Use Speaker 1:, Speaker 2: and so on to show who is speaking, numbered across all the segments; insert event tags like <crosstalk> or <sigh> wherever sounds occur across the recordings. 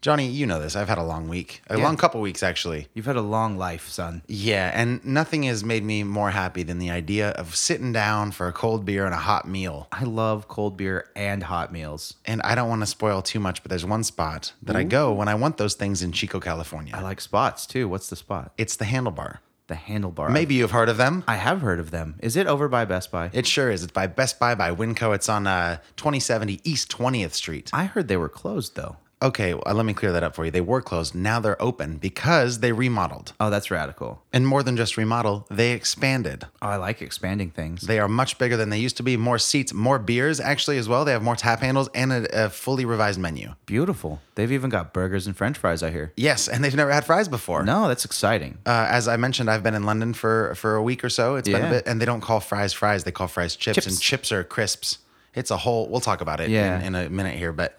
Speaker 1: Johnny, you know this. I've had a long week, a
Speaker 2: Yeah.
Speaker 1: long couple weeks actually.
Speaker 2: You've had a long life, son.
Speaker 1: Yeah, and nothing has made me more happy than the idea of sitting down for a cold beer and a hot meal.
Speaker 2: I love cold beer and hot meals.
Speaker 1: And I don't want to spoil too much, but there's one spot that I go when I want those things in Chico, California.
Speaker 2: Mm-hmm. I like spots too. What's the spot?
Speaker 1: it's the Handlebar.
Speaker 2: The handlebar.
Speaker 1: Maybe you've heard of them.
Speaker 2: I have heard of them. Is it over by Best Buy?
Speaker 1: It sure is. It's by Best Buy by Winco. It's on uh, 2070 East 20th Street.
Speaker 2: I heard they were closed though.
Speaker 1: Okay, well, let me clear that up for you. They were closed. Now they're open because they remodeled.
Speaker 2: Oh, that's radical.
Speaker 1: And more than just remodel, they expanded.
Speaker 2: Oh, I like expanding things.
Speaker 1: They are much bigger than they used to be. More seats, more beers, actually, as well. They have more tap handles and a, a fully revised menu.
Speaker 2: Beautiful. They've even got burgers and french fries, I hear.
Speaker 1: Yes, and they've never had fries before.
Speaker 2: No, that's exciting.
Speaker 1: Uh, as I mentioned, I've been in London for, for a week or so. It's been a
Speaker 2: Yeah.
Speaker 1: bit, and they don't call fries fries. They call fries chips,
Speaker 2: Chips.
Speaker 1: and chips are crisps. It's a whole. We'll talk about it
Speaker 2: Yeah.
Speaker 1: in, in a minute here. But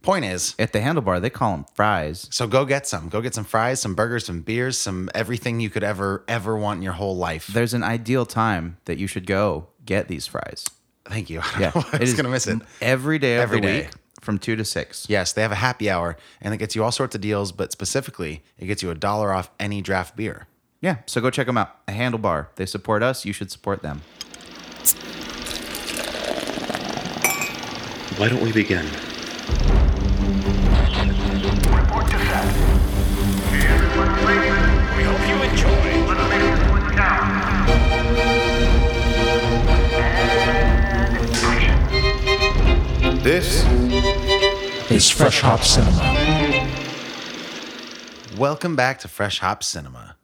Speaker 1: point is,
Speaker 2: At the handlebar, they call them fries.
Speaker 1: so go get some. Go get some fries, some burgers, some beers, some everything you could ever ever want in your whole life.
Speaker 2: There's an ideal time that you should go get these
Speaker 1: <laughs>
Speaker 2: fries.
Speaker 1: Thank you. I don't
Speaker 2: Yeah.
Speaker 1: know why I was
Speaker 2: is
Speaker 1: gonna miss it.
Speaker 2: Every day of
Speaker 1: Every
Speaker 2: the
Speaker 1: day.
Speaker 2: week from two to six.
Speaker 1: Yes, they have a happy hour and it gets you all sorts of deals, but specifically, it gets you a dollar off any draft beer.
Speaker 2: Yeah, so go check them out. A handlebar. They support us. You should support them.
Speaker 3: Why don't we begin?
Speaker 4: Report to set. Everyone ready? We hope you enjoy. Let's make this one count. And action.
Speaker 5: This is Fresh Hop Cinema.
Speaker 1: Welcome back to Fresh Hop Cinema.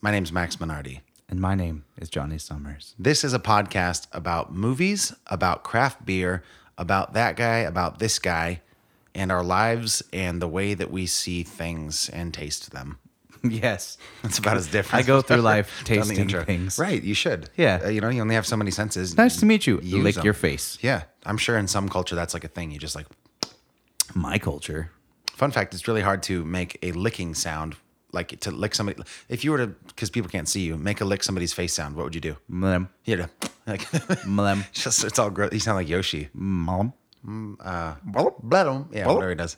Speaker 1: My name's Max Minardi.
Speaker 2: And my name is Johnny Summers. <laughs>
Speaker 1: This is a podcast about movies, about craft beer, about that guy, about this guy, and our lives and the way that we see things and taste them. <laughs>
Speaker 2: yes.
Speaker 1: That's about as different.
Speaker 2: I
Speaker 1: as
Speaker 2: go
Speaker 1: I've
Speaker 2: through
Speaker 1: ever
Speaker 2: life
Speaker 1: done the
Speaker 2: tasting
Speaker 1: intro.
Speaker 2: things.
Speaker 1: Right, you should.
Speaker 2: Yeah.
Speaker 1: Uh, you know, you only have so many senses.
Speaker 2: Nice to meet you.
Speaker 1: Use
Speaker 2: Lick
Speaker 1: them.
Speaker 2: your face.
Speaker 1: Yeah, I'm sure in some culture that's like a thing. You just like.
Speaker 2: My culture.
Speaker 1: Fun fact: It's really hard to make a licking sound, like to lick somebody. If you were to, because people can't see you, make a lick somebody's face sound. What would you do?
Speaker 2: Mlem.
Speaker 1: You know, <laughs> like
Speaker 2: Mlem.
Speaker 1: just it's all gross. You sound like Yoshi.
Speaker 2: Mom.
Speaker 1: Bled him. Yeah, whatever he does.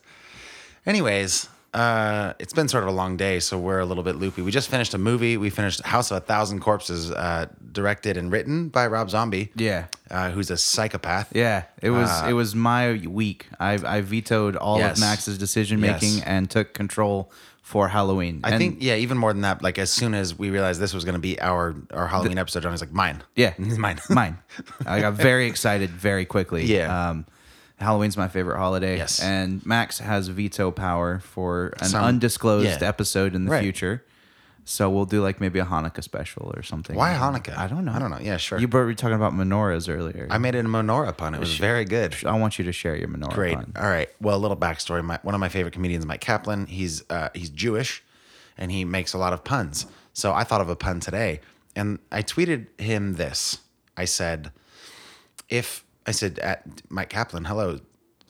Speaker 1: Anyways, uh, it's been sort of a long day, so we're a little bit loopy. We just finished a movie. We finished House of a Thousand Corpses, uh, directed and written by Rob Zombie.
Speaker 2: Yeah. Uh,
Speaker 1: Uh, who's a psychopath.
Speaker 2: Yeah, it was it was my week. I I vetoed all
Speaker 1: Yes.
Speaker 2: of Max's decision making
Speaker 1: Yes.
Speaker 2: and took control for Halloween.
Speaker 1: I
Speaker 2: And
Speaker 1: think yeah, even more than that. Like as soon as we realized this was going to be our our Halloween episode, Johnny's like mine.
Speaker 2: yeah,
Speaker 1: <laughs>
Speaker 2: <laughs>
Speaker 1: mine.
Speaker 2: <laughs> mine. I got very excited very quickly.
Speaker 1: Yeah.
Speaker 2: Um, Halloween's my favorite holiday.
Speaker 1: Yes.
Speaker 2: And Max has veto power for an
Speaker 1: Some-
Speaker 2: undisclosed
Speaker 1: yeah.
Speaker 2: episode in the
Speaker 1: Right.
Speaker 2: future. So we'll do like maybe a Hanukkah special or something.
Speaker 1: Why Hanukkah?
Speaker 2: I don't know.
Speaker 1: I don't know. Yeah, sure.
Speaker 2: You were talking about menorahs earlier.
Speaker 1: I made it a menorah pun. It was very good.
Speaker 2: I want you to share your menorah.
Speaker 1: Great.
Speaker 2: pun.
Speaker 1: All right. Well, a little backstory. My, one of my favorite comedians, Mike Kaplan. He's uh, he's Jewish, and he makes a lot of puns. So I thought of a pun today, and I tweeted him this. I said, "If I said at Mike Kaplan, hello."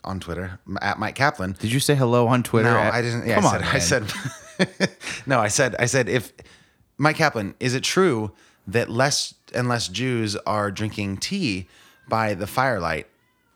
Speaker 1: On Twitter, at Mike Kaplan.
Speaker 2: Did you say hello on Twitter?
Speaker 1: No,
Speaker 2: at-
Speaker 1: I didn't. Yeah,
Speaker 2: Come
Speaker 1: I
Speaker 2: on,
Speaker 1: said, I
Speaker 2: man.
Speaker 1: said <laughs> no, I said, I said, if Mike Kaplan, is it true that less and less Jews are drinking tea by the firelight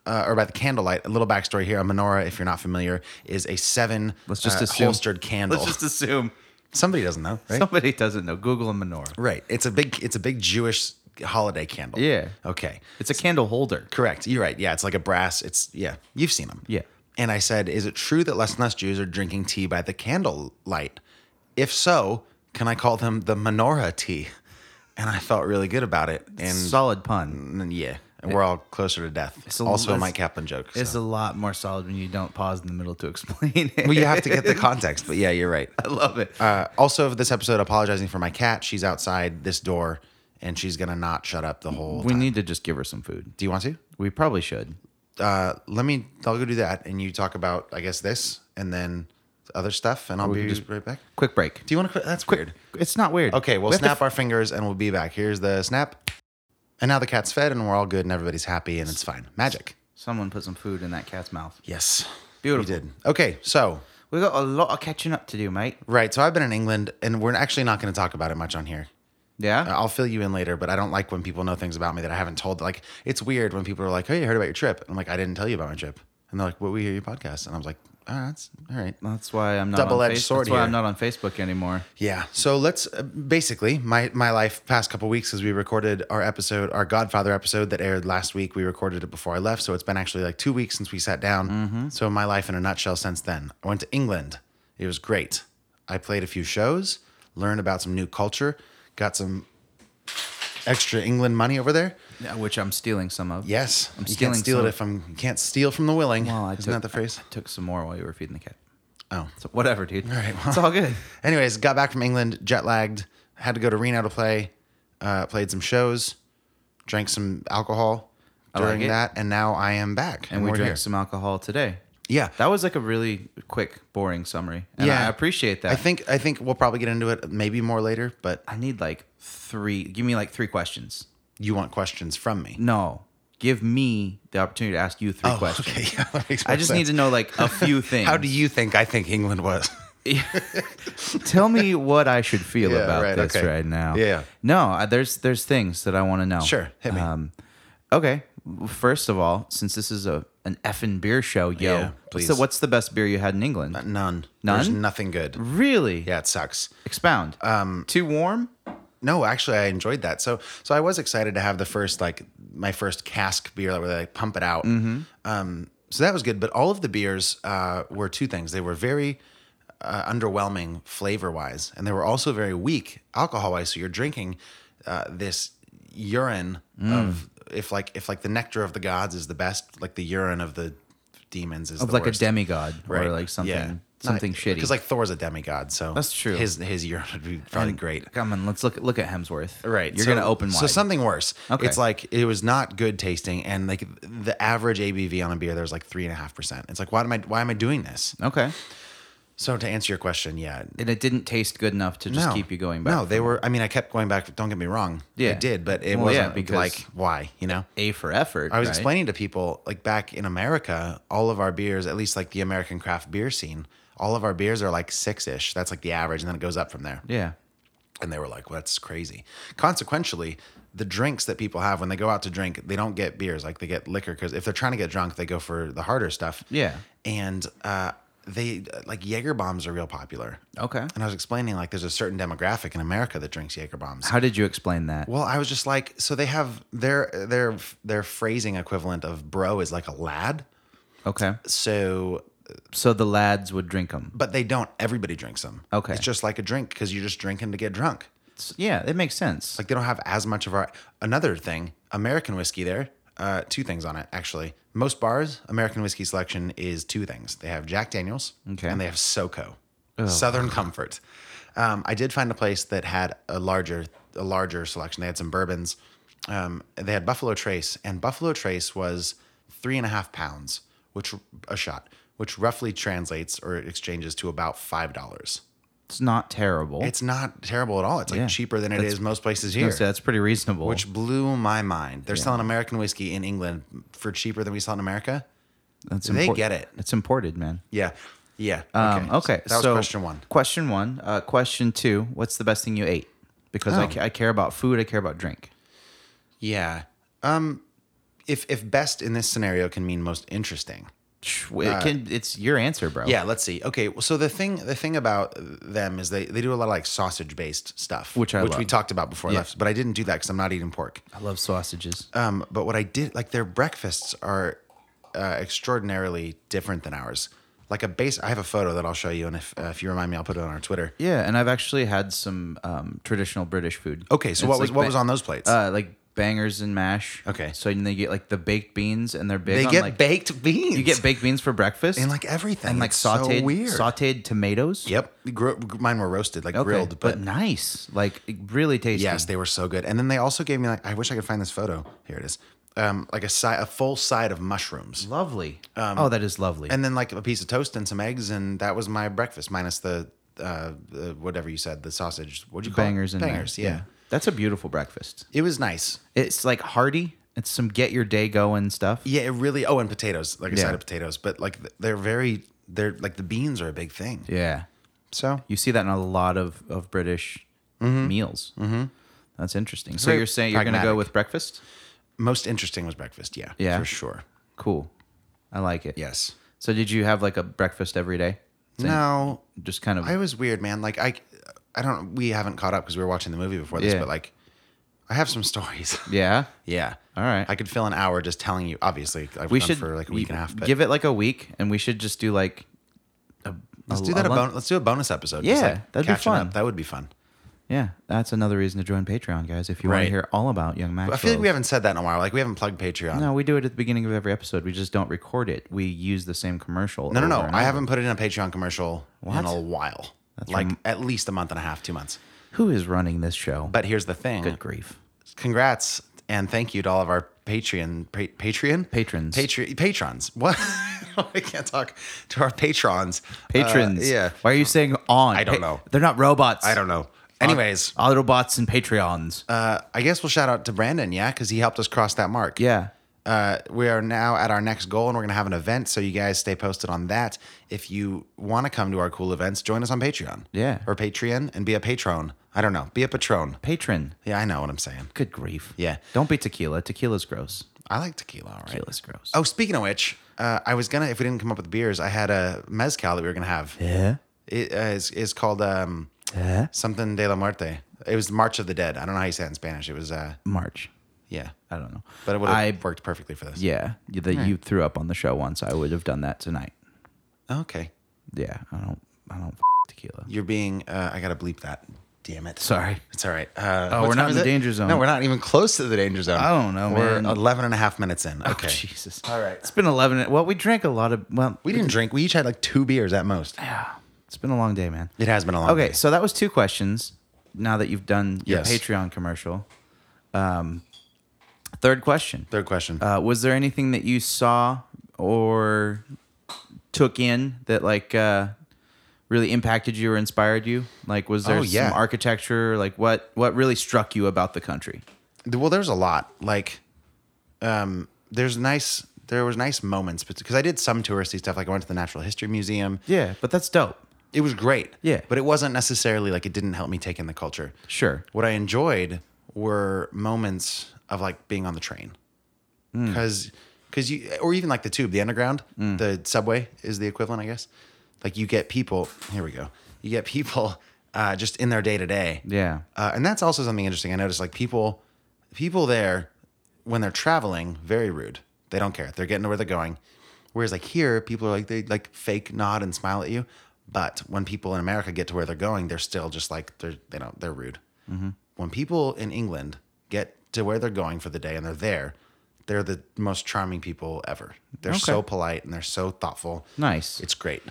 Speaker 1: uh, or by the candlelight? A little backstory here: a menorah, if you're not familiar, is a seven
Speaker 2: Let's just
Speaker 1: uh,
Speaker 2: assume-
Speaker 1: holstered candle.
Speaker 2: Let's just assume
Speaker 1: <laughs> Somebody doesn't know, right?
Speaker 2: somebody doesn't know. Google a menorah.
Speaker 1: right. It's a big, it's a big Jewish holiday candle.
Speaker 2: Yeah.
Speaker 1: Okay.
Speaker 2: It's a candle holder.
Speaker 1: Correct. You're right. Yeah, it's like a brass. It's yeah. You've seen them.
Speaker 2: Yeah.
Speaker 1: And I said, "Is it true that less and less Jews are drinking tea by the candlelight? If so, can I call them the menorah tea?" And I felt really good about it. And,
Speaker 2: solid pun.
Speaker 1: and yeah, and we're all closer to death.
Speaker 2: a-
Speaker 1: also, a
Speaker 2: it's-
Speaker 1: Mike Kaplan joke.
Speaker 2: It's
Speaker 1: so.
Speaker 2: a lot more solid when you don't pause in the middle to <laughs> explain it.
Speaker 1: well, you have to get the context, but yeah, you're right.
Speaker 2: <laughs> I love it.
Speaker 1: Uh, also, for this episode, apologizing for my cat. She's outside this door, and she's gonna not shut up the whole.
Speaker 2: we
Speaker 1: time.
Speaker 2: need to just give her some food.
Speaker 1: Do you want to?
Speaker 2: We probably should.
Speaker 1: uh, let me I'll go do that and you talk about I guess this and then other stuff and I'll be just right back.
Speaker 2: Quick break.
Speaker 1: Do you want to that's weird.
Speaker 2: It's not weird.
Speaker 1: Okay, we'll
Speaker 2: We have to
Speaker 1: snap our fingers and we'll be back. Here's the snap. And now the cat's fed and we're all good and everybody's happy and it's fine. Magic.
Speaker 2: Someone put some food in that cat's mouth.
Speaker 1: Yes.
Speaker 2: Beautiful.
Speaker 1: We did. Okay, so
Speaker 2: We got a lot of catching up to do, mate.
Speaker 1: right, so I've been in England and we're actually not going to talk about it much on here. Uh,
Speaker 2: Yeah.
Speaker 1: I'll fill you in later, but I don't like when people know things about me that I haven't told. Like it's weird when people are like, "Hey, I heard about your trip." I'm like, "I didn't tell you about my trip," and they're like, "Well, we hear your podcast," and I was like, all right, that's all right.
Speaker 2: That's why I'm not on
Speaker 1: Double-edged
Speaker 2: Face-
Speaker 1: sword
Speaker 2: That's why
Speaker 1: here.
Speaker 2: I'm not on Facebook anymore.
Speaker 1: Yeah. So let's uh, basically my my life past couple weeks because we recorded our episode, our Godfather episode that aired last week. We recorded it before I left, so it's been actually like two weeks since we sat down.
Speaker 2: Mm-hmm.
Speaker 1: So my life in a nutshell since then. I went to England. It was great. I played a few shows, learned about some new culture, got some extra England money over there.
Speaker 2: Yeah, Which I'm stealing some of.
Speaker 1: Yes,
Speaker 2: I'm
Speaker 1: you
Speaker 2: stealing
Speaker 1: can't steal
Speaker 2: some.
Speaker 1: it if I'm you can't steal from the willing.
Speaker 2: Well, I
Speaker 1: Isn't
Speaker 2: took-
Speaker 1: that the phrase?
Speaker 2: I took some more while you were feeding the cat.
Speaker 1: Oh,
Speaker 2: So whatever, dude. All
Speaker 1: right,
Speaker 2: it's all good.
Speaker 1: Anyways, got back from England, jet lagged, had to go to Reno to play, uh, played some shows, drank some alcohol
Speaker 2: like
Speaker 1: during
Speaker 2: it.
Speaker 1: that, and now I am back.
Speaker 2: <laughs> And we
Speaker 1: we're
Speaker 2: drank
Speaker 1: here.
Speaker 2: some alcohol today.
Speaker 1: Yeah.
Speaker 2: That was like a really quick, boring summary. And
Speaker 1: Yeah.
Speaker 2: I appreciate that.
Speaker 1: I think I think we'll probably get into it maybe more later, but
Speaker 2: I need like three. Give me like three questions.
Speaker 1: you want questions from me.
Speaker 2: No, give me the opportunity to ask you three
Speaker 1: <laughs>
Speaker 2: questions.
Speaker 1: Oh, Okay, yeah, that makes more
Speaker 2: I just need
Speaker 1: sense.
Speaker 2: to know
Speaker 1: <laughs>
Speaker 2: like a few things.
Speaker 1: How do you think I think England
Speaker 2: <laughs>
Speaker 1: was?
Speaker 2: Tell
Speaker 1: <laughs>
Speaker 2: me what I should feel
Speaker 1: Yeah,
Speaker 2: about
Speaker 1: right,
Speaker 2: this
Speaker 1: okay.
Speaker 2: right now.
Speaker 1: Yeah.
Speaker 2: No, I, there's there's things that I want to know.
Speaker 1: Sure, hit me.
Speaker 2: Um, okay. First of all, since this is a an effing beer show, yo,
Speaker 1: Yeah,
Speaker 2: So,
Speaker 1: please.
Speaker 2: what's the best beer you had in England?
Speaker 1: None. There's
Speaker 2: None?
Speaker 1: nothing good.
Speaker 2: really?
Speaker 1: Yeah, it sucks.
Speaker 2: Expound. Um, Too warm.
Speaker 1: No, actually, I enjoyed that. So, so I was excited to have the first like my first cask beer where they like, pump it out.
Speaker 2: Mm-hmm.
Speaker 1: Um, so that was good. But all of the beers uh, were two things. They were very uh, underwhelming flavor wise, and they were also very weak alcohol wise. So you're drinking uh, this urine
Speaker 2: Mm.
Speaker 1: of if like if like the nectar of the gods is the best, like the urine of the demons is
Speaker 2: Of
Speaker 1: the
Speaker 2: like
Speaker 1: worst.
Speaker 2: a demigod or like something something shitty.
Speaker 1: Because like Thor's a demigod, so
Speaker 2: That's true.
Speaker 1: His his urine would be probably great.
Speaker 2: Come on, let's look at look at Hemsworth.
Speaker 1: Right.
Speaker 2: You're
Speaker 1: so-
Speaker 2: gonna open wide.
Speaker 1: So something worse.
Speaker 2: Okay.
Speaker 1: It's like it was not good tasting, and like the average ABV on a beer there was like three and a half percent. It's like why am I why am I doing this?
Speaker 2: Okay.
Speaker 1: So to answer your question, yeah,
Speaker 2: And it didn't taste good enough to just keep you going back.
Speaker 1: No, they were. I mean, I kept going back. Don't get me wrong.
Speaker 2: Yeah.
Speaker 1: I did, but it
Speaker 2: Well, yeah,
Speaker 1: wasn't
Speaker 2: because-
Speaker 1: like why you know.
Speaker 2: A for effort.
Speaker 1: I was
Speaker 2: right?
Speaker 1: explaining to people like back in America, all of our beers, at least like the American craft beer scene, all of our beers are like six ish. That's like the average, and then it goes up from there.
Speaker 2: Yeah.
Speaker 1: And they were like, well, that's crazy. Consequentially, the drinks that people have when they go out to drink, they don't get beers. Like they get liquor because if they're trying to get drunk, they go for the harder stuff.
Speaker 2: Yeah.
Speaker 1: And uh, they like Jaeger bombs are real popular.
Speaker 2: Okay.
Speaker 1: And I was explaining like there's a certain demographic in America that drinks Jaeger bombs.
Speaker 2: How did you explain that?
Speaker 1: well, I was just like, so they have their their their phrasing equivalent of bro is like a lad.
Speaker 2: Okay.
Speaker 1: So
Speaker 2: So the lads would drink them.
Speaker 1: but they don't. Everybody drinks them.
Speaker 2: Okay.
Speaker 1: It's just like a drink because you're just drinking to get drunk.
Speaker 2: Yeah, it makes sense.
Speaker 1: like they don't have as much of our another thing american whiskey there uh, two things on it actually most bars american whiskey selection is two things they have jack daniels
Speaker 2: Okay.
Speaker 1: and they have soco southern comfort um, i did find a place that had a larger a larger selection they had some bourbons um, they had buffalo trace and buffalo trace was three and a half pounds which a shot which roughly translates or exchanges to about five dollars
Speaker 2: it's not terrible.
Speaker 1: it's not terrible at all it's like
Speaker 2: Yeah.
Speaker 1: cheaper than it is
Speaker 2: That's-
Speaker 1: most places
Speaker 2: I
Speaker 1: here
Speaker 2: was gonna say, that's pretty reasonable.
Speaker 1: which blew my mind. They're selling American whiskey in England for cheaper than we sell in America.
Speaker 2: that's
Speaker 1: they get it.
Speaker 2: It's imported, man.
Speaker 1: Yeah, yeah.
Speaker 2: Um, okay.
Speaker 1: That was
Speaker 2: so
Speaker 1: question one.
Speaker 2: Question one. Uh, question two. What's the best thing you ate? Because I,
Speaker 1: Oh.
Speaker 2: ca- I care about food. I care about drink.
Speaker 1: Yeah. Um, if if best in this scenario can mean most interesting.
Speaker 2: Sh- It can, it's your answer, bro.
Speaker 1: Yeah. Let's see. Okay. well, So the thing the thing about them is they they do a lot of like sausage based stuff,
Speaker 2: Which I
Speaker 1: which we
Speaker 2: love.
Speaker 1: talked about before I
Speaker 2: Yeah.
Speaker 1: left. But I didn't do that because I'm not eating pork.
Speaker 2: I love sausages.
Speaker 1: Um, but what I did, like their breakfasts are uh, extraordinarily different than ours. Like a base, I have a photo that I'll show you, and if uh, if you remind me, I'll put it on our Twitter.
Speaker 2: Yeah, and I've actually had some um, traditional British food.
Speaker 1: Okay, so
Speaker 2: It's
Speaker 1: what was
Speaker 2: like
Speaker 1: what
Speaker 2: ba-
Speaker 1: was on those plates?
Speaker 2: Uh, like bangers and mash.
Speaker 1: Okay.
Speaker 2: so then they get like the baked beans, and they're big.
Speaker 1: they
Speaker 2: on,
Speaker 1: get
Speaker 2: like,
Speaker 1: baked beans.
Speaker 2: You get baked beans for breakfast,
Speaker 1: and like everything,
Speaker 2: and like
Speaker 1: It's
Speaker 2: sauteed
Speaker 1: So weird.
Speaker 2: sauteed tomatoes.
Speaker 1: Yep, Gro- gr- mine were roasted, like
Speaker 2: Okay,
Speaker 1: grilled,
Speaker 2: but,
Speaker 1: but,
Speaker 2: nice, like really tasty.
Speaker 1: yes, they were so good. And then they also gave me like I wish I could find this photo. Here it is. Um, like a side, a full side of mushrooms,
Speaker 2: lovely. oh, that is lovely.
Speaker 1: Um, and then like a piece of toast and some eggs, and that was my breakfast minus the uh, the whatever you said, the sausage. What'd you call
Speaker 2: bangers
Speaker 1: it?
Speaker 2: and
Speaker 1: bangers?
Speaker 2: mash.
Speaker 1: yeah.
Speaker 2: that's a beautiful breakfast.
Speaker 1: it was nice.
Speaker 2: It's like hearty. It's some get your day going stuff.
Speaker 1: Yeah, it really. Oh, and potatoes, like a
Speaker 2: Yeah.
Speaker 1: side of potatoes, but like th- they're very, they're like the beans are a big thing.
Speaker 2: Yeah.
Speaker 1: So
Speaker 2: You see that in a lot of of British meals. Mm-hmm. That's interesting. So
Speaker 1: Very
Speaker 2: you're saying you're going to go
Speaker 1: pragmatic.
Speaker 2: with breakfast?
Speaker 1: most interesting was breakfast. Yeah,
Speaker 2: Yeah.
Speaker 1: for sure.
Speaker 2: Cool. I like it.
Speaker 1: Yes.
Speaker 2: So did you have like a breakfast every day? Same-
Speaker 1: No,
Speaker 2: Just kind of.
Speaker 1: I was weird, man. Like I, I don't. We haven't caught up because we were watching the movie before this,
Speaker 2: Yeah.
Speaker 1: but like, I have some <laughs> stories.
Speaker 2: yeah.
Speaker 1: yeah.
Speaker 2: All right.
Speaker 1: I could fill an hour just telling you. Obviously, I've
Speaker 2: we
Speaker 1: done
Speaker 2: should
Speaker 1: for like a week
Speaker 2: you-
Speaker 1: and a half. But
Speaker 2: Give it like a week, and we should just do like. A,
Speaker 1: let's
Speaker 2: a-
Speaker 1: do that. A
Speaker 2: lunch-
Speaker 1: bon- let's do a bonus episode. just,
Speaker 2: Yeah,
Speaker 1: like,
Speaker 2: that'd be
Speaker 1: catching up.
Speaker 2: fun.
Speaker 1: That would be fun.
Speaker 2: Yeah, that's another reason to join Patreon, guys. If you want
Speaker 1: Right.
Speaker 2: to hear all about Young Max,
Speaker 1: I feel like we haven't said that in a while. Like we haven't plugged Patreon.
Speaker 2: No, we do it at the beginning of every episode. We just don't record it. We use the same commercial.
Speaker 1: No, no,
Speaker 2: over
Speaker 1: no.
Speaker 2: and
Speaker 1: I
Speaker 2: over.
Speaker 1: haven't put in a Patreon commercial in
Speaker 2: What?
Speaker 1: a while. like
Speaker 2: rem-
Speaker 1: at least a month and a half, two months.
Speaker 2: Who is running this show?
Speaker 1: But here's the thing.
Speaker 2: Good grief.
Speaker 1: Congrats and thank you to all of our Patreon pa- Patreon
Speaker 2: Patrons.
Speaker 1: Patre- patrons. What? <laughs> I can't talk to our patrons. Uh,
Speaker 2: Patrons.
Speaker 1: yeah.
Speaker 2: Why are you saying on?
Speaker 1: I don't know.
Speaker 2: They're not robots.
Speaker 1: I don't know. Anyways,
Speaker 2: Autobots and Patreons.
Speaker 1: uh, I guess we'll shout out to Brandon, yeah, because he helped us cross that mark.
Speaker 2: yeah.
Speaker 1: Uh, we are now at our next goal and we're going to have an event. So you guys stay posted on that. If you want to come to our cool events, join us on Patreon.
Speaker 2: Yeah.
Speaker 1: Or Patreon and be a patron. I don't know. Be a patron.
Speaker 2: Patron.
Speaker 1: Yeah, I know what I'm saying.
Speaker 2: Good grief.
Speaker 1: Yeah.
Speaker 2: Don't be tequila. Tequila's gross.
Speaker 1: I like tequila, all right.
Speaker 2: Tequila's gross.
Speaker 1: Oh, speaking of which, uh, I was gonna if we didn't come up with beers, I had a mezcal that we were gonna have.
Speaker 2: Yeah.
Speaker 1: It uh, is is called um,
Speaker 2: Yeah.
Speaker 1: something de la muerte. It was March of the Dead. I don't know how you say it in Spanish. It was uh,
Speaker 2: March.
Speaker 1: yeah,
Speaker 2: I don't know.
Speaker 1: but it would
Speaker 2: I
Speaker 1: have worked perfectly for this.
Speaker 2: yeah that you threw up on the show once. I would have done that tonight.
Speaker 1: Okay,
Speaker 2: Yeah. I don't. I don't f- tequila.
Speaker 1: you're being. Uh, I gotta bleep that. Damn it.
Speaker 2: Sorry.
Speaker 1: It's all right. Uh,
Speaker 2: Oh,
Speaker 1: what
Speaker 2: we're
Speaker 1: time
Speaker 2: not in
Speaker 1: is
Speaker 2: the
Speaker 1: it?
Speaker 2: danger zone.
Speaker 1: No, we're not even close to the danger zone.
Speaker 2: I don't know,
Speaker 1: We're
Speaker 2: man. Oh,
Speaker 1: 11 and a half minutes in. Okay.
Speaker 2: Jesus.
Speaker 1: All right.
Speaker 2: It's been 11. Well, we drank a lot of. Well,
Speaker 1: We didn't drink. We each had like two beers at most.
Speaker 2: It's been a long day, man.
Speaker 1: It has been a long
Speaker 2: Okay,
Speaker 1: day.
Speaker 2: so that was two questions. Now that you've done your
Speaker 1: Yes.
Speaker 2: Patreon commercial, um, third question:
Speaker 1: Third question.
Speaker 2: uh, Was there anything that you saw or took in that like uh, really impacted you or inspired you? Like, was there
Speaker 1: Oh, yeah.
Speaker 2: some architecture? Like, what what really struck you about the country?
Speaker 1: well there's a lot like um there's nice there was nice moments because i did some touristy stuff like i went to the natural history museum
Speaker 2: Yeah, but that's dope.
Speaker 1: it was great
Speaker 2: Yeah.
Speaker 1: but it wasn't necessarily like it didn't help me take in the culture
Speaker 2: Sure.
Speaker 1: what i enjoyed were moments of like being on the train
Speaker 2: Hmm.
Speaker 1: because because you or even like the tube the underground the subway is the equivalent i guess like you get people here we go you get people uh, just in their day to day
Speaker 2: Yeah.
Speaker 1: uh, and that's also something interesting. I noticed like people, people there, when they're traveling, very rude. They don't care. They're getting to where they're going. Whereas like here, people are like they like fake nod and smile at you. But when people in America get to where they're going, they're still just like they're they don't they're rude.
Speaker 2: Mm-hmm.
Speaker 1: When people in England get to where they're going for the day and they're there, they're the most charming people ever. They're
Speaker 2: Okay.
Speaker 1: so polite and they're so thoughtful.
Speaker 2: Nice.
Speaker 1: It's great.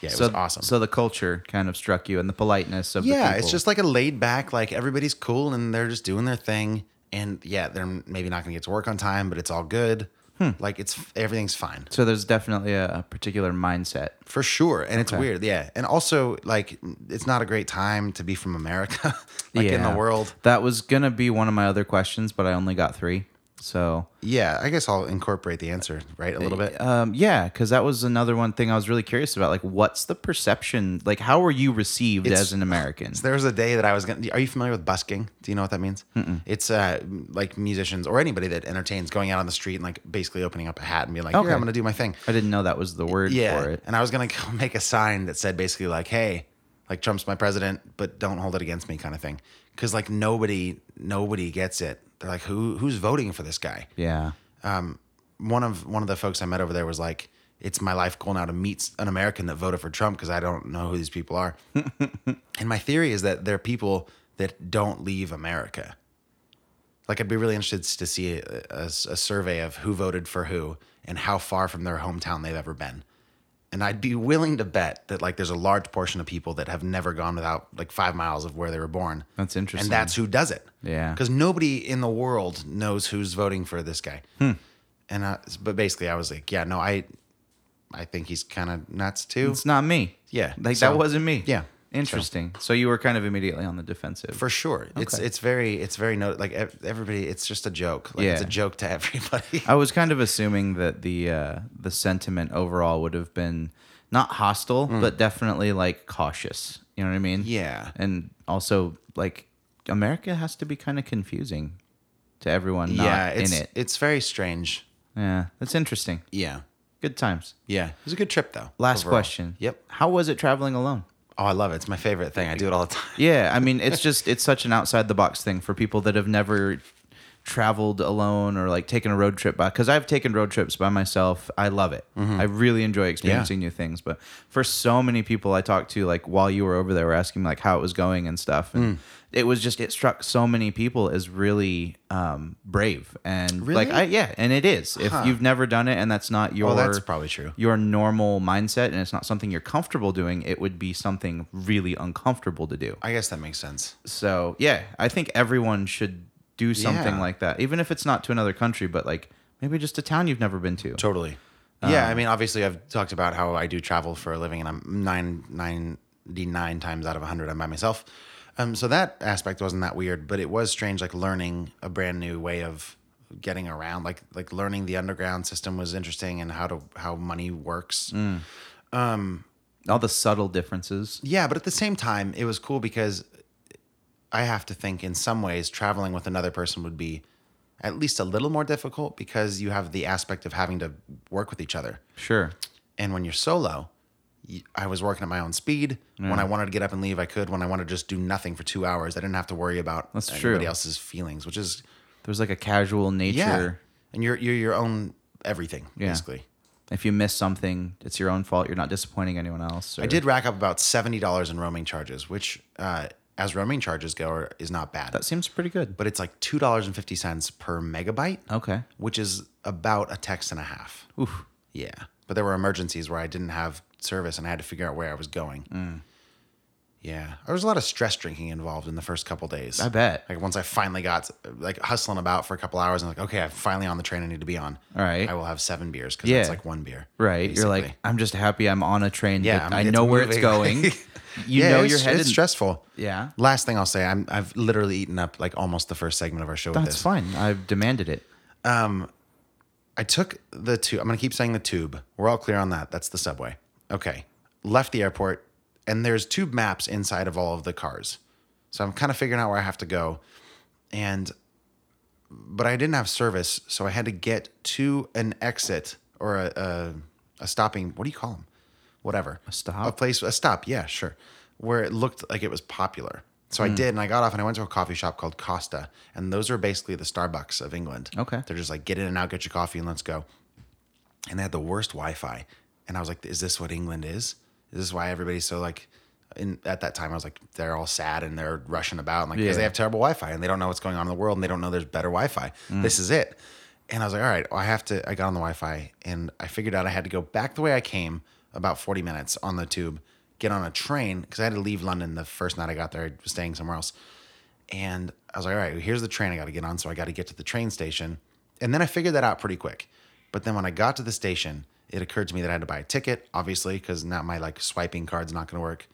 Speaker 1: Yeah, it
Speaker 2: so
Speaker 1: was awesome
Speaker 2: So the culture kind of struck you, and the politeness of the
Speaker 1: yeah
Speaker 2: people.
Speaker 1: it's just like a laid back like everybody's cool and they're just doing their thing and yeah they're maybe not gonna get to work on time but it's all good
Speaker 2: Hmm.
Speaker 1: like it's everything's fine
Speaker 2: so there's definitely a, a particular mindset.
Speaker 1: for sure and it's weird yeah and also like it's not a great time to be from america <laughs> like in the
Speaker 2: Yeah.
Speaker 1: world
Speaker 2: That was gonna be one of my other questions, but I only got three. So
Speaker 1: yeah i guess i'll incorporate the answer right a little bit
Speaker 2: um, yeah, because that was another one thing I was really curious about. Like, what's the perception? Like, how were you received
Speaker 1: It's-
Speaker 2: as an American?
Speaker 1: there was a day that I was gonna. Are you familiar with busking? Do you know what that means? It's uh, like musicians or anybody that entertains going out on the street and like basically opening up a hat and being like,
Speaker 2: Okay.
Speaker 1: "Yeah, I'm gonna do my thing."
Speaker 2: I didn't know that was the word
Speaker 1: yeah.
Speaker 2: for it.
Speaker 1: And I was gonna <laughs> go make a sign that said basically like, "Hey, like Trump's my president, but don't hold it against me," kind of thing. Because like nobody, nobody gets it. They're like, "Who, who's voting for this guy?"
Speaker 2: Yeah,
Speaker 1: One of one of the folks I met over there was like, "It's my life goal now to meet an American that voted for Trump because I don't know who these people
Speaker 2: <laughs>
Speaker 1: are." and my theory is that they're people that don't leave America. Like I'd be really interested to see a, a- a survey of who voted for who and how far from their hometown they've ever been. And I'd be willing to bet that like there's a large portion of people that have never gone without like five miles of where they were born.
Speaker 2: That's interesting.
Speaker 1: And that's who does it.
Speaker 2: Yeah.
Speaker 1: Because nobody in the world knows who's voting for this guy.
Speaker 2: Hmm.
Speaker 1: And I, but basically, I was like, yeah, no, I, I think he's kind of nuts too.
Speaker 2: it's not me.
Speaker 1: Yeah,
Speaker 2: like
Speaker 1: so-
Speaker 2: that wasn't me.
Speaker 1: yeah, so-
Speaker 2: interesting. So. you were kind of immediately on the defensive.
Speaker 1: For sure, it's
Speaker 2: Okay.
Speaker 1: it's very it's very no like ev- everybody. It's just a joke. Like, it's a
Speaker 2: Yeah.
Speaker 1: joke to <laughs> everybody.
Speaker 2: I was kind of assuming that the uh, the sentiment overall would have been not hostile, but definitely like cautious. You know what I mean?
Speaker 1: Hmm. Yeah.
Speaker 2: And also like America has to be kind of confusing to everyone not
Speaker 1: yeah, it's
Speaker 2: in it.
Speaker 1: it's very strange.
Speaker 2: Yeah, that's interesting.
Speaker 1: Yeah,
Speaker 2: Good times.
Speaker 1: Yeah, it was a good trip though.
Speaker 2: Last
Speaker 1: overall.
Speaker 2: question.
Speaker 1: Yep.
Speaker 2: How was it traveling alone?
Speaker 1: Oh, I love it. It's my favorite thing. I do it all the time.
Speaker 2: Yeah, I mean, it's just it's such an outside the box thing for people that have never traveled alone or like taken a road trip by. Because I've taken road trips by myself. I love it.
Speaker 1: Mm-hmm.
Speaker 2: I really enjoy experiencing new things. But for so many people I talked to, like while you were over there, were asking like how it was going and stuff,
Speaker 1: Mm.
Speaker 2: and it was just it struck so many people as really um, brave and like
Speaker 1: Really?
Speaker 2: I, yeah, and it is if
Speaker 1: Huh.
Speaker 2: you've never done it and that's not your
Speaker 1: Well, that's probably true.
Speaker 2: your normal mindset and it's not something you're comfortable doing, it would be something really uncomfortable to do.
Speaker 1: I guess that makes sense.
Speaker 2: So, yeah, I think everyone should do something
Speaker 1: Yeah.
Speaker 2: like that, even if it's not to another country, but like maybe just a town you've never been to.
Speaker 1: Totally. yeah, I mean, obviously, I've talked about how I do travel for a living, and I'm nine ninety nine times out of hundred, I'm by myself. Um, so that aspect wasn't that weird, but it was strange, like learning a brand new way of getting around, like like learning the underground system was interesting and how to how money works.
Speaker 2: All the subtle differences.
Speaker 1: Yeah, but at the same time, it was cool because I have to think in some ways traveling with another person would be at least a little more difficult because you have the aspect of having to work with each other.
Speaker 2: Sure.
Speaker 1: And when you're solo, y- I was working at my own speed. When I wanted to get up and leave, I could. When I wanted to just do nothing for two hours, I didn't have to worry about
Speaker 2: That's
Speaker 1: anybody
Speaker 2: true.
Speaker 1: else's feelings, which is
Speaker 2: There's like a casual nature.
Speaker 1: yeah. And you're you're your own everything
Speaker 2: Yeah.
Speaker 1: basically.
Speaker 2: If you miss something, it's your own fault. You're not disappointing anyone else.
Speaker 1: I did rack up about seventy dollars in roaming charges, which uh, as roaming charges go, are, is not bad.
Speaker 2: That seems pretty good.
Speaker 1: but it's like two dollars and fifty cents per megabyte,
Speaker 2: Okay.
Speaker 1: which is about a text and a half.
Speaker 2: Oof.
Speaker 1: Yeah, but there were emergencies where I didn't have service and I had to figure out where I was going.
Speaker 2: Mm.
Speaker 1: Yeah, there was a lot of stress drinking involved in the first couple days.
Speaker 2: I bet.
Speaker 1: Like once I finally got like hustling about for a couple hours, and like, okay, I'm finally on the train I need to be on.
Speaker 2: All right.
Speaker 1: I will have seven beers because
Speaker 2: Yeah.
Speaker 1: it's like one beer.
Speaker 2: Right. You're like,
Speaker 1: basically.
Speaker 2: I'm just happy I'm on a train.
Speaker 1: Yeah,
Speaker 2: that
Speaker 1: I
Speaker 2: I,
Speaker 1: mean, it's
Speaker 2: know where it's
Speaker 1: moving. <laughs>
Speaker 2: going. You
Speaker 1: yeah,
Speaker 2: know
Speaker 1: it's,
Speaker 2: you're headed.
Speaker 1: It's stressful.
Speaker 2: Yeah.
Speaker 1: Last thing I'll say, I'm I've literally eaten up like almost the first segment of our show. with
Speaker 2: That's
Speaker 1: this.
Speaker 2: fine. I've demanded it.
Speaker 1: I took the tube. I'm going to keep saying the tube. We're all clear on that. That's the subway. Okay. Left the airport, and there's tube maps inside of all of the cars. So I'm kind of figuring out where I have to go. And, but I didn't have service. So I had to get to an exit or a, a, a stopping, what do you call them? Whatever. A
Speaker 2: stop?
Speaker 1: A place, a stop. Yeah, sure. Where it looked like it was popular. So I
Speaker 2: Hmm.
Speaker 1: did, and I got off and I went to a coffee shop called Costa. And those are basically the Starbucks of England.
Speaker 2: Okay.
Speaker 1: They're just like, get in and out, get your coffee, and let's go. And they had the worst Wi Fi. And I was like, is this what England is? Is this why everybody's so like, in, at that time, I was like, they're all sad and they're rushing about. And like, because
Speaker 2: Yeah.
Speaker 1: they have terrible Wi Fi and they don't know what's going on in the world and they don't know there's better Wi Fi. This is it. And I was like, all right, well, I have to. I got on the Wi Fi and I figured out I had to go back the way I came about 40 minutes on the tube, get on a train because I had to leave London the first night I got there. I was staying somewhere else. And I was like, all right, here's the train I got to get on. So I got to get to the train station. And then I figured that out pretty quick. But then when I got to the station, it occurred to me that I had to buy a ticket, obviously, because now my like swiping card's not going to work.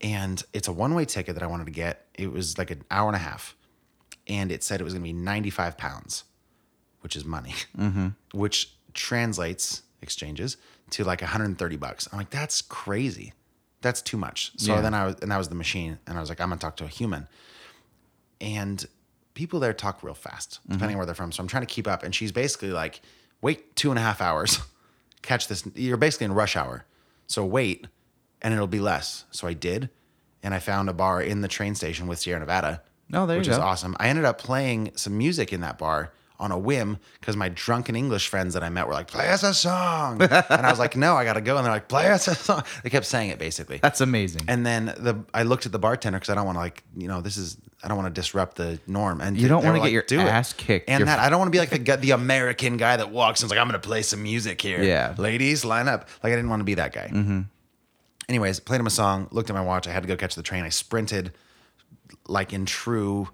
Speaker 1: And it's a one way ticket that I wanted to get. It was like an hour and a half. And it said it was going to be 95 pounds, which is money,
Speaker 2: Mm-hmm.
Speaker 1: which translates exchanges to like 130 bucks. I'm like, that's crazy. That's too much. So
Speaker 2: Yeah.
Speaker 1: then I was, and that was the machine. And I was like, I'm going to talk to a human and people there talk real fast
Speaker 2: Mm-hmm.
Speaker 1: depending on where they're from so i'm trying to keep up and she's basically like wait two and a half hours <laughs> catch this you're basically in rush hour so wait and it'll be less so i did and i found a bar in the train station with sierra nevada
Speaker 2: Oh, there you
Speaker 1: which is
Speaker 2: go.
Speaker 1: awesome i ended up playing some music in that bar on a whim because my drunken english friends that i met were like play us a song and i was like no i gotta go and they're like play us a song they kept saying it basically
Speaker 2: That's amazing.
Speaker 1: and then the I looked at the bartender because I don't want to like you know this is I don't want to disrupt the norm. And
Speaker 2: You don't
Speaker 1: they were
Speaker 2: wanna get
Speaker 1: like,
Speaker 2: your
Speaker 1: "Do it."
Speaker 2: ass kicked.
Speaker 1: And
Speaker 2: Your-
Speaker 1: that I don't want to be like the guy- the American guy that walks and's like I'm gonna play some music here.
Speaker 2: Yeah. Mm-hmm.
Speaker 1: ladies, line up. Like I didn't want to be that guy. Anyways, played him a song. Looked at my watch. I had to go catch the train. I sprinted, like in true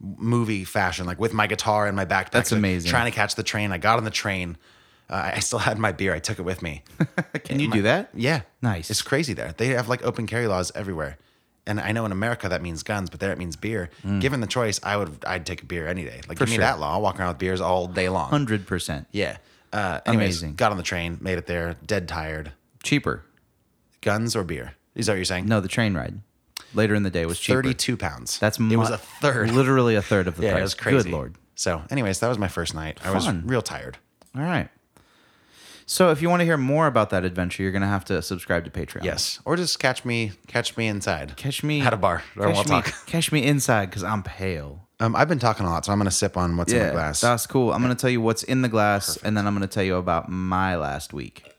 Speaker 1: movie fashion, like with my guitar and my backpack.
Speaker 2: That's
Speaker 1: like,
Speaker 2: amazing.
Speaker 1: Trying to catch the train. I got on the train. Uh, I still had my beer. I took it with me.
Speaker 2: Can you do that?
Speaker 1: Yeah.
Speaker 2: Nice.
Speaker 1: It's crazy there. They have like open carry laws everywhere. And I know in America that means guns, but there it means beer. Given the choice, I would I'd take a beer any day. Like give me
Speaker 2: Mm. sure.
Speaker 1: that law. I'll walk around with beers all day long.
Speaker 2: Hundred percent.
Speaker 1: Yeah. Uh, anyways,
Speaker 2: Amazing.
Speaker 1: got on the train, made it there, dead tired.
Speaker 2: Cheaper.
Speaker 1: Guns or beer? Is that what you're saying?
Speaker 2: No, the train ride later in the day was cheaper.
Speaker 1: Thirty-two pounds.
Speaker 2: That's
Speaker 1: it was
Speaker 2: mu-
Speaker 1: a third.
Speaker 2: literally a third of
Speaker 1: <laughs>
Speaker 2: the
Speaker 1: yeah,
Speaker 2: price.
Speaker 1: it was crazy.
Speaker 2: Good lord.
Speaker 1: So, anyways, that was my first night. I was
Speaker 2: Fun.
Speaker 1: real tired.
Speaker 2: All right. So if you want to hear more about that adventure, you're gonna have to subscribe to Patreon.
Speaker 1: Yes, or just catch me, catch me inside.
Speaker 2: Catch me
Speaker 1: at a bar. Or we'll
Speaker 2: Catch me,
Speaker 1: talk.
Speaker 2: <laughs> catch me inside because I'm pale.
Speaker 1: Um, I've been talking a lot, so I'm gonna sip on what's in the glass.
Speaker 2: That's cool. I'm going to tell you what's in the glass, and then I'm going to tell you about my last week.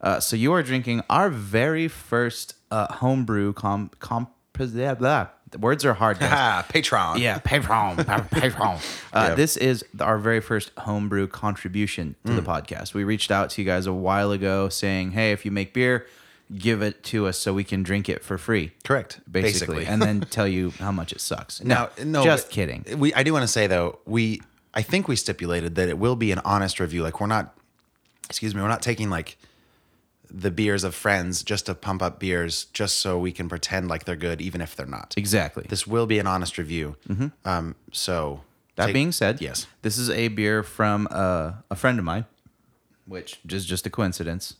Speaker 2: Uh, so you are drinking our very first uh, homebrew comp. comp blah, blah. The words are hard.
Speaker 1: <laughs>
Speaker 2: guys.
Speaker 1: ah, Patreon.
Speaker 2: <laughs> yeah, Patreon, Patreon. Uh, This is our very first homebrew contribution to the
Speaker 1: Mm.
Speaker 2: podcast. We reached out to you guys a while ago saying, "Hey, if you make beer, give it to us so we can drink it for free."
Speaker 1: Correct.
Speaker 2: Basically,
Speaker 1: Basically.
Speaker 2: and
Speaker 1: <laughs>
Speaker 2: then tell you how much it sucks.
Speaker 1: Now, no,
Speaker 2: just
Speaker 1: but
Speaker 2: kidding.
Speaker 1: We, I do want to say though, we, I think we stipulated that it will be an honest review. Like we're not, excuse me, we're not taking like the beers of friends just to pump up beers, just so we can pretend like they're good, even if they're not.
Speaker 2: Exactly.
Speaker 1: This will be an honest review. Um, so
Speaker 2: Mm-hmm. That
Speaker 1: take-
Speaker 2: being said,
Speaker 1: yes.
Speaker 2: this is a beer from uh, a friend of mine, which is just a coincidence.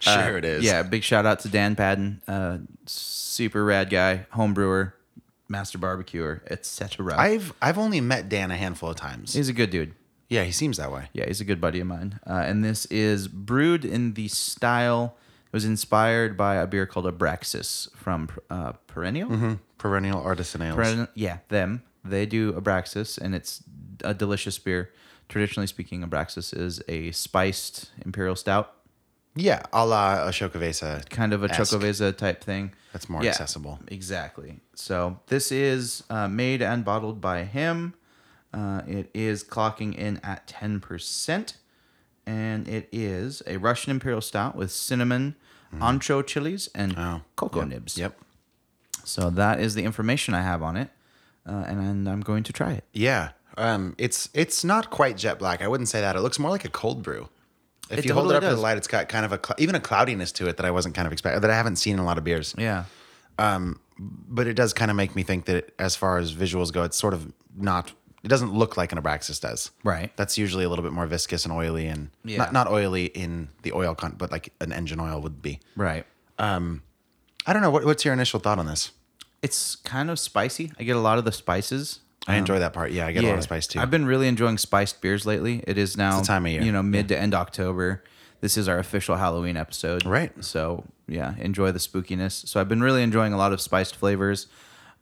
Speaker 1: sure it is.
Speaker 2: uh, Yeah, big shout out to Dan Padden, uh, super rad guy, home brewer, master barbecuer, etc.
Speaker 1: I've I've only met Dan a handful of times.
Speaker 2: He's a good dude.
Speaker 1: yeah, he seems that way.
Speaker 2: Yeah, he's a good buddy of mine. Uh, and this is brewed in the style. It was inspired by a beer called Abraxas from uh, Perennial.
Speaker 1: Perennial artisan ales.
Speaker 2: Brennan- yeah, them. They do Abraxas, and it's a delicious beer. Traditionally speaking, Abraxas is a spiced imperial stout,
Speaker 1: yeah, a la Ashoka Vesa.
Speaker 2: kind of a
Speaker 1: Esque.
Speaker 2: Chocovesa type thing.
Speaker 1: That's more accessible.
Speaker 2: Exactly. So this is uh, made and bottled by him. Uh, it is clocking in at 10%, and it is a Russian imperial stout with cinnamon, ancho chilies, and cocoa nibs.
Speaker 1: Mm-hmm. Oh, Yep.
Speaker 2: So that is the information I have on it, uh, and, and I'm going to try it.
Speaker 1: Yeah. Um, it's it's not quite jet black. I wouldn't say that. It looks more like a cold brew. If
Speaker 2: It
Speaker 1: you hold it
Speaker 2: totally
Speaker 1: up to
Speaker 2: does.
Speaker 1: the light, it's got kind of a cl- even a cloudiness to it that I wasn't kind of expecting that I haven't seen in a lot of beers.
Speaker 2: Yeah.
Speaker 1: But it does kind of make me think that as far as visuals go, it's sort of not. It doesn't look like an Abraxas does.
Speaker 2: Right.
Speaker 1: That's usually a little bit more viscous and oily, and
Speaker 2: Yeah.
Speaker 1: not not oily in the oil, con- but like an engine oil would be.
Speaker 2: Right.
Speaker 1: I don't know. What, what's your initial thought on this?
Speaker 2: It's kind of spicy. I get a lot of the spices.
Speaker 1: I enjoy that part. Yeah, I get a lot of spice too.
Speaker 2: Um, I've been really enjoying spiced beers lately. It is now
Speaker 1: the time of year.
Speaker 2: You know, mid to end October. This is our official Halloween episode.
Speaker 1: Right.
Speaker 2: So yeah, enjoy the spookiness. So I've been really enjoying a lot of spiced flavors,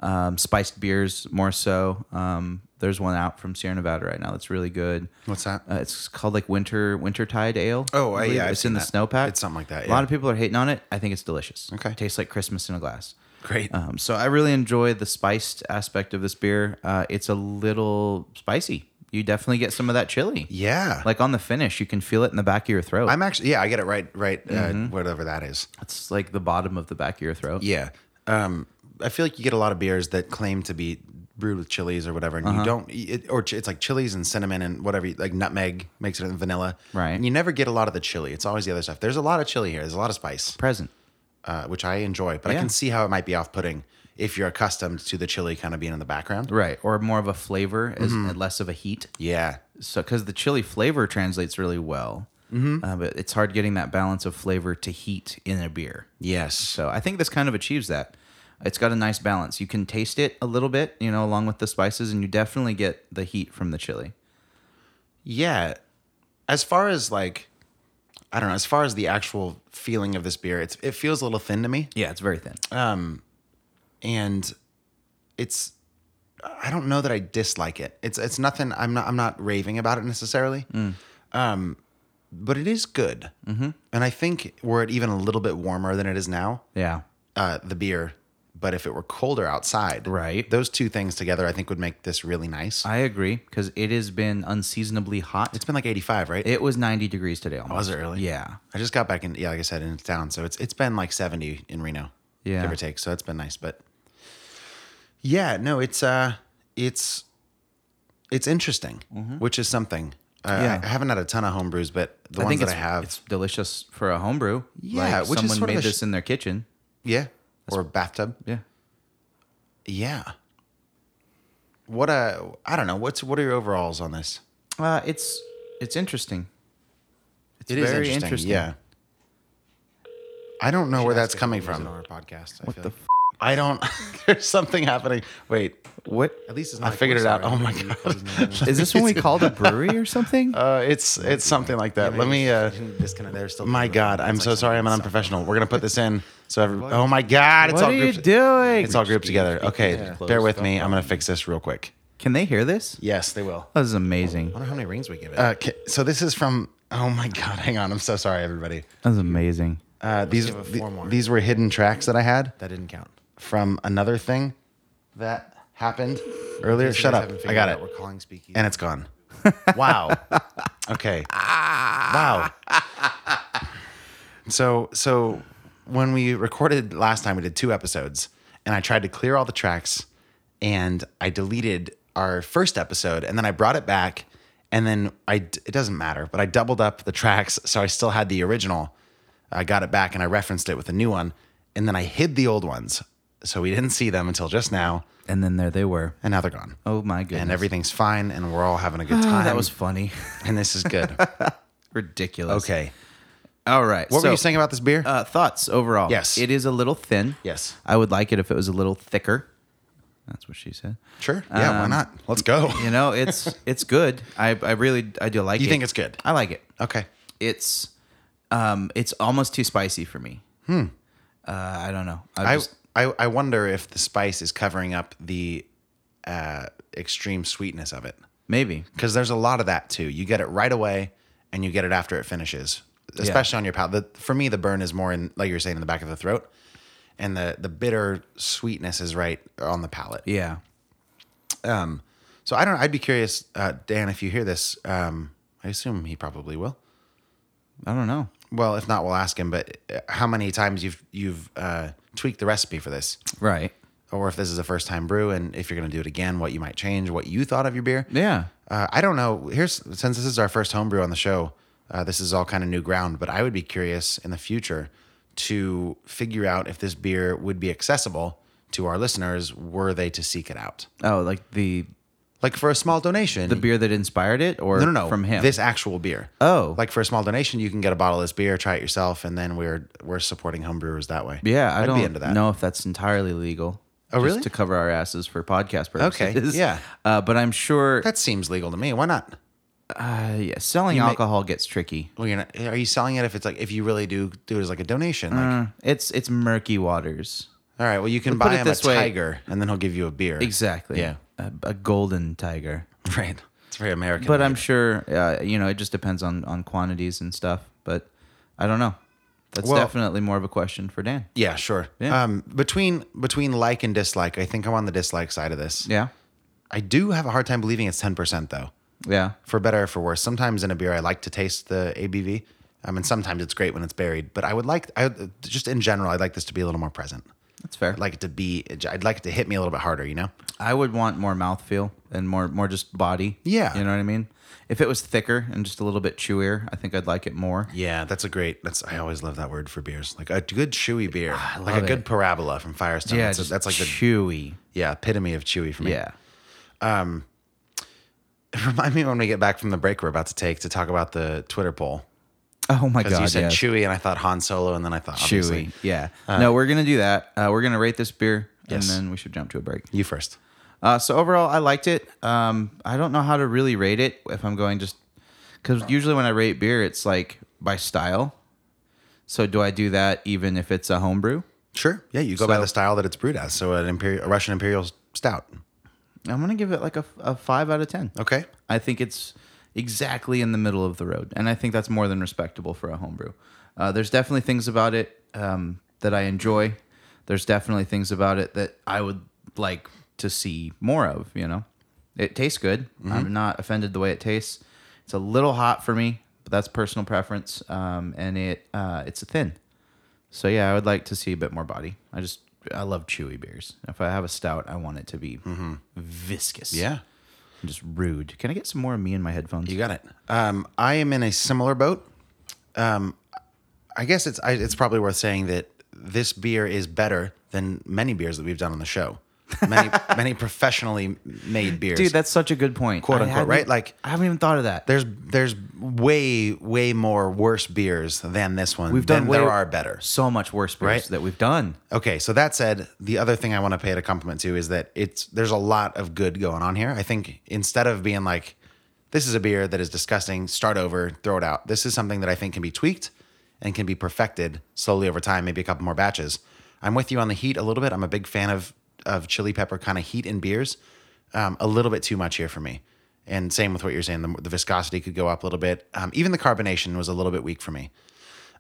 Speaker 2: um, spiced beers more so. Um, there's one out from Sierra Nevada right now that's really good.
Speaker 1: What's that?
Speaker 2: Uh, it's called like winter wintertide ale.
Speaker 1: Oh, I-
Speaker 2: believe.
Speaker 1: yeah, I've
Speaker 2: it's
Speaker 1: seen
Speaker 2: in
Speaker 1: that.
Speaker 2: the snowpack.
Speaker 1: It's something like that,
Speaker 2: A lot
Speaker 1: yeah.
Speaker 2: of people are hating on it. I think it's delicious.
Speaker 1: Okay.
Speaker 2: tastes like Christmas in a glass.
Speaker 1: Great.
Speaker 2: Um, so I really enjoy the spiced aspect of this beer. Uh, it's a little spicy. You definitely get some of that chili.
Speaker 1: yeah.
Speaker 2: Like on the finish, you can feel it in the back of your throat.
Speaker 1: I'm actually yeah, I get it right right
Speaker 2: Mm-hmm.
Speaker 1: uh, whatever that is.
Speaker 2: it's like the bottom of the back of your throat.
Speaker 1: Yeah. Um I feel like you get a lot of beers that claim to be brewed with chilies or whatever and
Speaker 2: Uh-huh.
Speaker 1: you don't it, or ch- it's like chilies and cinnamon and whatever like nutmeg makes it in vanilla.
Speaker 2: Right.
Speaker 1: And you never get a lot of the chili. It's always the other stuff. There's a lot of chili here. There's a lot of spice,
Speaker 2: Present.
Speaker 1: uh, which I enjoy, but I
Speaker 2: Yeah.
Speaker 1: can see how it might be off-putting if you're accustomed to the chili kind of being in the background.
Speaker 2: Right. Or more of a flavor, is
Speaker 1: Mm-hmm.
Speaker 2: and less of a heat.
Speaker 1: Yeah.
Speaker 2: So, because the chili flavor translates really well,
Speaker 1: Mm-hmm.
Speaker 2: uh, but it's hard getting that balance of flavor to heat in a beer.
Speaker 1: Yes.
Speaker 2: So I think this kind of achieves that. It's got a nice balance. You can taste it a little bit, you know, along with the spices, and you definitely get the heat from the chili.
Speaker 1: Yeah. As far as like I don't know, as far as the actual feeling of this beer, it's it feels a little thin to me.
Speaker 2: Yeah, it's very thin.
Speaker 1: and it's I don't know that I dislike it. It's it's nothing. I'm not I'm not raving about it necessarily. Um, but it is good. Mm-hmm. And I think were it even a little bit warmer than it is now,
Speaker 2: yeah.
Speaker 1: uh, the beer. But if it were colder outside,
Speaker 2: Right.
Speaker 1: Those two things together, I think, would make this really nice.
Speaker 2: I agree because it has been unseasonably hot.
Speaker 1: it's been like 85, right?
Speaker 2: It was 90 degrees today. Almost.
Speaker 1: was it really?
Speaker 2: Yeah.
Speaker 1: I just got back in. Yeah, like I said, in town, so it's it's been like 70 in Reno,
Speaker 2: Yeah.
Speaker 1: give or take. So it's been nice, but yeah, no, it's uh, it's it's interesting, which is something. Uh,
Speaker 2: Mm-hmm. Yeah.
Speaker 1: I, I haven't had a ton of home brews, but the
Speaker 2: I
Speaker 1: ones
Speaker 2: think
Speaker 1: that I
Speaker 2: it's,
Speaker 1: have,
Speaker 2: it's delicious for a homebrew.
Speaker 1: Yeah,
Speaker 2: like
Speaker 1: which is
Speaker 2: someone
Speaker 1: sort of
Speaker 2: made
Speaker 1: a sh-
Speaker 2: this in their kitchen.
Speaker 1: yeah, or bathtub,
Speaker 2: Yeah.
Speaker 1: yeah. What uh, I don't know. What's what are your overalls on this?
Speaker 2: Uh, it's it's interesting. It's
Speaker 1: It is
Speaker 2: very interesting.
Speaker 1: Yeah. I don't know where that's coming from.
Speaker 5: podcast.
Speaker 2: What the f-
Speaker 1: I don't. <laughs> There's something happening. Wait,
Speaker 2: What
Speaker 3: At least it's
Speaker 1: I
Speaker 3: not.
Speaker 1: figured it out. Oh my
Speaker 3: god.
Speaker 2: <laughs>
Speaker 1: <laughs>
Speaker 2: is this? When <laughs> we called a brewery or something?
Speaker 1: Uh, it's it's something like that. Let me. Uh,
Speaker 3: disconnect. There's still.
Speaker 1: my God, I'm so sorry. I'm an unprofessional. We're gonna put this in. So every, oh my God, it's
Speaker 2: what
Speaker 1: all
Speaker 2: are you
Speaker 1: grouped. <laughs>
Speaker 2: doing?
Speaker 1: It's all grouped together. Okay,
Speaker 3: Yeah.
Speaker 1: bear with me. I'm gonna fix this real quick.
Speaker 2: Can they hear this?
Speaker 1: Yes, they will.
Speaker 2: This is amazing.
Speaker 3: I wonder how many rings we give it.
Speaker 1: Uh, ca- so this is from. Oh my God, hang on. I'm so sorry, everybody.
Speaker 2: That's amazing.
Speaker 1: Uh, these
Speaker 3: give it four
Speaker 1: the-
Speaker 3: more.
Speaker 1: these were hidden tracks that I had
Speaker 3: that didn't count.
Speaker 1: from another thing that happened earlier.
Speaker 3: You
Speaker 1: Shut up.
Speaker 3: guys
Speaker 1: I
Speaker 3: haven't figured
Speaker 1: got
Speaker 3: out
Speaker 1: it.
Speaker 3: We're calling speakeasy.
Speaker 1: and it's gone. Wow. <laughs> okay. Wow. So so when we recorded last time, we did two episodes, and I tried to clear all the tracks, and I deleted our first episode, and then I brought it back, and then I d- it doesn't matter, but I doubled up the tracks, so I still had the original. I got it back and I referenced it with a new one, and then I hid the old ones, so we didn't see them until just now,
Speaker 2: And then there they were.
Speaker 1: and now they're gone.
Speaker 2: Oh my goodness. Ah,
Speaker 1: And everything's fine, and we're all having a good time.
Speaker 2: that was funny. <laughs>
Speaker 1: and this is good.
Speaker 2: Ridiculous.
Speaker 1: Okay.
Speaker 2: All right.
Speaker 1: What
Speaker 2: so,
Speaker 1: were you saying about this beer?
Speaker 2: Uh, thoughts overall?
Speaker 1: Yes.
Speaker 2: It is a little thin.
Speaker 1: Yes.
Speaker 2: I would like it if it was a little thicker. That's what she said.
Speaker 1: sure. Yeah. why
Speaker 2: um,
Speaker 1: not? Let's go.
Speaker 2: You
Speaker 1: <laughs>
Speaker 2: know, it's it's good. I I really I do like it.
Speaker 1: You think it's good?
Speaker 2: I like it.
Speaker 1: Okay.
Speaker 2: It's um it's almost too spicy for me. Hmm. Uh, I don't know. I,
Speaker 1: I,
Speaker 2: just-
Speaker 1: I I wonder if the spice is covering up the uh, extreme sweetness of it
Speaker 2: maybe
Speaker 1: because there's a lot of that too. You get it right away, and you get it after it finishes, especially on your palate. The- For me, the burn is more in like you were saying in the back of the throat, and the the bitter sweetness is right on the palate.
Speaker 2: yeah.
Speaker 1: So I don't. I'd be curious, uh, Dan, if you hear this. Um, I assume he probably will.
Speaker 2: I don't know.
Speaker 1: Well, if not, we'll ask him. But uh, how many times you've you've uh, tweaked the recipe for this,
Speaker 2: Right.
Speaker 1: or if this is a first time brew, and if you're going to do it again, what you might change, what you thought of your beer.
Speaker 2: Yeah.
Speaker 1: Uh, I don't know. Here's since this is our first homebrew on the show, uh, this is all kind of new ground. But I would be curious in the future to figure out if this beer would be accessible to our listeners were they to seek it out,
Speaker 2: Oh, like the
Speaker 1: like for a small donation.
Speaker 2: the beer that inspired it, or
Speaker 1: Mm. No, no, no.
Speaker 2: from him.
Speaker 1: This actual beer.
Speaker 2: Oh.
Speaker 1: like for a small donation, you can get a bottle of this beer, try it yourself, and then we're we're supporting homebrewers that way.
Speaker 2: yeah. I
Speaker 1: I'd
Speaker 2: don't
Speaker 1: be into that.
Speaker 2: know if that's entirely legal.
Speaker 1: Oh,
Speaker 2: just
Speaker 1: really?
Speaker 2: to cover our asses for podcast purposes. <laughs>
Speaker 1: yeah.
Speaker 2: Uh, but I'm sure
Speaker 1: that seems legal to me. Why not?
Speaker 2: uh, yeah, selling
Speaker 1: may-
Speaker 2: alcohol gets tricky.
Speaker 1: Well, you're not, are you selling it if it's like if you really do do it as like a donation? Like,
Speaker 2: Uh, it's it's murky waters.
Speaker 1: all right, well you can
Speaker 2: put
Speaker 1: buy
Speaker 2: it
Speaker 1: him
Speaker 2: this
Speaker 1: a
Speaker 2: way-
Speaker 1: tiger, and then he'll give you a beer.
Speaker 2: Exactly.
Speaker 1: Yeah. <laughs>
Speaker 2: A, a golden tiger.
Speaker 1: Right. It's very American.
Speaker 2: But I'm sure, uh, you know, it just depends on, on quantities and stuff. But I don't know. That's
Speaker 1: Well-
Speaker 2: definitely more of a question for Dan.
Speaker 1: yeah, sure.
Speaker 2: Yeah.
Speaker 1: Um, between between like and dislike, I think I'm on the dislike side of this.
Speaker 2: Yeah.
Speaker 1: I do have a hard time believing it's ten percent though.
Speaker 2: Yeah.
Speaker 1: for better or for worse. Sometimes in a beer, I like to taste the ABV. I mean, sometimes it's great when it's buried, but I would like, I would- just in general, I'd like this to be a little more present.
Speaker 2: That's fair.
Speaker 1: I'd like it to be, I'd like it to hit me a little bit harder, you know?
Speaker 2: I would want more mouthfeel and more more just body.
Speaker 1: Yeah.
Speaker 2: You know what I mean? If it was thicker and just a little bit chewier, I think I'd like it more.
Speaker 1: Yeah, that's a great. That's I always love that word for beers, like a good chewy beer, like a
Speaker 2: love
Speaker 1: good
Speaker 2: it.
Speaker 1: parabola from Firestone. that's,
Speaker 2: just
Speaker 1: that's like the
Speaker 2: chewy.
Speaker 1: yeah epitome of chewy for me.
Speaker 2: Yeah.
Speaker 1: <laughs> remind me when we get back from the break we're about to take to talk about the Twitter poll
Speaker 2: Oh my
Speaker 1: because
Speaker 2: god.
Speaker 1: you said
Speaker 2: yes.
Speaker 1: chewy and I thought Han Solo and then I thought obviously
Speaker 2: chewy. Yeah. no, we're gonna do that. Uh, we're gonna rate this beer,
Speaker 1: Yes.
Speaker 2: and then we should jump to a break.
Speaker 1: you first.
Speaker 2: Uh, so overall, I liked it. Um, I don't know how to really rate it if I'm going just because usually when I rate beer, it's like by style. So do I do that even if it's a homebrew?
Speaker 1: Sure. Yeah, you go by
Speaker 2: So-
Speaker 1: the style that it's brewed as. So an imperial, a Russian imperial stout.
Speaker 2: I'm gonna give it like a, a five out of ten.
Speaker 1: Okay.
Speaker 2: I think it's exactly in the middle of the road, and I think that's more than respectable for a homebrew. Uh, there's definitely things about it um, that I enjoy. There's definitely things about it that I would like to see more of. You know, it tastes good. I'm not offended the way it tastes. It's a little hot for me, but that's personal preference. Um, and it uh, it's thin. So yeah, I would like to see a bit more body. I just I love chewy beers. If I have a stout, I want it to be viscous
Speaker 1: Yeah.
Speaker 2: and just rude. Can I get some more of me in my headphones?
Speaker 1: You got it. Um, I am in a similar boat. Um, I guess it's I, it's probably worth saying that this beer is better than many beers that we've done on the show.
Speaker 2: <laughs>
Speaker 1: many many professionally made beers.
Speaker 2: Dude, that's such a good point.
Speaker 1: Quote,
Speaker 2: I
Speaker 1: unquote,
Speaker 2: hadn't-
Speaker 1: right? Like-
Speaker 2: I haven't even thought of that.
Speaker 1: there's there's way way more worse beers than this one.
Speaker 2: We've done
Speaker 1: than
Speaker 2: way-
Speaker 1: there are better.
Speaker 2: So much worse beers
Speaker 1: Right?
Speaker 2: that we've done.
Speaker 1: Okay, so that said, the other thing I want to pay it a compliment to is that it's there's a lot of good going on here. I think instead of being like, this is a beer that is disgusting, start over, throw it out. This is something that I think can be tweaked and can be perfected slowly over time, maybe a couple more batches. I'm with you on the heat a little bit. I'm a big fan of of chili pepper kind of heat in beers. Um, a little bit too much here for me. And same with what you're saying, the, the viscosity could go up a little bit. Um, even the carbonation was a little bit weak for me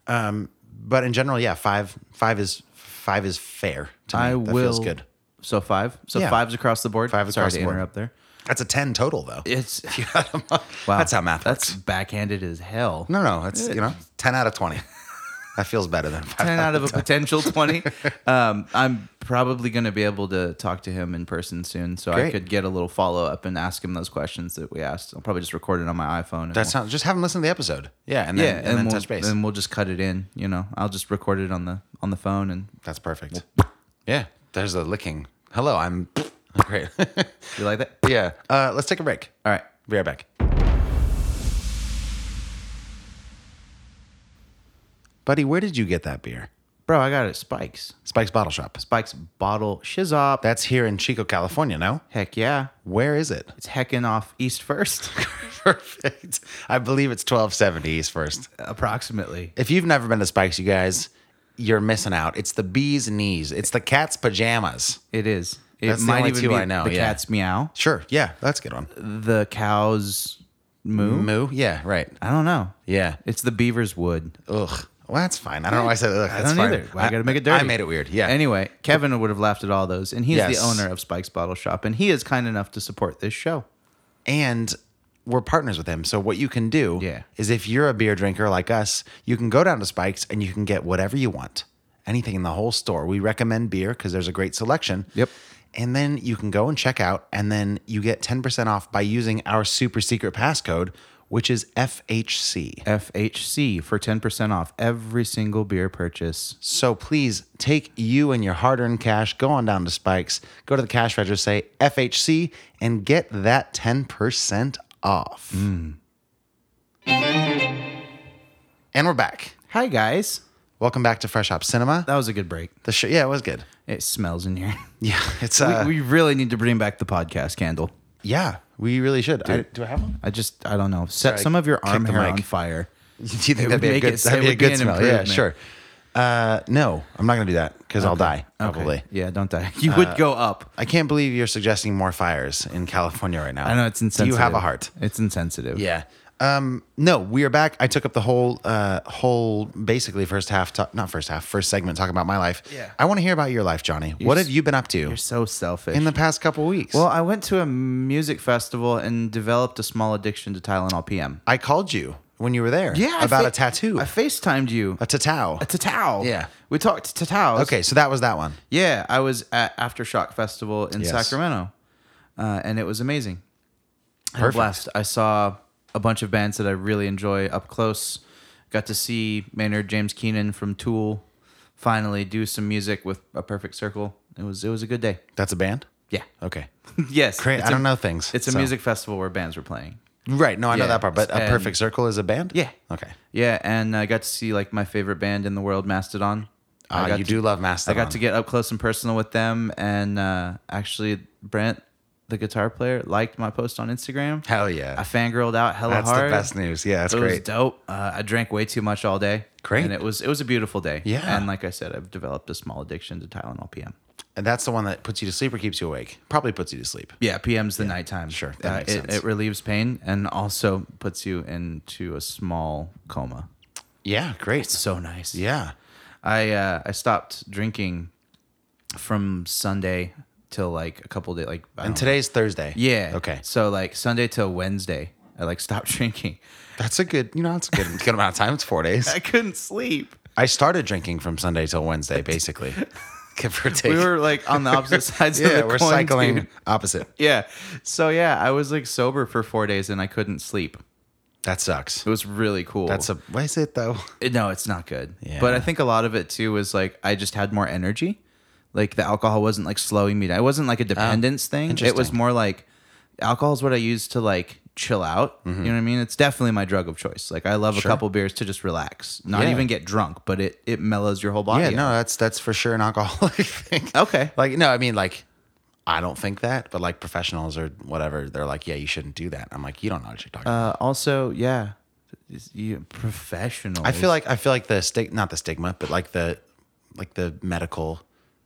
Speaker 1: but in general, yeah, five five is five is fair. To me.
Speaker 2: I
Speaker 1: that
Speaker 2: will.
Speaker 1: feels good.
Speaker 2: So five. So
Speaker 1: Yeah.
Speaker 2: five's across the board.
Speaker 1: Five
Speaker 2: Sorry
Speaker 1: across
Speaker 2: to
Speaker 1: the board.
Speaker 2: interrupt there.
Speaker 1: That's a ten total <laughs> though.
Speaker 2: It's
Speaker 1: wow, that's how math
Speaker 2: That's
Speaker 1: works.
Speaker 2: backhanded as hell.
Speaker 1: No,
Speaker 2: <laughs>
Speaker 1: no, it's you know ten out of twenty. <laughs> that feels better than five <laughs>
Speaker 2: 10 out of a potential 20. Um, I'm probably going to be able to talk to him in person soon. So I
Speaker 1: Great.
Speaker 2: could get a little follow up and ask him those questions that we asked. I'll probably just record it on my iPhone. and
Speaker 1: That sounds. Just have them listen to the episode. Yeah, and
Speaker 2: we'll-
Speaker 1: then,
Speaker 2: yeah,
Speaker 1: and, then
Speaker 2: we'll,
Speaker 1: touch base.
Speaker 2: And we'll just cut it in. You know, I'll just record it on the on the phone and
Speaker 1: that's perfect. Yeah, there's the licking. Hello, I'm <laughs>
Speaker 2: <laughs>
Speaker 1: great.
Speaker 2: you like that?
Speaker 1: yeah, uh, let's take a break.
Speaker 2: All right.
Speaker 1: Be right back. Buddy, where did you get that beer?
Speaker 2: Bro, I got it. at Spikes.
Speaker 1: Spike's Bottle Shop.
Speaker 2: Spikes bottle shiz up.
Speaker 1: That's here in Chico, California. No,
Speaker 2: Heck yeah.
Speaker 1: where is it?
Speaker 2: It's hecking off East First,
Speaker 1: <laughs> Perfect. I believe it's 1270 East First.
Speaker 2: <laughs> approximately.
Speaker 1: If you've never been to Spikes, you guys, you're missing out. It's the bee's knees. It's the cat's pajamas.
Speaker 2: It is. It
Speaker 1: That's the only two
Speaker 2: be
Speaker 1: I know,
Speaker 2: The
Speaker 1: yeah.
Speaker 2: cat's meow.
Speaker 1: Sure. Yeah, that's a good one.
Speaker 2: The cow's moo.
Speaker 1: Moo. Yeah. Right.
Speaker 2: I don't know.
Speaker 1: Yeah.
Speaker 2: It's the beaver's wood.
Speaker 1: Ugh. Well, that's fine. I don't know why I said ugh.
Speaker 2: I
Speaker 1: That's
Speaker 2: don't
Speaker 1: fine.
Speaker 2: either. Why I gotta make it
Speaker 1: I
Speaker 2: dirty.
Speaker 1: made it weird. Yeah.
Speaker 2: Anyway, Kevin would have laughed at all those, and he's
Speaker 1: Yes.
Speaker 2: the owner of Spike's Bottle Shop, and he is kind enough to support this show.
Speaker 1: and we're partners with them. So what you can do
Speaker 2: Yeah.
Speaker 1: is if you're a beer drinker like us, you can go down to Spikes and you can get whatever you want. Anything in the whole store. We recommend beer because there's a great selection.
Speaker 2: Yep.
Speaker 1: And then you can go and check out, and then you get 10% off by using our super secret passcode, which is FHC.
Speaker 2: FHC for ten percent off every single beer purchase.
Speaker 1: So please take you and your hard earned cash, go on down to Spikes, go to the cash register, say FHC, and get that 10% off.
Speaker 2: Hmm.
Speaker 1: And we're back.
Speaker 2: Hi guys,
Speaker 1: Welcome back to Fresh Hop Cinema.
Speaker 2: that was a good break.
Speaker 1: The show, yeah, it was good.
Speaker 2: It smells in here. <laughs>
Speaker 1: Yeah, it's uh,
Speaker 2: we, we really need to bring back the podcast candle.
Speaker 1: yeah, we really should. I, do I have one?
Speaker 2: I just I don't know. Set
Speaker 1: Sorry,
Speaker 2: some of your
Speaker 1: kick
Speaker 2: arm
Speaker 1: the
Speaker 2: hair
Speaker 1: mic.
Speaker 2: on fire.
Speaker 1: Do <laughs> you think
Speaker 2: would
Speaker 1: that'd be a
Speaker 2: make
Speaker 1: good,
Speaker 2: it-
Speaker 1: that'd
Speaker 2: it
Speaker 1: be a
Speaker 2: would be
Speaker 1: good
Speaker 2: an
Speaker 1: smell? Yeah,
Speaker 2: improvement.
Speaker 1: sure. Uh, no, I'm not gonna do that because I'll die probably. Uh,
Speaker 2: Okay. Yeah, don't die. <laughs> You would go up.
Speaker 1: I can't believe you're suggesting more fires in California right now.
Speaker 2: I know it's insensitive.
Speaker 1: You have a heart.
Speaker 2: It's insensitive.
Speaker 1: Yeah. Um, no, we are back. I took up the whole, uh, whole basically first half, ta- not first half, first segment talking about my life.
Speaker 2: Yeah.
Speaker 1: I want to hear about your life, Johnny. what
Speaker 2: s-
Speaker 1: have you been up to
Speaker 2: You're so selfish.
Speaker 1: in the past couple weeks?
Speaker 2: Well, I went to a music festival and developed a small addiction to Tylenol PM.
Speaker 1: I called you when you were there.
Speaker 2: I
Speaker 1: about
Speaker 2: fa-
Speaker 1: a tattoo,
Speaker 2: I
Speaker 1: a
Speaker 2: FaceTimed you.
Speaker 1: tattoo.
Speaker 2: A tattow.
Speaker 1: Yeah.
Speaker 2: We talked tattows.
Speaker 1: Okay, so that was that one.
Speaker 2: Yeah, I was at Aftershock Festival in
Speaker 1: Yes.
Speaker 2: Sacramento, uh, and it was amazing. I had a
Speaker 1: Perfect.
Speaker 2: blast. I saw a bunch of bands that I really enjoy up close. Got to see Maynard James Keenan from Tool finally do some music with a perfect circle. It was it was a good day.
Speaker 1: That's a band.
Speaker 2: Yeah. <laughs>
Speaker 1: Okay.
Speaker 2: yes.
Speaker 1: Great.
Speaker 2: it's
Speaker 1: I
Speaker 2: a-
Speaker 1: don't know things.
Speaker 2: It's a
Speaker 1: so-
Speaker 2: music festival where bands were playing.
Speaker 1: Right. No, I know
Speaker 2: Yeah,
Speaker 1: that part. But a
Speaker 2: and-
Speaker 1: perfect circle is a band.
Speaker 2: Yeah.
Speaker 1: Okay.
Speaker 2: Yeah, and I got to see like my favorite band in the world, Mastodon. I
Speaker 1: Ah,
Speaker 2: got
Speaker 1: you
Speaker 2: to-
Speaker 1: do love
Speaker 2: I
Speaker 1: Mastodon.
Speaker 2: got to get up close and personal with them, and uh, actually, Brent, the guitar player, liked my post on Instagram.
Speaker 1: Hell yeah.
Speaker 2: I fangirled out hella
Speaker 1: That's the
Speaker 2: hard.
Speaker 1: best news. Yeah, that's
Speaker 2: it was
Speaker 1: great.
Speaker 2: dope. Uh, I drank way too much all day.
Speaker 1: Great.
Speaker 2: and it was it was a beautiful day.
Speaker 1: Yeah.
Speaker 2: and like I said, I've developed a small addiction to Tylenol PM.
Speaker 1: And that's the one that puts you to sleep or keeps you awake. Probably puts you to sleep.
Speaker 2: Yeah, PM's the nighttime.
Speaker 1: sure, that
Speaker 2: uh,
Speaker 1: makes
Speaker 2: it,
Speaker 1: sense.
Speaker 2: it relieves pain and also puts you into a small coma.
Speaker 1: Yeah, great.
Speaker 2: So nice.
Speaker 1: yeah.
Speaker 2: I uh, I stopped drinking from Sunday till like a couple days like I
Speaker 1: And
Speaker 2: don't
Speaker 1: today's Thursday.
Speaker 2: know. yeah
Speaker 1: Okay.
Speaker 2: so like Sunday till Wednesday I like stopped <laughs> drinking
Speaker 1: That's a good, you know, that's a good, good amount of time. It's four days.
Speaker 2: <laughs> I couldn't sleep
Speaker 1: I started drinking from Sunday till Wednesday,
Speaker 2: <laughs>
Speaker 1: basically. Give or take.
Speaker 2: we were like on the
Speaker 1: <laughs>
Speaker 2: <laughs> opposite sides of
Speaker 1: yeah,
Speaker 2: the
Speaker 1: we're
Speaker 2: coin,
Speaker 1: cycling
Speaker 2: dude.
Speaker 1: opposite.
Speaker 2: yeah so yeah I was like sober for four days and I couldn't sleep
Speaker 1: That sucks.
Speaker 2: it was really cool
Speaker 1: That's a, what is it though?
Speaker 2: It- no it's not good
Speaker 1: Yeah.
Speaker 2: but I think a lot of it too was like I just had more energy Like the alcohol wasn't like slowing me down. It wasn't like a dependence thing. It was
Speaker 1: Oh, interesting.
Speaker 2: more like alcohol is what I use to like chill out. You know what I mean? It's definitely my drug of choice. Like I love
Speaker 1: Mm-hmm. Sure.
Speaker 2: a couple beers to just relax, not
Speaker 1: Yeah.
Speaker 2: even get drunk, but it it mellows your whole
Speaker 1: <laughs>
Speaker 2: body.
Speaker 1: Yeah,
Speaker 2: out.
Speaker 1: no, that's that's for sure an alcoholic <laughs> thing.
Speaker 2: Oh, Okay.
Speaker 1: Like no, I mean like I don't think that, but like professionals or whatever, they're like, yeah, you shouldn't do that. I'm like, you don't know what you're talking. about.
Speaker 2: Uh, also, yeah, Is- you professional.
Speaker 1: I feel like I feel like the stig not the stigma, but like the like the medical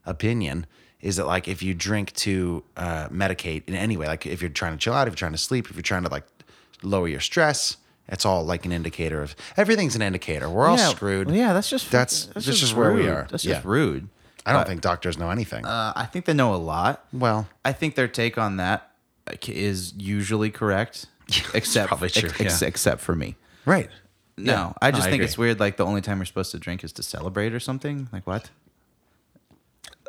Speaker 1: opinion is that like if you drink to uh, medicate in any way, like if you're trying to chill out, if you're trying to sleep, if you're trying to like lower your stress, it's all like an indicator of everything's an indicator. We're all screwed.
Speaker 2: Well, yeah, that's just
Speaker 1: That's- that's just where we
Speaker 2: rude.
Speaker 1: are.
Speaker 2: That's
Speaker 1: Yeah.
Speaker 2: just rude.
Speaker 1: I don't
Speaker 2: But,
Speaker 1: think doctors know anything.
Speaker 2: Uh, I think they know a lot.
Speaker 1: well,
Speaker 2: I think their take on that like, is usually
Speaker 1: <laughs>
Speaker 2: correct, except
Speaker 1: probably true,
Speaker 2: ex-
Speaker 1: yeah.
Speaker 2: except for me.
Speaker 1: right.
Speaker 2: No,
Speaker 1: Yeah.
Speaker 2: I
Speaker 1: No,
Speaker 2: just
Speaker 1: I
Speaker 2: think
Speaker 1: agree.
Speaker 2: it's weird. Like the only time you're supposed to drink is to celebrate or something. Like what?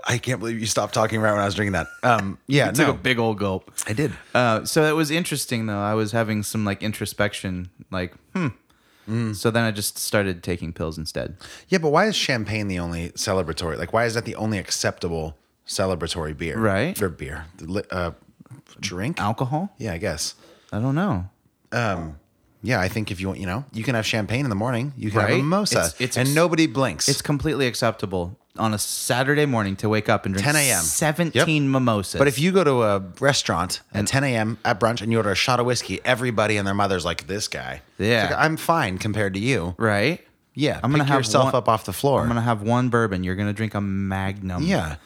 Speaker 1: I can't believe you stopped talking right when I was drinking that. Um, yeah,
Speaker 2: It's
Speaker 1: no,
Speaker 2: like a big old gulp.
Speaker 1: I did.
Speaker 2: Uh, so it was interesting though. I was having some like introspection, like hmm.
Speaker 1: Mm.
Speaker 2: So then I just started taking pills instead.
Speaker 1: Yeah, but why is champagne the only celebratory? Like, why is that the only acceptable celebratory beer?
Speaker 2: Right.
Speaker 1: Or beer, Li- uh, drink.
Speaker 2: Alcohol?
Speaker 1: Yeah, I guess.
Speaker 2: I don't know.
Speaker 1: Yeah, I think if you want, you know, you can have champagne in the morning. You can have
Speaker 2: Right.
Speaker 1: a mimosa,
Speaker 2: It's- it's
Speaker 1: and
Speaker 2: ex-
Speaker 1: nobody blinks.
Speaker 2: It's completely acceptable on a Saturday morning to wake up and drink
Speaker 1: 10 a.m..
Speaker 2: 17 mimosas.
Speaker 1: but if you go to a restaurant at 10 a.m. at brunch and you order a shot of whiskey, everybody and their mother's like, "This guy, It's
Speaker 2: Yeah.
Speaker 1: like, I'm fine compared to you."
Speaker 2: right,
Speaker 1: Yeah,
Speaker 2: I'm gonna
Speaker 1: pick
Speaker 2: have
Speaker 1: yourself
Speaker 2: one-
Speaker 1: up off the floor.
Speaker 2: I'm gonna have one bourbon. You're gonna drink a Magnum.
Speaker 1: Yeah.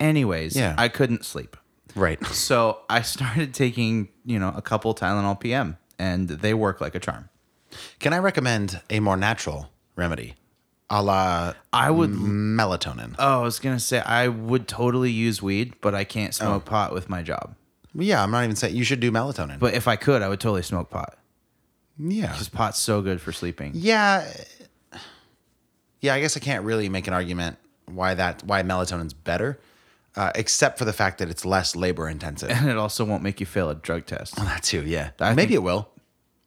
Speaker 2: Anyways,
Speaker 1: Yeah.
Speaker 2: I couldn't sleep,
Speaker 1: right.
Speaker 2: so I <laughs> started taking you know a couple Tylenol PM, and they work like a charm.
Speaker 1: <laughs> Can I recommend a more natural remedy, a la
Speaker 2: I would.
Speaker 1: Mm-hmm. melatonin?
Speaker 2: Oh, I was gonna say I would totally use weed, but I can't
Speaker 1: Oh.
Speaker 2: smoke pot with my job.
Speaker 1: yeah, I'm not even saying you should do melatonin.
Speaker 2: But if I could, I would totally smoke pot.
Speaker 1: yeah,
Speaker 2: Because pot's so good for sleeping.
Speaker 1: yeah, yeah. I guess I can't really make an argument why that why melatonin's better, uh, except for the fact that it's less labor intensive.
Speaker 2: <laughs> <laughs> And it also won't make you fail a drug test.
Speaker 1: that too, yeah.
Speaker 2: I
Speaker 1: Maybe
Speaker 2: think- Mm.
Speaker 1: it will.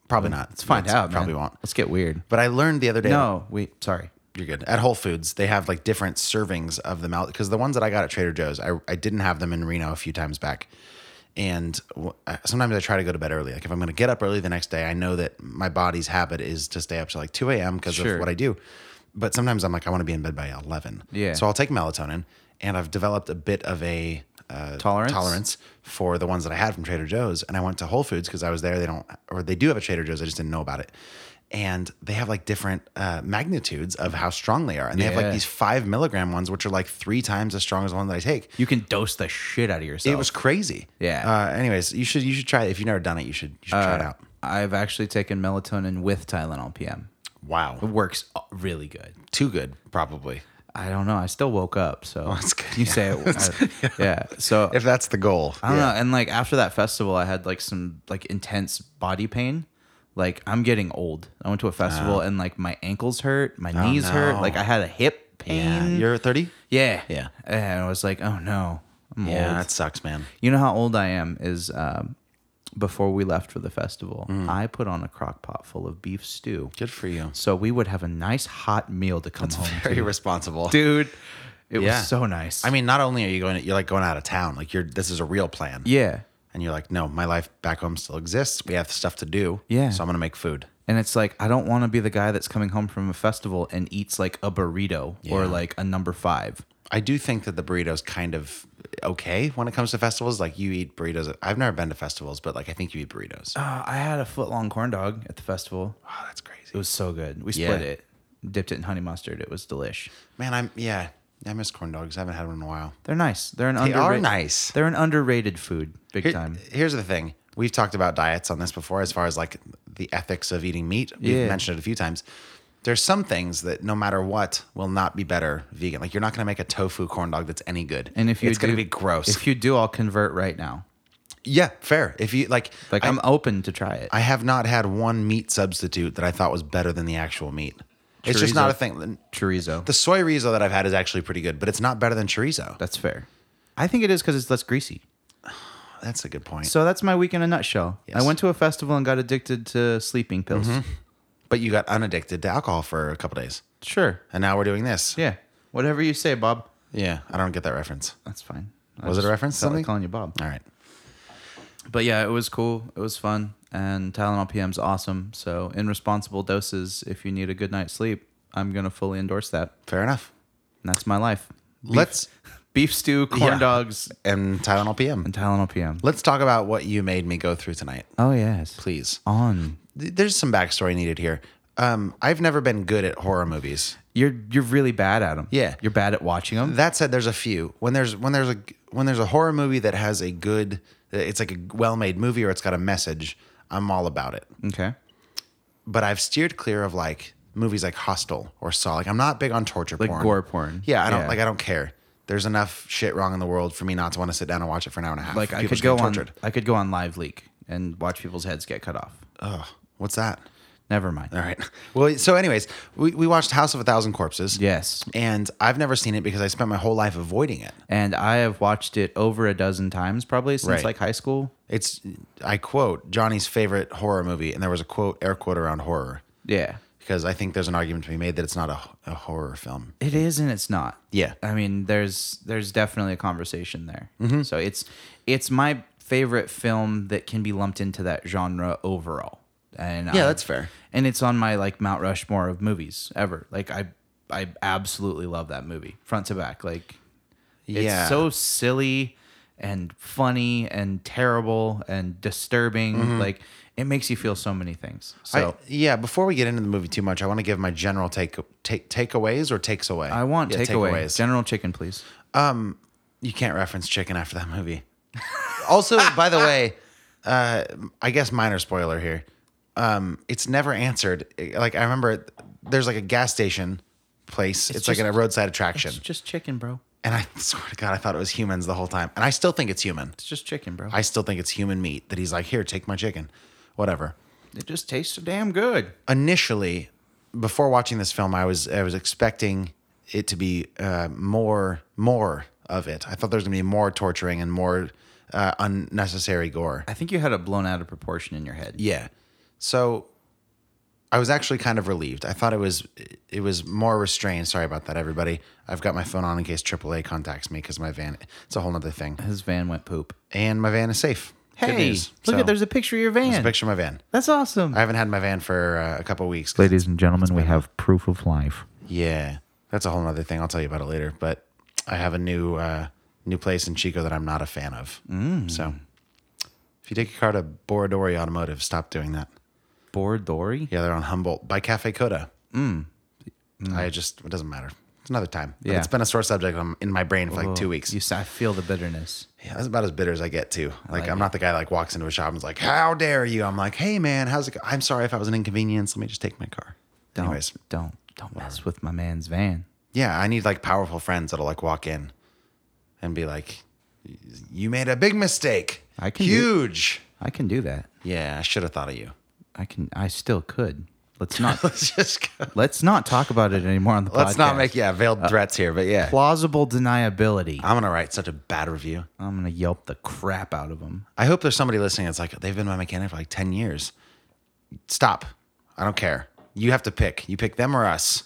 Speaker 1: Probably not. It's
Speaker 2: Find out. man.
Speaker 1: Probably won't.
Speaker 2: Let's get weird.
Speaker 1: But I learned the other day.
Speaker 2: No, wait. Sorry.
Speaker 1: You're good. At Whole Foods, they have like different servings of the melt because the ones that I got at Trader Joe's, I, I didn't have them in Reno a few times back. And w- uh, sometimes I try to go to bed early. Like if I'm going to get up early the next day, I know that my body's habit is to stay up till like 2 a.m. because
Speaker 2: Sure.
Speaker 1: of what I do. But sometimes I'm like, I want to be in bed by 11.
Speaker 2: Yeah.
Speaker 1: So I'll take melatonin and I've developed a bit of a uh,
Speaker 2: Tolerance?
Speaker 1: tolerance for the ones that I had from Trader Joe's. And I went to Whole Foods because I was there. They don't, or they do have a Trader Joe's. I just didn't know about it. And they have like different uh, magnitudes of how strong they are. And they have
Speaker 2: Yeah.
Speaker 1: like these five milligram ones, which are like three times as strong as the one that I take.
Speaker 2: You can dose the shit out of yourself.
Speaker 1: It was crazy.
Speaker 2: Yeah. Uh,
Speaker 1: Uh, anyways, you should you should try it. If you've never done it, you should you should try it out.
Speaker 2: I've actually taken melatonin with Tylenol PM.
Speaker 1: Wow.
Speaker 2: Works uh, really good.
Speaker 1: Too good, probably.
Speaker 2: I don't know. I still woke up. So
Speaker 1: Oh, that's good,
Speaker 2: You
Speaker 1: yeah.
Speaker 2: say
Speaker 1: <laughs>
Speaker 2: it. I- yeah. So
Speaker 1: If that's the goal.
Speaker 2: I don't
Speaker 1: Yeah.
Speaker 2: know. And like after that festival, I had like some like intense body pain. Like I'm getting old. I went to a festival and like my ankles hurt, my knees hurt.
Speaker 1: Ah. Oh, no.
Speaker 2: Like I had a hip
Speaker 1: Yeah.
Speaker 2: pain.
Speaker 1: You're 30?
Speaker 2: yeah,
Speaker 1: Yeah.
Speaker 2: And I was like, oh no, I'm
Speaker 1: Yeah,
Speaker 2: old.
Speaker 1: Oh, that sucks, man.
Speaker 2: You know how old I am is um, before we left for the festival,
Speaker 1: Mm.
Speaker 2: I put on a crock pot full of beef stew.
Speaker 1: Good for
Speaker 2: <laughs>
Speaker 1: you.
Speaker 2: So we would have a nice hot meal to come home
Speaker 1: Very <laughs>
Speaker 2: to.
Speaker 1: responsible.
Speaker 2: Dude, it
Speaker 1: Yeah.
Speaker 2: was so nice.
Speaker 1: I mean, not only are you going, you're like going out of town. Like you're, this is a real plan.
Speaker 2: yeah.
Speaker 1: And you're like, no, my life back home still exists. We have stuff to do.
Speaker 2: Yeah.
Speaker 1: So I'm gonna make food.
Speaker 2: And it's like I don't want to be the guy that's coming home from a festival and eats like a burrito or
Speaker 1: Yeah.
Speaker 2: like a number five.
Speaker 1: I do think that the burrito's kind of okay when it comes to festivals. Like you eat burritos. I've never been to festivals, but like I think you eat burritos. Oh,
Speaker 2: Uh, I had a foot long corn dog at the festival.
Speaker 1: that's crazy.
Speaker 2: It was so good. We
Speaker 1: Yeah.
Speaker 2: split it, dipped it in honey mustard. It was delish.
Speaker 1: Man, I'm yeah. I miss corn dogs. I haven't had one in a while.
Speaker 2: They're nice. They're an
Speaker 1: They are
Speaker 2: underrated.
Speaker 1: nice.
Speaker 2: They're an underrated food. Big
Speaker 1: Here-
Speaker 2: time.
Speaker 1: Here's the thing. We've talked about diets on this before as far as like the ethics of eating meat. We've
Speaker 2: Yeah.
Speaker 1: mentioned it a few times. There's some things that no matter what will not be better vegan. Like you're not going to make a tofu corn dog that's any good.
Speaker 2: And if you
Speaker 1: it's going to
Speaker 2: do-
Speaker 1: be gross.
Speaker 2: If you do, I'll convert right now.
Speaker 1: yeah, fair. If you like
Speaker 2: Like
Speaker 1: I,
Speaker 2: I'm open to try it.
Speaker 1: I have not had one meat substitute that I thought was better than the actual meat. It's just
Speaker 2: Chorizo.
Speaker 1: not a thing.
Speaker 2: Chorizo.
Speaker 1: The soy rizo that I've had is actually pretty good, but it's not better than chorizo.
Speaker 2: that's fair. I think it is because it's less greasy.
Speaker 1: That's a good point.
Speaker 2: So that's my week in a nutshell.
Speaker 1: Yes.
Speaker 2: I went to a festival and got addicted to sleeping pills.
Speaker 1: But you got unaddicted to alcohol for a couple days.
Speaker 2: Sure.
Speaker 1: And now we're doing this.
Speaker 2: Yeah. Whatever you say, Bob.
Speaker 1: Yeah, I don't get that reference.
Speaker 2: That's fine. I
Speaker 1: Was it a
Speaker 2: just
Speaker 1: reference to
Speaker 2: felt
Speaker 1: something?
Speaker 2: like calling you Bob.
Speaker 1: All right.
Speaker 2: But yeah, it was cool. It was fun. And Tylenol PM's awesome. So in responsible doses, if you need a good night's sleep, I'm gonna fully endorse that.
Speaker 1: Fair enough.
Speaker 2: And that's my life. Beef-
Speaker 1: Let's
Speaker 2: <laughs> beef stew, corn
Speaker 1: Yeah.
Speaker 2: dogs,
Speaker 1: and Tylenol PM.
Speaker 2: and Tylenol PM.
Speaker 1: Let's talk about what you made me go through tonight,
Speaker 2: Oh yes.
Speaker 1: please.
Speaker 2: On.
Speaker 1: Th- There's some backstory needed here. Um, I've never been good at horror movies.
Speaker 2: You're you're really bad at them.
Speaker 1: Yeah.
Speaker 2: You're bad at watching them.
Speaker 1: That said, there's a few. When there's when there's a when there's a horror movie that has a good, it's like a well-made movie or it's got a message. I'm all about it.
Speaker 2: okay.
Speaker 1: But I've steered clear of like movies like Hostel or Saw. Like I'm not big on torture
Speaker 2: Like
Speaker 1: porn.
Speaker 2: gore porn.
Speaker 1: Yeah, I don't
Speaker 2: Yeah.
Speaker 1: like. I don't care. There's enough shit wrong in the world for me not to want to sit down and watch it for an hour and a half.
Speaker 2: Like I
Speaker 1: People
Speaker 2: could
Speaker 1: just get
Speaker 2: go on I could go on live leak and watch people's heads get cut off.
Speaker 1: Ugh, what's that?
Speaker 2: Never mind.
Speaker 1: All right. Well, so anyways, we, we watched House of a Thousand Corpses.
Speaker 2: Yes.
Speaker 1: And I've never seen it because I spent my whole life avoiding it.
Speaker 2: And I have watched it over a dozen times probably since
Speaker 1: Right.
Speaker 2: like high school.
Speaker 1: It's I quote Johnny's favorite horror movie, and there was a quote air quote around horror
Speaker 2: Yeah.
Speaker 1: because I think there's an argument to be made that it's not a, a horror film.
Speaker 2: It is and it's not.
Speaker 1: Yeah.
Speaker 2: I mean, there's there's definitely a conversation there.
Speaker 1: Mm-hmm.
Speaker 2: So it's it's my favorite film that can be lumped into that genre overall. And
Speaker 1: Yeah,
Speaker 2: I-
Speaker 1: that's fair.
Speaker 2: And it's on my like Mount Rushmore of movies ever. Like I I absolutely love that movie front to back. Like it's
Speaker 1: Yeah.
Speaker 2: so silly and funny and terrible and disturbing. Like it makes you feel so many things. So
Speaker 1: Mm-hmm. I- yeah, before we get into the movie too much, I want to give my general take take takeaways or takes away.
Speaker 2: I want
Speaker 1: Yeah,
Speaker 2: takeaways. General Chicken, please.
Speaker 1: you can't reference chicken after that movie. also, by the way, uh, I guess minor spoiler here. Um, it's never answered. Like I remember, there's like a gas station place. It's, like
Speaker 2: just-
Speaker 1: a roadside attraction,
Speaker 2: It's just chicken, bro.
Speaker 1: and I <laughs> swear to God, I thought it was humans the whole time, and I still think it's human.
Speaker 2: It's just chicken, bro.
Speaker 1: I still think it's human meat that he's like, here, take my chicken, whatever.
Speaker 2: it just tastes so damn good.
Speaker 1: Initially, before watching this film, I was I was expecting it to be uh, more more of it. I thought there was gonna be more torturing and more uh, unnecessary gore.
Speaker 2: I think you had it blown out of proportion in your head.
Speaker 1: Yeah. So I was actually kind of relieved. I thought it was it was more restrained. Sorry about that, everybody. I've got my phone on in case AAA contacts me because my van it's a whole nother thing.
Speaker 2: His van went poop.
Speaker 1: And my van is safe. Good
Speaker 2: Hey,
Speaker 1: news.
Speaker 2: look
Speaker 1: So,
Speaker 2: at there's a picture of your
Speaker 1: there's
Speaker 2: van.
Speaker 1: a picture of my van.
Speaker 2: That's awesome.
Speaker 1: I haven't had my van for uh, a couple of weeks. 'cause-
Speaker 2: Ladies and gentlemen, we have proof of life.
Speaker 1: Yeah, that's a whole nother thing. I'll tell you about it later. But I have a new uh, new place in Chico that I'm not a fan of. So if you take your car to Boradori Automotive, stop doing that.
Speaker 2: Bordori?
Speaker 1: Yeah, they're on Humboldt by Cafe Coda. I just it doesn't matter. It's another time. But
Speaker 2: Yeah.
Speaker 1: it's been a sore subject on- in my brain for like two weeks.
Speaker 2: You, s- I feel the bitters.
Speaker 1: Oh. Yeah, that's about as bitter as I get too. Like,
Speaker 2: like
Speaker 1: I'm not the guy that, like walks into a shop and is like, "How dare you?" I'm like, "Hey man, how's it? Go? I'm sorry if I was an inconvenience. Let me just take my car."
Speaker 2: Don't,
Speaker 1: Anyways,
Speaker 2: don't, don't mess with my man's van.
Speaker 1: yeah, I need like powerful friends that'll like walk in and be like, "You made a big mistake.
Speaker 2: I can do-
Speaker 1: huge."
Speaker 2: I can do that.
Speaker 1: yeah, I should have thought of you. <laughs>
Speaker 2: I can. I still could. Let's not. <laughs>
Speaker 1: Let's just go.
Speaker 2: let's not talk about it anymore on the podcast. Uh,
Speaker 1: let's not make yeah veiled threats here, but yeah,
Speaker 2: plausible deniability.
Speaker 1: I'm gonna write such a bad review.
Speaker 2: I'm gonna yelp the crap out of him.
Speaker 1: I hope there's somebody listening that's like, they've been my mechanic for like 10 years. Stop. I don't care. You have to pick. You pick them or us.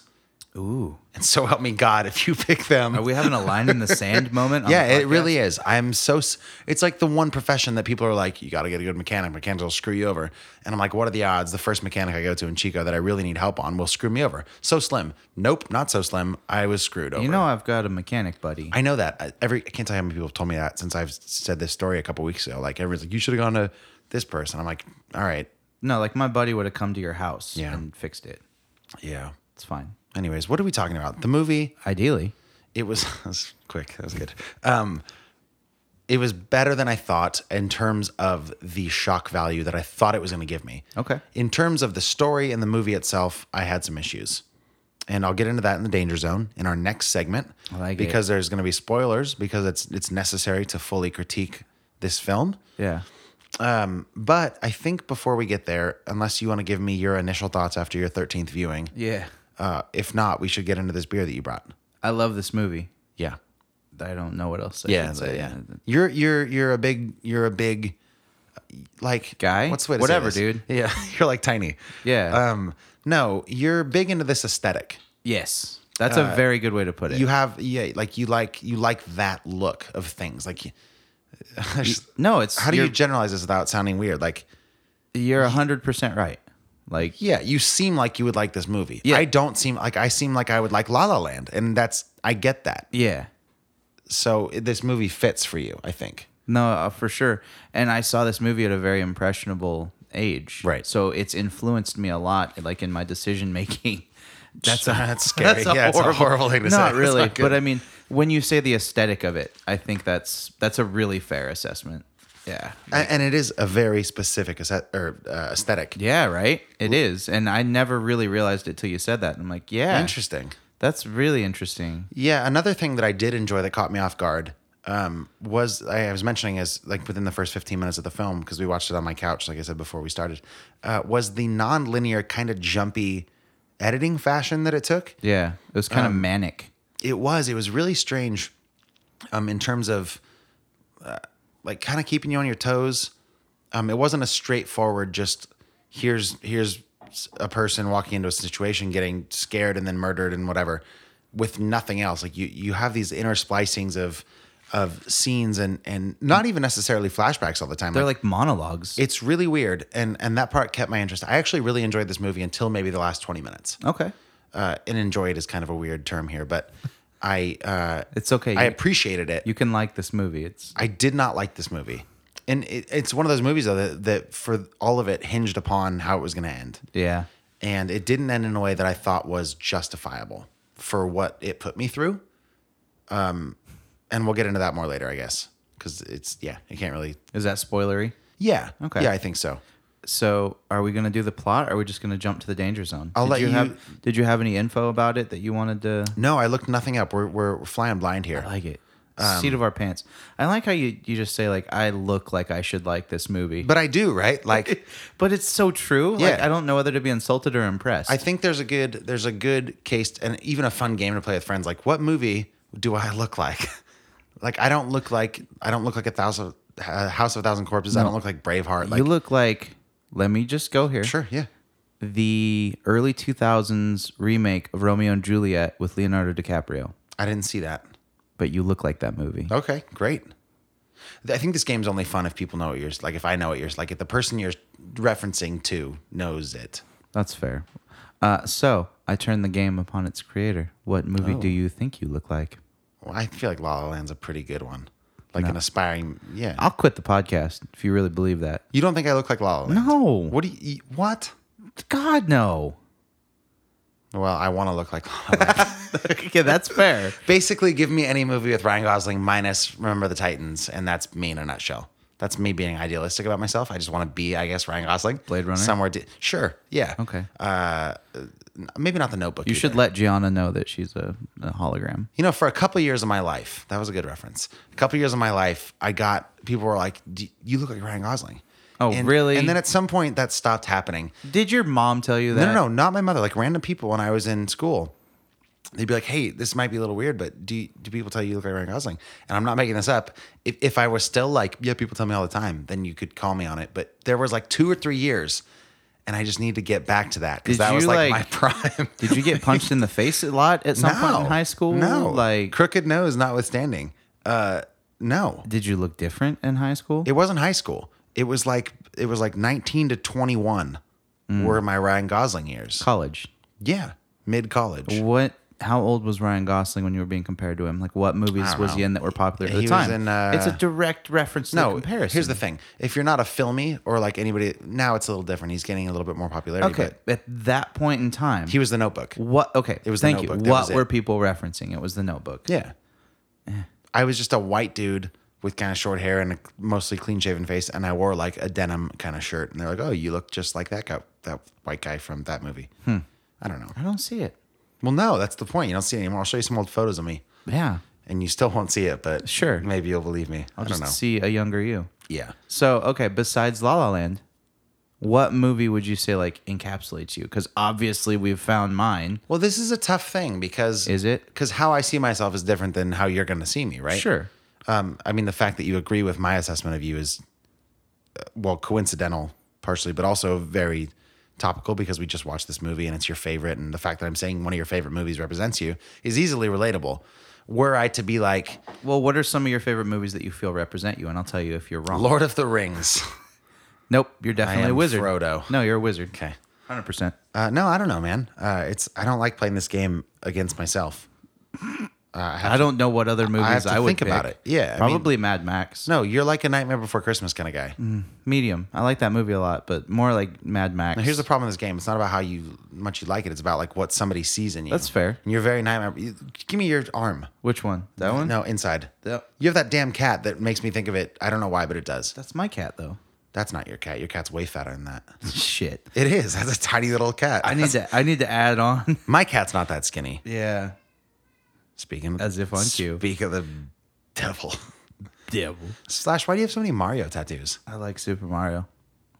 Speaker 2: Ooh.
Speaker 1: And so help me God if you pick them.
Speaker 2: Are we having a line in the sand <laughs> moment? on
Speaker 1: yeah,
Speaker 2: the
Speaker 1: it
Speaker 2: podcast?
Speaker 1: really is. I'm so, s- it's like the one profession that people are like, you got to get a good mechanic. Mechanics will screw you over. And I'm like, what are the odds the first mechanic I go to in Chico that I really need help on will screw me over? So slim. Nope, not so slim. I was screwed over.
Speaker 2: You know, I've got a mechanic buddy.
Speaker 1: I know that. I, every I can't tell you how many people have told me that since I've said this story a couple weeks ago. Like everyone's like, you should have gone to this person. I'm like, all right,
Speaker 2: no, like my buddy would have come to your house
Speaker 1: Yeah.
Speaker 2: and fixed it.
Speaker 1: yeah.
Speaker 2: It's fine.
Speaker 1: Anyways, what are we talking about? The movie.
Speaker 2: Ideally,
Speaker 1: It was, <laughs> that was quick. That was good. Um, it was better than I thought in terms of the shock value that I thought it was going to give me.
Speaker 2: Okay.
Speaker 1: In terms of the story and the movie itself, I had some issues. And I'll get into that in the danger zone in our next segment
Speaker 2: I like it.
Speaker 1: because there's going to be spoilers because it's it's necessary to fully critique this film.
Speaker 2: yeah.
Speaker 1: But I think before we get there, unless you want to give me your initial thoughts after your 13th viewing,
Speaker 2: Yeah.
Speaker 1: uh, if not, we should get into this beer that you brought.
Speaker 2: I love this movie.
Speaker 1: Yeah.
Speaker 2: I don't know what else. I
Speaker 1: Yeah,
Speaker 2: should say.
Speaker 1: yeah. You're you're you're a big you're a big like
Speaker 2: Guy?
Speaker 1: What's the way to say
Speaker 2: Whatever,
Speaker 1: this?
Speaker 2: dude.
Speaker 1: <laughs> Yeah, you're like tiny.
Speaker 2: Yeah.
Speaker 1: Um, no, you're big into this aesthetic.
Speaker 2: Yes. That's a very good way to put it.
Speaker 1: You have yeah, like you like you like that look of things. Like, <laughs> you-
Speaker 2: no, it's
Speaker 1: how do you
Speaker 2: you're-
Speaker 1: generalize this without sounding weird? Like,
Speaker 2: You're hundred percent right. Like
Speaker 1: yeah, you seem like you would like this movie.
Speaker 2: Yeah.
Speaker 1: I don't seem like I seem like I would like La La Land, and that's I get that.
Speaker 2: yeah,
Speaker 1: So it- this movie fits for you, I think.
Speaker 2: no, uh, for sure. And I saw this movie at a very impressionable age,
Speaker 1: Right.
Speaker 2: So it's influenced me a lot, like in my decision making. That's
Speaker 1: <laughs>
Speaker 2: a,
Speaker 1: That's scary. Yeah, it's a horrible thing to say. <laughs>
Speaker 2: Not
Speaker 1: It's
Speaker 2: really,
Speaker 1: not good.
Speaker 2: but I mean, when you say the aesthetic of it, I think that's that's a really fair assessment. Yeah,
Speaker 1: And, and it is a very specific aesthet- or, uh, aesthetic.
Speaker 2: yeah, right. It is, and I never really realized it till you said that. I'm like, yeah,
Speaker 1: Interesting.
Speaker 2: That's really interesting.
Speaker 1: Yeah, another thing that I did enjoy that caught me off guard um, was I I was mentioning as like within the first 15 minutes of the film because we watched it on my couch, like I said before we started, uh, was the non-linear kind of jumpy editing fashion that it took.
Speaker 2: Yeah, it was
Speaker 1: Um,
Speaker 2: kind of manic.
Speaker 1: It was it was really strange, um, in terms of uh, like kind of keeping you on your toes. Um, it wasn't a straightforward just here's here's a person walking into a situation getting scared and then murdered and whatever with nothing else like you you have these intersplicings of of scenes and and not even necessarily flashbacks all the time
Speaker 2: They're like monologues.
Speaker 1: it's really weird and and that part kept my interest i actually really enjoyed this movie until maybe the last 20 minutes
Speaker 2: okay.
Speaker 1: uh, and enjoy it is kind of a weird term here but i uh
Speaker 2: It's okay.
Speaker 1: i
Speaker 2: You-
Speaker 1: appreciated it
Speaker 2: you can like this movie. It's
Speaker 1: I did not like this movie. And it, it's one of those movies though that, that for all of it hinged upon how it was going to end.
Speaker 2: yeah.
Speaker 1: And it didn't end in a way that I thought was justifiable for what it put me through. Um, and we'll get into that more later, I guess, because it's yeah, you can't really.
Speaker 2: Is that spoilery?
Speaker 1: Yeah.
Speaker 2: Okay.
Speaker 1: Yeah, I think so.
Speaker 2: So, are we going to do the plot or are we just going to jump to the danger zone?
Speaker 1: I'll
Speaker 2: did
Speaker 1: let you-
Speaker 2: have Did you have any info about it that you wanted to
Speaker 1: No, I looked nothing up. We're we're flying blind here.
Speaker 2: I like it?
Speaker 1: Um,
Speaker 2: Seat of our pants. I like how you you just say like I look like I should like this movie.
Speaker 1: but I do, right? Like
Speaker 2: but it's so true. Like
Speaker 1: Yeah.
Speaker 2: I don't know whether to be insulted or impressed.
Speaker 1: I think there's a good there's a good case and even a fun game to play with friends. Like, what movie do I look like? <laughs> like, I don't look like I don't look like a thousand uh, House of a Thousand Corpses. I don't look like Braveheart. Like,
Speaker 2: you look like let me just go here.
Speaker 1: sure, yeah,
Speaker 2: The early 2000s remake of Romeo and Juliet with Leonardo DiCaprio.
Speaker 1: I didn't see that.
Speaker 2: But you look like that movie.
Speaker 1: Okay, great. Th- I think this game's only fun if people know what yours. Like, if I know what yours. Like, if the person you're referencing to knows it.
Speaker 2: That's fair. Uh, so I turn the game upon its creator. What movie
Speaker 1: Oh.
Speaker 2: do you think you look like?
Speaker 1: Well, I feel like La La Land's a pretty good one. Like an aspiring, yeah.
Speaker 2: I'll quit the podcast if you really believe that.
Speaker 1: you don't think I look like La La Land?
Speaker 2: No.
Speaker 1: What do you? you- What?
Speaker 2: God, no.
Speaker 1: Well, I want to look like La La Land.
Speaker 2: okay, that's fair.
Speaker 1: Basically, give me any movie with Ryan Gosling minus Remember the Titans, and that's me in a nutshell. That's me being idealistic about myself. I just want to be, I guess, Ryan Gosling.
Speaker 2: Blade Runner?
Speaker 1: Somewhere. Di- sure. Yeah.
Speaker 2: Okay.
Speaker 1: Maybe not the Notebook.
Speaker 2: you should let Gianna know that she's a, a hologram.
Speaker 1: You know, for a couple of years of my life, that was a good reference. A couple of years of my life, I got people were like, D- "You look like Ryan Gosling."
Speaker 2: Oh,
Speaker 1: And-
Speaker 2: really?
Speaker 1: And then at some point, that stopped happening.
Speaker 2: Did your mom tell you that?
Speaker 1: No, no, no, not my mother. Like random people when I was in school, they'd be like, "Hey, this might be a little weird, but do do people tell you you look like Ryan Gosling?" And I'm not making this up. If if I was still like, "Yeah, people tell me all the time," then you could call me on it. But there was like two or three years, and I just need to get back to that because
Speaker 2: Did
Speaker 1: that was
Speaker 2: you,
Speaker 1: like,
Speaker 2: like-
Speaker 1: my <laughs> prime.
Speaker 2: Did you get punched in the face a lot at some point in high school?
Speaker 1: No,
Speaker 2: Like,
Speaker 1: crooked nose notwithstanding. Uh, no,
Speaker 2: did you look different in high school?
Speaker 1: it wasn't high school. It was like it was like 19 to 21
Speaker 2: Mm.
Speaker 1: were my Ryan Gosling years.
Speaker 2: College.
Speaker 1: Yeah, mid college.
Speaker 2: What? How old was Ryan Gosling when you were being compared to him? Like, what movies
Speaker 1: don't
Speaker 2: was
Speaker 1: know.
Speaker 2: he in that were popular at
Speaker 1: He
Speaker 2: the
Speaker 1: was
Speaker 2: time?
Speaker 1: in, uh,
Speaker 2: it's a direct reference to the
Speaker 1: No,
Speaker 2: comparison.
Speaker 1: here's the thing. If you're not a filmy or like anybody now, it's a little different. He's getting a little bit more popularity.
Speaker 2: Okay,
Speaker 1: But
Speaker 2: at that point in time,
Speaker 1: he was the Notebook.
Speaker 2: what? Okay, it
Speaker 1: was The
Speaker 2: Thank you.
Speaker 1: Notebook, that
Speaker 2: What
Speaker 1: was it.
Speaker 2: were people referencing? It was The Notebook.
Speaker 1: Yeah.
Speaker 2: Eh.
Speaker 1: I was just a white dude with kind of short hair and a mostly clean shaven face, and I wore like a denim kind of shirt. And they're like, "Oh, you look just like that guy, that white guy from that movie."
Speaker 2: Hmm.
Speaker 1: I don't know.
Speaker 2: I don't see it.
Speaker 1: Well, no, that's the point. You don't see it anymore. I'll show you some old photos of me,
Speaker 2: Yeah,
Speaker 1: and you still won't see it, but
Speaker 2: Sure.
Speaker 1: maybe you'll believe me. I'll I
Speaker 2: I'll
Speaker 1: do
Speaker 2: just
Speaker 1: not know.
Speaker 2: see a younger you.
Speaker 1: yeah.
Speaker 2: So, okay, besides La La Land, what movie would you say like encapsulates you? Because obviously we've found mine.
Speaker 1: Well, this is a tough thing because
Speaker 2: Is it?
Speaker 1: because how I see myself is different than how you're going to see me, right?
Speaker 2: Sure.
Speaker 1: Um, I mean, the fact that you agree with my assessment of you is, uh, well, coincidental partially, but also very topical because we just watched this movie and it's your favorite. And the fact that I'm saying one of your favorite movies represents you is easily relatable. Were I to be like
Speaker 2: Well, what are some of your favorite movies that you feel represent you? And I'll tell you if you're wrong.
Speaker 1: Lord of the Rings, <laughs>
Speaker 2: Nope, you're definitely a
Speaker 1: am
Speaker 2: wizard.
Speaker 1: Frodo.
Speaker 2: No, you're a wizard.
Speaker 1: okay.
Speaker 2: hundred percent.
Speaker 1: Uh, no, I don't know, man. Uh, it's I don't like playing this game against myself.
Speaker 2: I don't know what other movies I,
Speaker 1: have to
Speaker 2: would
Speaker 1: think about
Speaker 2: pick.
Speaker 1: it. Yeah, I mean-
Speaker 2: probably Mad Max.
Speaker 1: No, you're like a Nightmare Before Christmas kind of guy.
Speaker 2: Medium. I like that movie a lot, but more like Mad Max.
Speaker 1: Now, here's the problem with this game. It's not about how you much you like it. It's about like what somebody sees in you.
Speaker 2: That's fair.
Speaker 1: And you're very nightmare. you- Give me your arm.
Speaker 2: Which one? That one?
Speaker 1: No, inside.
Speaker 2: That-
Speaker 1: You have that damn cat that makes me think of it. I don't know why, but it does.
Speaker 2: That's my cat though. <laughs>
Speaker 1: That's not your cat. Your cat's way fatter than that.
Speaker 2: Shit.
Speaker 1: It is. That's a tiny little cat.
Speaker 2: I need to I need to add on.
Speaker 1: <laughs> My cat's not that skinny.
Speaker 2: <laughs> yeah.
Speaker 1: Speaking
Speaker 2: As if on cue.
Speaker 1: Speak of the devil. <laughs>
Speaker 2: Devil.
Speaker 1: Slash. Why do you have so many Mario tattoos?
Speaker 2: I like Super Mario.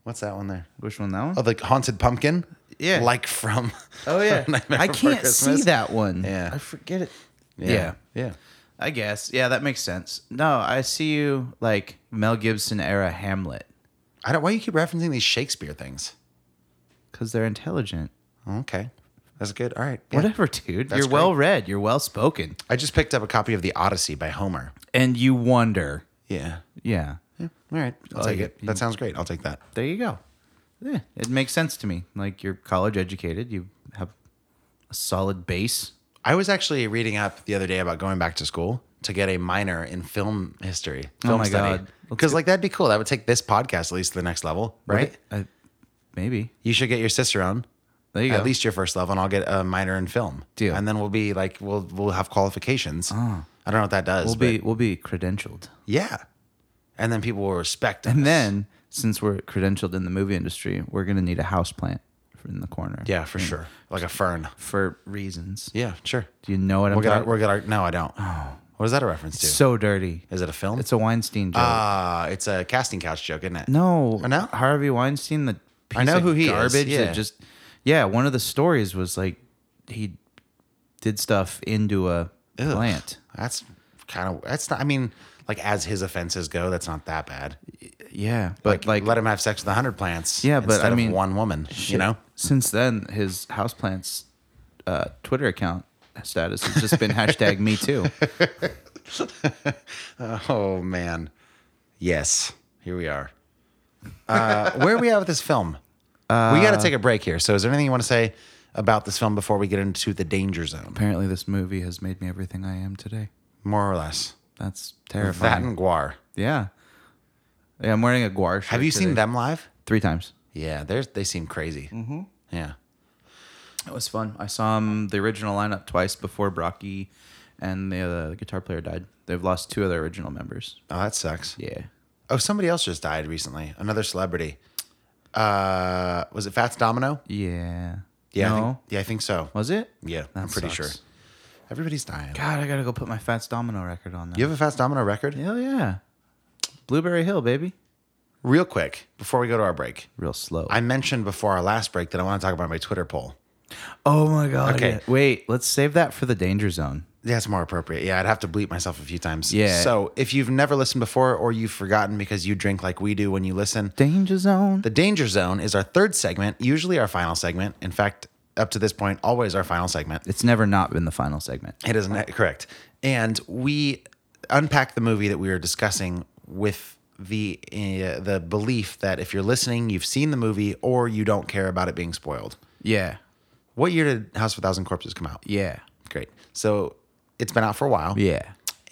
Speaker 1: What's that one there?
Speaker 2: Which one? That one?
Speaker 1: Oh, the haunted pumpkin.
Speaker 2: Yeah.
Speaker 1: Like from.
Speaker 2: Oh yeah,
Speaker 1: Nightmare
Speaker 2: I
Speaker 1: Before
Speaker 2: can't see
Speaker 1: Christmas.
Speaker 2: that one.
Speaker 1: <laughs> Yeah.
Speaker 2: I forget it. Yeah.
Speaker 1: Yeah.
Speaker 2: I guess. Yeah, that makes sense. No, I see you like Mel Gibson era Hamlet
Speaker 1: I don't. Why you keep referencing these Shakespeare things?
Speaker 2: because they're intelligent.
Speaker 1: Okay. That's good. All right. Yeah.
Speaker 2: Whatever, dude.
Speaker 1: That's
Speaker 2: you're
Speaker 1: great.
Speaker 2: well read. You're well spoken,
Speaker 1: I just picked up a copy of The Odyssey by Homer.
Speaker 2: and you wonder.
Speaker 1: Yeah.
Speaker 2: Yeah,
Speaker 1: Yeah. All right. I'll
Speaker 2: Like
Speaker 1: take it.
Speaker 2: it.
Speaker 1: That sounds great. I'll take that.
Speaker 2: there you go. Yeah, it makes sense to me. Like you're college educated. You have a solid base.
Speaker 1: I was actually reading up the other day about going back to school to get a minor in film history.
Speaker 2: Oh
Speaker 1: Film
Speaker 2: my God. Let's
Speaker 1: Because like that'd be cool. That would take this podcast at least to the next level, right?
Speaker 2: I, Uh, maybe.
Speaker 1: You should get your Cicerone.
Speaker 2: There you
Speaker 1: At
Speaker 2: go.
Speaker 1: least your first level, and I'll get a minor in film.
Speaker 2: Deal. Ah.
Speaker 1: And then we'll be like, we'll we'll have qualifications. I don't know what that does.
Speaker 2: we'll be we'll be credentialed.
Speaker 1: yeah. And then people will respect. us.
Speaker 2: And then, since we're credentialed in the movie industry, we're gonna need a house plant in the corner.
Speaker 1: yeah, for sure, like a fern.
Speaker 2: For reasons.
Speaker 1: Yeah, sure.
Speaker 2: Do you know what I'm
Speaker 1: We'll get our,
Speaker 2: talking-
Speaker 1: we'll get our, no, I don't. What is that a reference to?
Speaker 2: So dirty.
Speaker 1: is it a film?
Speaker 2: It's a Weinstein joke.
Speaker 1: uh, it's a casting couch joke, isn't it?
Speaker 2: no,
Speaker 1: I know.
Speaker 2: Harvey Weinstein, the piece
Speaker 1: know
Speaker 2: of
Speaker 1: who he is,
Speaker 2: garbage
Speaker 1: yeah.
Speaker 2: that just yeah. One of the stories was like he did stuff into a
Speaker 1: Ugh.
Speaker 2: plant.
Speaker 1: That's kind of, that's not, I mean, like as his offenses go, that's not that bad.
Speaker 2: Yeah, but like,
Speaker 1: let him have sex with a hundred plants.
Speaker 2: Yeah, but
Speaker 1: instead
Speaker 2: I mean-
Speaker 1: of one woman, you know?
Speaker 2: since then his houseplant's uh, Twitter account status has just been hashtag
Speaker 1: <laughs>
Speaker 2: Me Too.
Speaker 1: Oh man. Yes. Here we are.
Speaker 2: <laughs>
Speaker 1: Uh, where are we at with this film? we
Speaker 2: Uh,
Speaker 1: got to take a break here. So is there anything you want to say about this film before we get into the danger zone?
Speaker 2: Apparently, this movie has made me everything I am today.
Speaker 1: More or less.
Speaker 2: That's
Speaker 1: That
Speaker 2: terrifying.
Speaker 1: and Guar.
Speaker 2: yeah. Yeah, I'm wearing a guar shirt.
Speaker 1: Have you seen
Speaker 2: today.
Speaker 1: them live?
Speaker 2: Three times.
Speaker 1: Yeah, they they seem crazy. Mm-hmm. Yeah.
Speaker 2: It was fun. I saw him the original lineup twice before Brocky and the uh, guitar player died. They've lost two of their original members.
Speaker 1: Oh, that sucks.
Speaker 2: Yeah.
Speaker 1: Oh, somebody else just died recently. Another celebrity. Uh, was it Fats Domino?
Speaker 2: Yeah.
Speaker 1: Yeah. I
Speaker 2: No.
Speaker 1: think, yeah, I think so.
Speaker 2: was it?
Speaker 1: Yeah,
Speaker 2: That
Speaker 1: I'm pretty
Speaker 2: sucks.
Speaker 1: sure. Everybody's dying.
Speaker 2: God, I gotta go put my Fats Domino record on. Now.
Speaker 1: You have a Fats Domino record?
Speaker 2: Hell yeah. Blueberry Hill, baby.
Speaker 1: Real quick before we go to our break.
Speaker 2: Real slow.
Speaker 1: I mentioned before our last break that I want to talk about my Twitter poll.
Speaker 2: oh my god.
Speaker 1: Okay.
Speaker 2: yeah. Wait. Let's save that for the danger zone.
Speaker 1: Yeah, it's more appropriate. Yeah, I'd have to bleep myself a few times.
Speaker 2: Yeah.
Speaker 1: So if you've never listened before or you've forgotten because you drink like we do when you listen,
Speaker 2: Danger zone.
Speaker 1: the danger zone is our third segment, usually our final segment. In fact, up to this point, always our final segment.
Speaker 2: it's never not been the final segment.
Speaker 1: It is not correct. And we unpack the movie that we were discussing with the uh, the belief that if you're listening, you've seen the movie or you don't care about it being spoiled.
Speaker 2: Yeah.
Speaker 1: What year did House of a Thousand Corpses come out?
Speaker 2: Yeah.
Speaker 1: Great. So it's been out for a while.
Speaker 2: Yeah.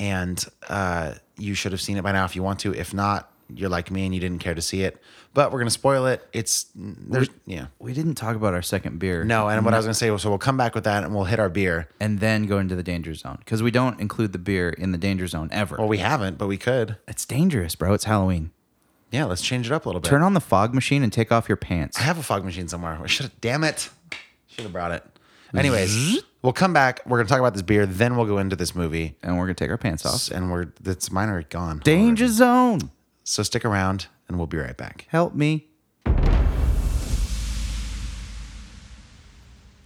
Speaker 1: And uh, you should have seen it by now if you want to. If not, you're like me and you didn't care to see it. But we're going to spoil it. It's, there's, yeah.
Speaker 2: We didn't talk about our second beer.
Speaker 1: No, and what I was going to say was so we'll come back with that and we'll hit our beer.
Speaker 2: And then go into the danger zone because we don't include the beer in the danger zone ever.
Speaker 1: Well, we haven't, but we could.
Speaker 2: it's dangerous, bro. It's Halloween.
Speaker 1: Yeah, let's change it up a little bit.
Speaker 2: Turn on the fog machine and take off your pants.
Speaker 1: I have a fog machine somewhere. I should have, damn it. Should have brought it. Anyways, we'll come back. We're going to talk about this beer. Then we'll go into this movie.
Speaker 2: And we're going to take our pants off.
Speaker 1: And we're, that's mine are gone.
Speaker 2: Danger zone.
Speaker 1: So stick around and we'll be right back.
Speaker 2: Help me.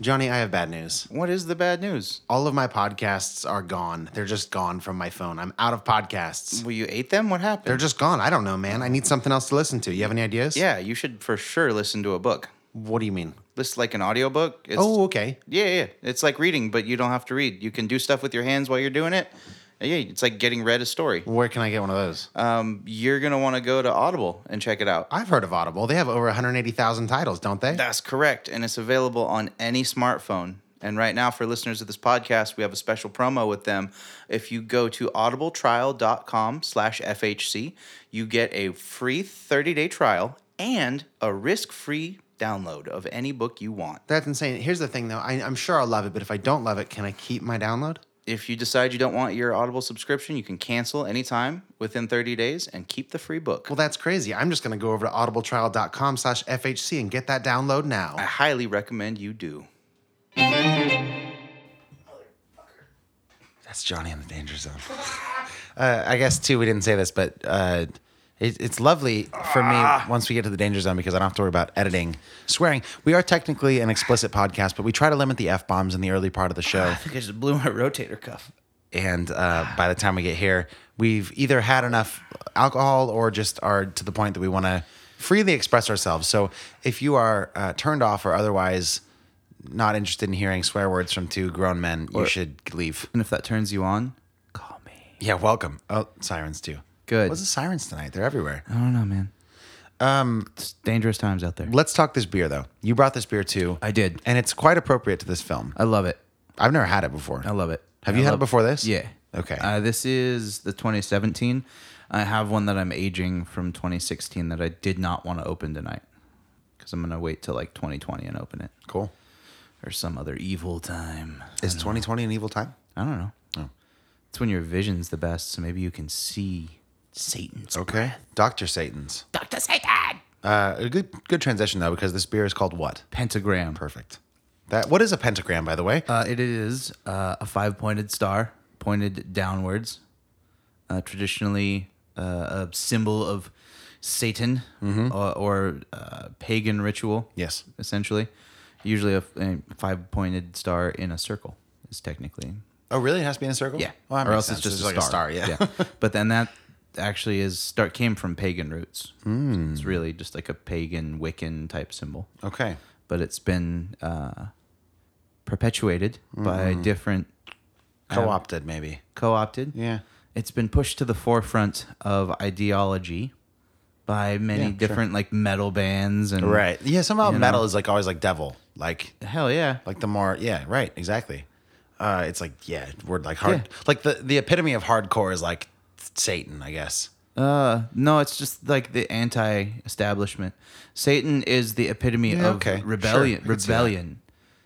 Speaker 1: Johnny, I have bad news.
Speaker 2: What is the bad news?
Speaker 1: all of my podcasts are gone. They're just gone from my phone. I'm out of podcasts.
Speaker 2: Well, you ate them? What happened?
Speaker 1: They're just gone. I don't know, man. I need something else to listen to. You have any ideas?
Speaker 2: yeah, you should for sure listen to a book.
Speaker 1: What do you mean?
Speaker 2: It's like an audiobook. It's,
Speaker 1: Oh, okay.
Speaker 2: Yeah, yeah. It's like reading, but you don't have to read. You can do stuff with your hands while you're doing it. Yeah, it's like getting read a story.
Speaker 1: Where can I get one of those?
Speaker 2: Um, you're gonna want to go to Audible and check it out.
Speaker 1: I've heard of Audible. They have over 180,000 titles, don't they?
Speaker 2: That's correct, and it's available on any smartphone. And right now, for listeners of this podcast, we have a special promo with them. If you go to audibletrial.com/fhc, you get a free 30-day trial and a risk-free download of any book you want.
Speaker 1: That's insane. Here's the thing, though. I, I'm sure I'll love it, but if I don't love it, can I keep my download?
Speaker 2: If you decide you don't want your Audible subscription, you can cancel anytime within 30 days and keep the free book.
Speaker 1: Well, that's crazy. I'm just going to go over to audibletrial.com slash FHC and get that download now.
Speaker 2: I highly recommend you <laughs> do.
Speaker 1: That's Johnny in the danger zone. <laughs> uh, I guess too, we didn't say this, but uh, it, it's lovely for me once we get to the danger zone because I don't have to worry about editing, swearing. We are technically an explicit podcast, but we try to limit the f bombs in the early part of the show.
Speaker 2: I think I just blew my rotator cuff.
Speaker 1: And
Speaker 2: <sighs>
Speaker 1: uh, by the time we get here, we've either had enough alcohol or just are to the point that we want to freely express ourselves. So if you are uh, turned off or otherwise not interested in hearing swear words from two grown men, you should
Speaker 2: <laughs>
Speaker 1: leave.
Speaker 2: And if that turns you on, call me.
Speaker 1: Yeah, welcome. Oh, sirens too.
Speaker 2: Good.
Speaker 1: What's the sirens tonight? They're everywhere.
Speaker 2: I don't know, man. Um, it's dangerous times out there.
Speaker 1: Let's talk this beer though. You brought this beer too.
Speaker 2: I did.
Speaker 1: And it's quite appropriate to this film.
Speaker 2: I love it.
Speaker 1: I've never had it before.
Speaker 2: I love it.
Speaker 1: Have
Speaker 2: I
Speaker 1: you had it
Speaker 2: love-
Speaker 1: before this?
Speaker 2: Yeah.
Speaker 1: Okay.
Speaker 2: Uh, this is the 2017. I have one that I'm aging from 2016 that I did not want to open tonight because I'm gonna wait till like 2020 and open it
Speaker 1: Cool.
Speaker 2: or some other evil time.
Speaker 1: Is 2020 an evil time?
Speaker 2: I don't know. It's when your vision's the best, so maybe you can see Satan's.
Speaker 1: Okay. Dr. Satan's.
Speaker 2: Doctor Satan.
Speaker 1: Uh, a good good transition though because this beer is called what?
Speaker 2: Pentagram.
Speaker 1: Perfect. That what is a pentagram by the way?
Speaker 2: Uh, it is uh, a five pointed star pointed downwards. Uh, traditionally, uh, a symbol of Satan or, or uh, pagan ritual.
Speaker 1: Mm-hmm. Yes.
Speaker 2: Essentially. Usually, a, five pointed star in a circle is technically.
Speaker 1: oh, really? It has to be in a circle?
Speaker 2: Yeah.
Speaker 1: Well, that
Speaker 2: or
Speaker 1: makes
Speaker 2: else
Speaker 1: sense.
Speaker 2: it's just a
Speaker 1: like
Speaker 2: star.
Speaker 1: a star, yeah. <laughs>
Speaker 2: But then that actually is start came from pagan roots.
Speaker 1: Hmm.
Speaker 2: It's really just like a pagan Wiccan type symbol
Speaker 1: okay.
Speaker 2: but it's been uh, perpetuated
Speaker 1: Mm-hmm.
Speaker 2: by different
Speaker 1: Co-opted maybe.
Speaker 2: co-opted.
Speaker 1: Yeah.
Speaker 2: It's been pushed to the forefront of ideology by many
Speaker 1: Yeah, sure.
Speaker 2: different like metal bands and
Speaker 1: Mm. Right. Yeah, somehow
Speaker 2: You
Speaker 1: metal
Speaker 2: know.
Speaker 1: is like always like devil. Like
Speaker 2: Hell yeah.
Speaker 1: like the more yeah, right, exactly. Uh, it's like yeah, we're like hard
Speaker 2: Yeah.
Speaker 1: like the the epitome of hardcore is like Satan, I guess.
Speaker 2: Uh, no, it's just like the anti-establishment. Satan is the epitome
Speaker 1: Yeah,
Speaker 2: of
Speaker 1: okay.
Speaker 2: rebellion.
Speaker 1: Sure, I can see that.
Speaker 2: rebellion,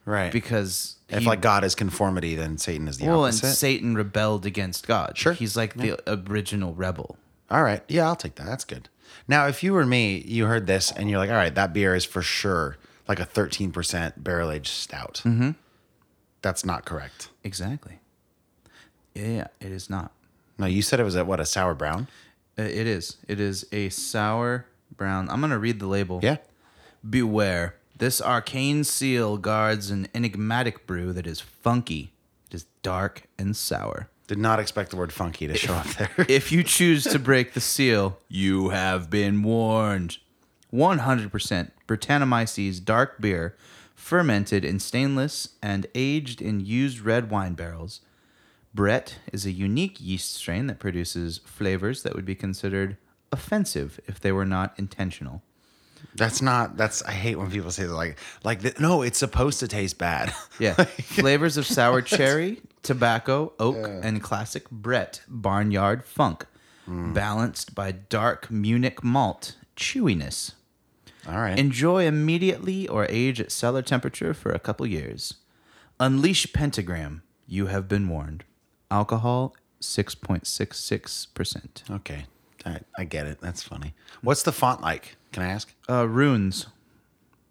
Speaker 1: Right.
Speaker 2: because
Speaker 1: if
Speaker 2: he-
Speaker 1: like God is conformity, then Satan is the
Speaker 2: well, and
Speaker 1: opposite.
Speaker 2: Satan rebelled against God.
Speaker 1: Sure.
Speaker 2: he's like the original rebel.
Speaker 1: All right. Yeah, I'll take that. That's good. Now, if you were me, you heard this and you're like, all right, that beer is for sure like a 13% barrel aged stout. Mm-hmm. That's not correct.
Speaker 2: Exactly. Yeah, it is not.
Speaker 1: No, you said it was at what, a sour brown?
Speaker 2: Uh, It is. It is a sour brown. I'm going to read the label.
Speaker 1: Yeah.
Speaker 2: Beware. This arcane seal guards an enigmatic brew that is funky. It is dark and sour.
Speaker 1: Did not expect the word funky to show up <laughs> there.
Speaker 2: If you choose to break the seal, you have been warned. 100% Britannomyces dark beer, fermented in stainless and aged in used red wine barrels. Brett is a unique yeast strain that produces flavors that would be considered offensive if they were not intentional.
Speaker 1: that's not, that's, I hate when people say that, like, like, the, no, it's supposed to taste bad.
Speaker 2: <laughs> Yeah. Flavors of sour cherry, tobacco, oak, and classic Brett barnyard funk, balanced by dark Munich malt chewiness.
Speaker 1: All right.
Speaker 2: <laughs> Enjoy immediately or age at cellar temperature for a couple years. Unleash Pentagram. You have been warned. Alcohol 6.66%.
Speaker 1: okay. All right. I get it. That's funny. What's the font like? Can I ask?
Speaker 2: Uh, runes.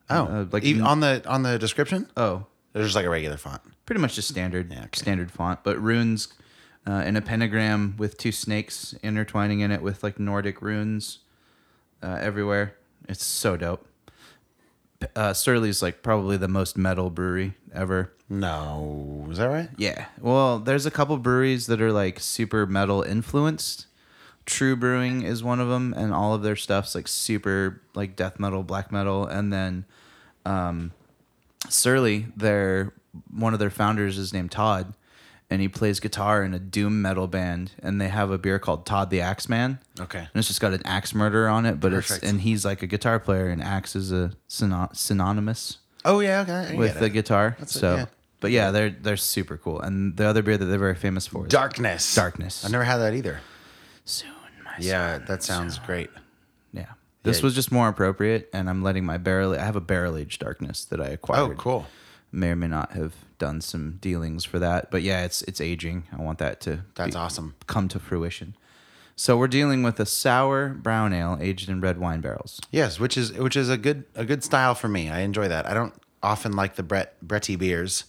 Speaker 1: Oh,
Speaker 2: Uh,
Speaker 1: like
Speaker 2: like-
Speaker 1: even on the on the description,
Speaker 2: Oh,
Speaker 1: there's just like a regular font.
Speaker 2: pretty much just standard
Speaker 1: Yeah, okay.
Speaker 2: standard font, but runes uh, and a pentagram with two snakes intertwining in it with like Nordic runes uh, everywhere. It's so dope. P- Uh, Surly's like probably the most metal brewery ever.
Speaker 1: No, is that right?
Speaker 2: Yeah. Well, there's a couple breweries that are like super metal influenced. True Brewing is one of them, and all of their stuff's like super like death metal, black metal, and then um, Surly, their one of their founders is named Todd, and he plays guitar in a doom metal band, and they have a beer called Todd the Axeman.
Speaker 1: Okay.
Speaker 2: And it's just got an axe murder on it, but
Speaker 1: Perfect.
Speaker 2: it's and he's like a guitar player, and axe is a syno- synonymous
Speaker 1: Oh yeah, okay. I
Speaker 2: with
Speaker 1: get
Speaker 2: the
Speaker 1: it.
Speaker 2: guitar.
Speaker 1: it,
Speaker 2: so,
Speaker 1: yeah.
Speaker 2: but yeah, they're they're super cool, and the other beer that they're very famous for is
Speaker 1: darkness.
Speaker 2: Darkness.
Speaker 1: I've never had that either.
Speaker 2: soon. My
Speaker 1: Yeah, that sounds great.
Speaker 2: Yeah. This
Speaker 1: Yeah.
Speaker 2: was just more appropriate, and I'm letting my barrel. I have a barrel aged darkness that I acquired.
Speaker 1: Oh, cool.
Speaker 2: May or may not have done some dealings for that, but yeah, it's it's aging. I want that to
Speaker 1: That's
Speaker 2: be-
Speaker 1: awesome.
Speaker 2: come to fruition. So we're dealing with a sour brown ale aged in red wine barrels.
Speaker 1: Yes, which is which is a good a good style for me. I enjoy that. I don't often like the Brett Bretty beers.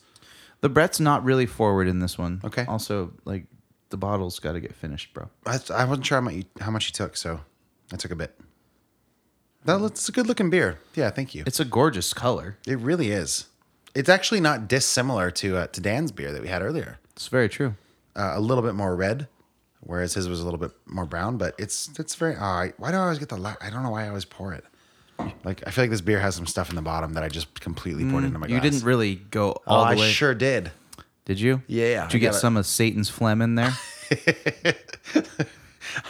Speaker 2: The Brett's not really forward in this one.
Speaker 1: Okay.
Speaker 2: Also, like the bottle's got to get finished, bro.
Speaker 1: I, I wasn't sure how much you, how much you took, so I took a bit. That looks it's a good looking beer. Yeah, thank you.
Speaker 2: It's a gorgeous color.
Speaker 1: it really is. It's actually not dissimilar to uh, to Dan's beer that we had earlier.
Speaker 2: It's very true.
Speaker 1: Uh, a little bit more red, whereas his was a little bit more brown. But it's it's very. Uh, I- why do I always get the? La- I don't know why I always pour it. Like I feel like this beer has some stuff in the bottom that I just completely poured into my glass.
Speaker 2: Mm, You didn't really go
Speaker 1: Oh,
Speaker 2: all
Speaker 1: I
Speaker 2: the way.
Speaker 1: sure did. <laughs>
Speaker 2: Did you?
Speaker 1: Yeah,
Speaker 2: Did you
Speaker 1: I
Speaker 2: get
Speaker 1: got it.
Speaker 2: some of Satan's phlegm in
Speaker 1: <laughs>
Speaker 2: there?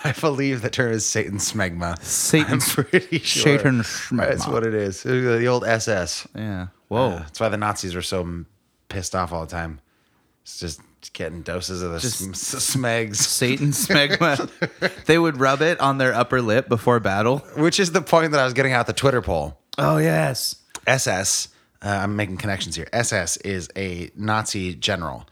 Speaker 1: I believe the term is Satan smegma. <laughs> I'm
Speaker 2: Satan's
Speaker 1: pretty sure.
Speaker 2: Satan smegma.
Speaker 1: That's what it is. The old SS.
Speaker 2: <laughs> Yeah. Whoa.
Speaker 1: Uh, that's why the Nazis were so m- pissed off all the time. It's just getting doses of the
Speaker 2: Just-
Speaker 1: sm- s- smegs,
Speaker 2: Satan <laughs>
Speaker 1: <laughs>
Speaker 2: smegma. they would rub it on their upper lip before battle.
Speaker 1: which is the point that I was getting out the Twitter poll.
Speaker 2: Oh yes.
Speaker 1: SS, uh, I'm making connections here. SS is a Nazi general.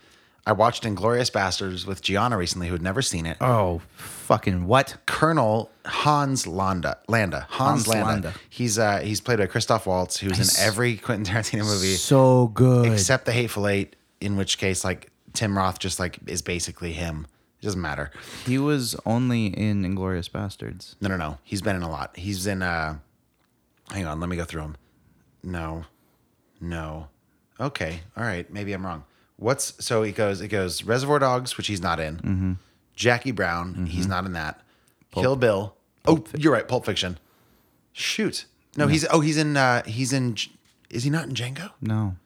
Speaker 1: I watched Inglorious Bastards with Gianna recently, who had never seen it.
Speaker 2: Oh fucking what?
Speaker 1: Colonel Hans Landa, Landa, Hans,
Speaker 2: Hans
Speaker 1: Landa.
Speaker 2: Landa.
Speaker 1: He's uh, he's played by Christoph Waltz, who's
Speaker 2: Nice.
Speaker 1: in every Quentin Tarantino movie.
Speaker 2: So good.
Speaker 1: except the Hateful Eight, in which case like Tim Roth just like is basically him. It doesn't matter.
Speaker 2: he was only in Inglorious Bastards.
Speaker 1: No, no, no. He's been in a lot. He's in. uh Hang on, let me go through him. No, no. Okay, all right. Maybe I'm wrong. What's so? It goes. It goes. Reservoir Dogs, which he's not in.
Speaker 2: Mm-hmm.
Speaker 1: Jackie Brown, he's not in that. Kill Bill. oh, you're right. Pulp Fiction. Shoot. No, he's. Oh, he's in. uh He's in. J- Is he not in Django?
Speaker 2: No.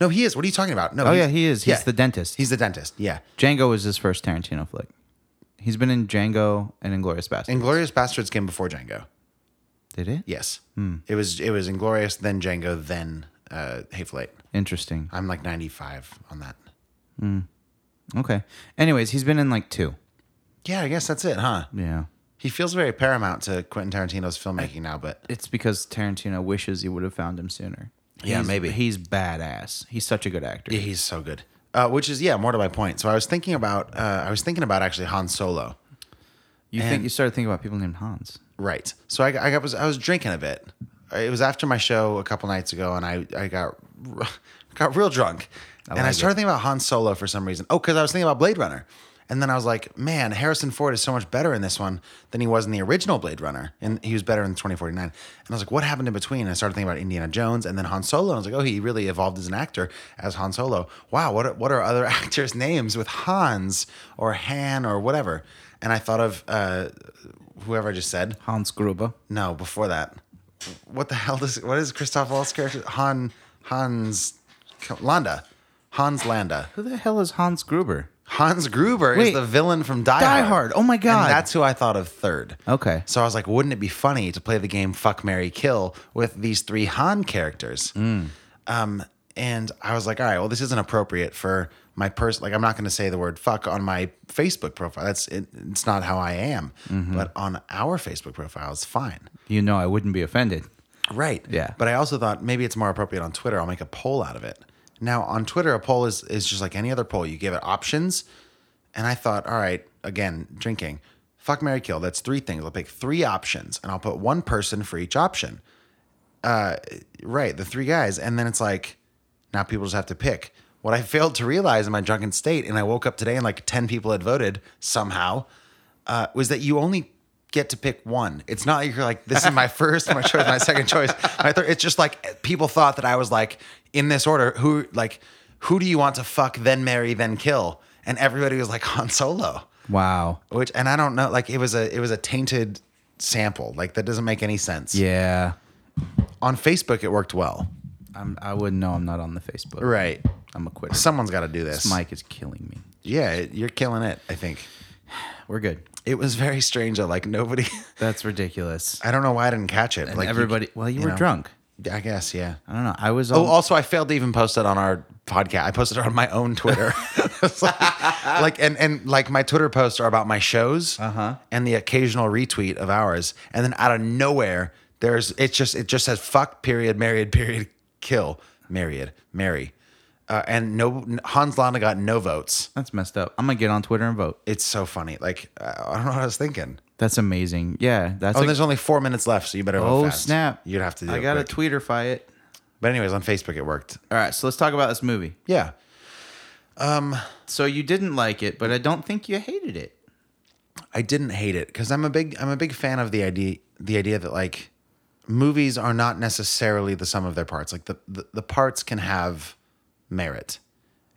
Speaker 1: No, he is. What are you talking about? No.
Speaker 2: Oh yeah, he is. He's the dentist.
Speaker 1: He's the dentist. Yeah.
Speaker 2: Django was his first Tarantino flick. He's been in Django and Inglorious Bastards.
Speaker 1: Inglorious Bastards came before Django.
Speaker 2: Did it?
Speaker 1: Yes. It was it was Inglorious, then Django, then uh, Hateful Eight.
Speaker 2: Interesting.
Speaker 1: I'm like 95 on that.
Speaker 2: Okay. Anyways, he's been in like two.
Speaker 1: Yeah, I guess that's it, huh?
Speaker 2: Yeah.
Speaker 1: He feels very paramount to Quentin Tarantino's filmmaking now, but
Speaker 2: It's because Tarantino wishes he would have found him sooner.
Speaker 1: Yeah,
Speaker 2: He's-
Speaker 1: maybe.
Speaker 2: He's badass. He's such a good actor.
Speaker 1: Yeah, he's so good. Uh, which is yeah, more to my point. So I was thinking about uh, I was thinking about actually Han Solo.
Speaker 2: You
Speaker 1: And-
Speaker 2: think you started thinking about people named Hans?
Speaker 1: Right. So I, I was I was drinking a bit. It was after my show a couple nights ago, and I I got <laughs> got real drunk, and I
Speaker 2: like
Speaker 1: started thinking about Han Solo for some reason. Oh, because I was thinking about Blade Runner, and then I was like, man, Harrison Ford is so much better in this one than he was in the original Blade Runner, and he was better in 2049. And I was like, what happened in between? And I started thinking about Indiana Jones and then Han Solo. And I was like, oh, he really evolved as an actor as Han Solo. Wow, what are, what are other <laughs> actors' names with Hans or Han or whatever? And I thought of uh, whoever I just said.
Speaker 2: Hans Gruber.
Speaker 1: No, before that. What the hell does what is Christoph Waltz character? Han Hans Landa. Hans Landa.
Speaker 2: Who the hell is Hans Gruber?
Speaker 1: Hans Gruber is
Speaker 2: Wait.
Speaker 1: the villain from Die,
Speaker 2: Die
Speaker 1: Hard.
Speaker 2: Hard. Oh my God.
Speaker 1: And that's who I thought of third.
Speaker 2: Okay.
Speaker 1: So I was like, wouldn't it be funny to play the game Fuck Mary Kill with these three Han characters?
Speaker 2: Mm.
Speaker 1: Um, and I was like, all right, well, this isn't appropriate for my person. Like, I'm not going to say the word fuck on my Facebook profile. That's it, it's not how I am.
Speaker 2: Mm-hmm.
Speaker 1: But on our Facebook profile, it's fine.
Speaker 2: You know I wouldn't be offended.
Speaker 1: Right.
Speaker 2: Yeah.
Speaker 1: But I also thought maybe it's more appropriate on Twitter. I'll make a poll out of it. Now on Twitter, a poll is is just like any other poll. You give it options, and I thought, all right, again, drinking, fuck, Mary, kill. That's three things. I'll pick three options, and I'll put one person for each option. Uh, right, the three guys, and then it's like, now people just have to pick. What I <laughs> failed to realize in my drunken state, and I woke up today and like ten people had voted somehow uh, was that you only get to pick one. It's not like you're like, this is
Speaker 2: <laughs>
Speaker 1: my first, my choice, my second choice, my third. It's just like people thought that I was like in this order. Who like who do you want to fuck, then marry, then kill? And everybody was like Han Solo,
Speaker 2: Wow.
Speaker 1: which and I don't know, like it was a it was a tainted sample. Like that doesn't make any sense.
Speaker 2: Yeah.
Speaker 1: On Facebook, it worked well.
Speaker 2: I'm, I wouldn't know. I'm not on the Facebook.
Speaker 1: Right.
Speaker 2: I'm a quitter.
Speaker 1: Someone's got to do this.
Speaker 2: This mic is killing me.
Speaker 1: Yeah, it, you're killing it. I think
Speaker 2: We're good.
Speaker 1: it was very strange. I like nobody. <laughs>
Speaker 2: That's ridiculous.
Speaker 1: I don't know why I didn't catch it.
Speaker 2: And
Speaker 1: like you-
Speaker 2: everybody. well, you, were
Speaker 1: know.
Speaker 2: drunk.
Speaker 1: I guess. Yeah.
Speaker 2: I don't know. I was.
Speaker 1: Oh,
Speaker 2: All,
Speaker 1: also, I failed to even post it on our podcast. I posted it on my own
Speaker 2: <laughs>
Speaker 1: Twitter. <laughs> It's like, like, and and like my Twitter posts are about my shows
Speaker 2: Uh-huh.
Speaker 1: and the occasional retweet of ours. And then out of nowhere, there's it's just it just says fuck period married period kill myriad marry, uh, and no Hans Landa got no votes.
Speaker 2: that's messed up. I'm gonna get on Twitter and vote.
Speaker 1: It's so funny. Like uh, I don't know what I was thinking.
Speaker 2: That's amazing. Yeah. That's.
Speaker 1: Oh,
Speaker 2: like-
Speaker 1: there's only four minutes left, so you better. go
Speaker 2: oh
Speaker 1: fast.
Speaker 2: snap!
Speaker 1: You'd have to. Do
Speaker 2: I
Speaker 1: it
Speaker 2: gotta
Speaker 1: quick.
Speaker 2: Twitterfy it.
Speaker 1: But anyways, on Facebook it worked.
Speaker 2: All right. So let's talk about this movie.
Speaker 1: Yeah.
Speaker 2: So you didn't like it, but I don't think you hated it.
Speaker 1: I didn't hate it because I'm a big I'm a big fan of the idea the idea that like movies are not necessarily the sum of their parts. Like the the, the parts can have merit.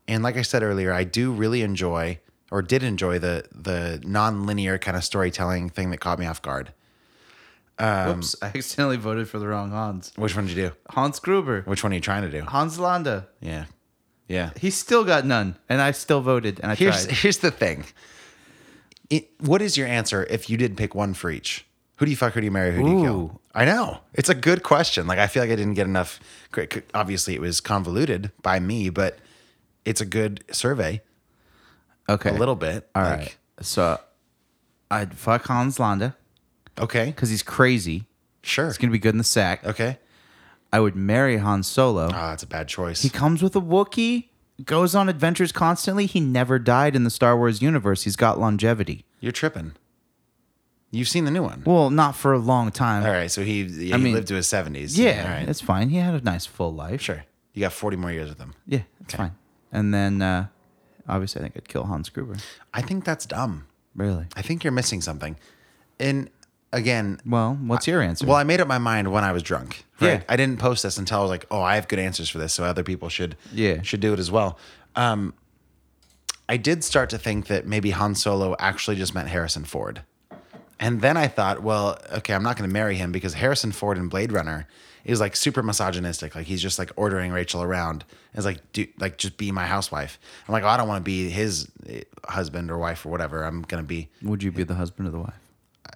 Speaker 1: And like I said earlier, I do really enjoy or did enjoy the the non-linear kind of storytelling thing that caught me off guard. Um,
Speaker 2: Whoops! I accidentally voted for the wrong Hans.
Speaker 1: Which one did you do? Uh,
Speaker 2: Hans Gruber.
Speaker 1: Which one are you trying to do?
Speaker 2: Hans Landa.
Speaker 1: Yeah. Yeah.
Speaker 2: He still got none, and I still voted, and I
Speaker 1: Here's
Speaker 2: tried.
Speaker 1: here's the thing. It, what is your answer if you did pick one for each? Who do you fuck? Who do you marry? Who do you
Speaker 2: Ooh.
Speaker 1: kill? I know it's a good question. Like I feel like I didn't get enough. great- Obviously, it was convoluted by me, but it's a good survey.
Speaker 2: Okay.
Speaker 1: A little bit.
Speaker 2: All right. So I'd fuck Hans Landa
Speaker 1: Okay.
Speaker 2: because he's crazy.
Speaker 1: Sure.
Speaker 2: It's gonna be good in the sack.
Speaker 1: Okay.
Speaker 2: I would marry Han Solo.
Speaker 1: Ah, it's a bad choice.
Speaker 2: He comes with a Wookiee, goes on adventures constantly. He never died in the Star Wars universe. He's got longevity.
Speaker 1: You're tripping. You've seen the new one.
Speaker 2: Well, not for a long time.
Speaker 1: All right. So he, he
Speaker 2: I mean-
Speaker 1: lived to his seventies.
Speaker 2: Yeah,
Speaker 1: All right.
Speaker 2: it's fine. He had a nice full life.
Speaker 1: Sure. You got forty more years with him.
Speaker 2: Yeah, it's fine. And then uh, obviously, I think I'd kill Hans Gruber.
Speaker 1: I think that's dumb.
Speaker 2: Really?
Speaker 1: I think you're missing something. And again,
Speaker 2: Well, what's your answer?
Speaker 1: Well, I made up my mind when I was drunk. Right?
Speaker 2: Yeah.
Speaker 1: I didn't post this until I was like, "Oh, I have good answers for this, so other people should
Speaker 2: Yeah.
Speaker 1: should do it as well." Um, I did start to think that maybe Han Solo actually just meant Harrison Ford, and then I thought, "Well, okay, I'm not going to marry him because Harrison Ford in Blade Runner is like super misogynistic. Like he's just like ordering Rachel around. It's like, dude, like just be my housewife." I'm like, oh, "I don't want to be his eh, husband or wife or whatever. I'm going to be."
Speaker 2: would you be the husband or the wife?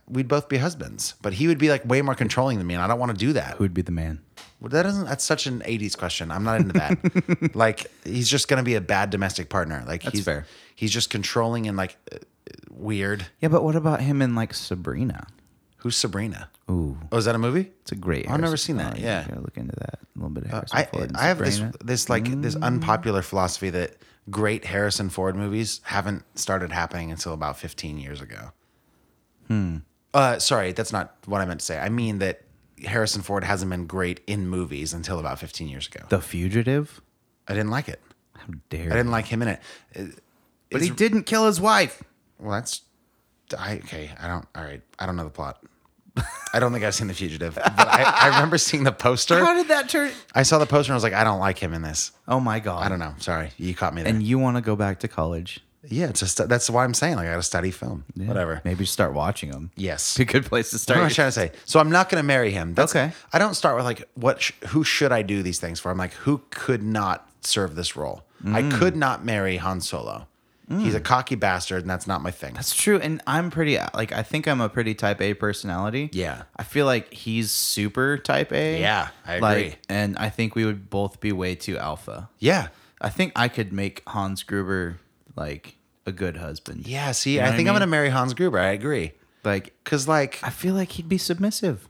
Speaker 1: We'd both be husbands, but he would be like way more controlling than me, and I don't want to do that.
Speaker 2: Who would be the man?
Speaker 1: Well, that doesn't. That's such an '80s question. I'm not into
Speaker 2: <laughs>
Speaker 1: that. like he's just gonna be a bad domestic partner. Like he's
Speaker 2: fair.
Speaker 1: He's just controlling and like uh, weird.
Speaker 2: Yeah, but what about him and like Sabrina?
Speaker 1: Who's Sabrina?
Speaker 2: Ooh,
Speaker 1: Oh, is that a movie?
Speaker 2: it's a great.
Speaker 1: I've never seen
Speaker 2: Harrison-
Speaker 1: that,
Speaker 2: Oh,
Speaker 1: yeah. Uh,
Speaker 2: gotta look into that a little bit. Of Harrison
Speaker 1: I
Speaker 2: Ford and
Speaker 1: I have this
Speaker 2: Sabrina. Mm.
Speaker 1: this like this unpopular philosophy that great Harrison Ford movies haven't started happening until about 15 years ago. Hmm. Uh, sorry, that's not what I meant to say. I mean that Harrison Ford hasn't been great in movies until about 15 years ago.
Speaker 2: The Fugitive.
Speaker 1: I didn't like it.
Speaker 2: How dare!
Speaker 1: I didn't like him in it.
Speaker 2: but he didn't kill his wife.
Speaker 1: Well, that's I okay. I don't. All right. I don't know the plot. <laughs> I don't think I've seen The Fugitive, but I, I remember seeing the
Speaker 2: <laughs> How
Speaker 1: poster.
Speaker 2: did that turn?
Speaker 1: I saw the poster and I was like, I don't like him in this.
Speaker 2: Oh my god!
Speaker 1: I don't know. Sorry, you caught me there.
Speaker 2: And you want to go back to college?
Speaker 1: yeah, it's just that's why I'm saying like I got to study film.
Speaker 2: Yeah.
Speaker 1: Whatever.
Speaker 2: Maybe start watching them.
Speaker 1: Yes.
Speaker 2: It's a good place to
Speaker 1: What am I
Speaker 2: start.
Speaker 1: trying to say? So I'm not going to marry him. That's,
Speaker 2: Okay.
Speaker 1: I don't start with like what, sh- who should I do these things for? I'm like, who could not serve this role?
Speaker 2: Mm.
Speaker 1: I could not marry Han Solo. He's a cocky bastard, and that's not my thing.
Speaker 2: That's true. And I'm pretty, uh, like, I think I'm a pretty type A personality.
Speaker 1: Yeah.
Speaker 2: I feel like he's super type A.
Speaker 1: Yeah, I agree.
Speaker 2: Like, and I think we would both be way too alpha.
Speaker 1: yeah.
Speaker 2: I think I could make Hans Gruber, like, a good husband.
Speaker 1: Yeah, see,
Speaker 2: know
Speaker 1: I
Speaker 2: what I
Speaker 1: think I am
Speaker 2: mean?
Speaker 1: going to marry Hans Gruber. I agree.
Speaker 2: Like,
Speaker 1: Cause like,
Speaker 2: I feel like he'd be submissive.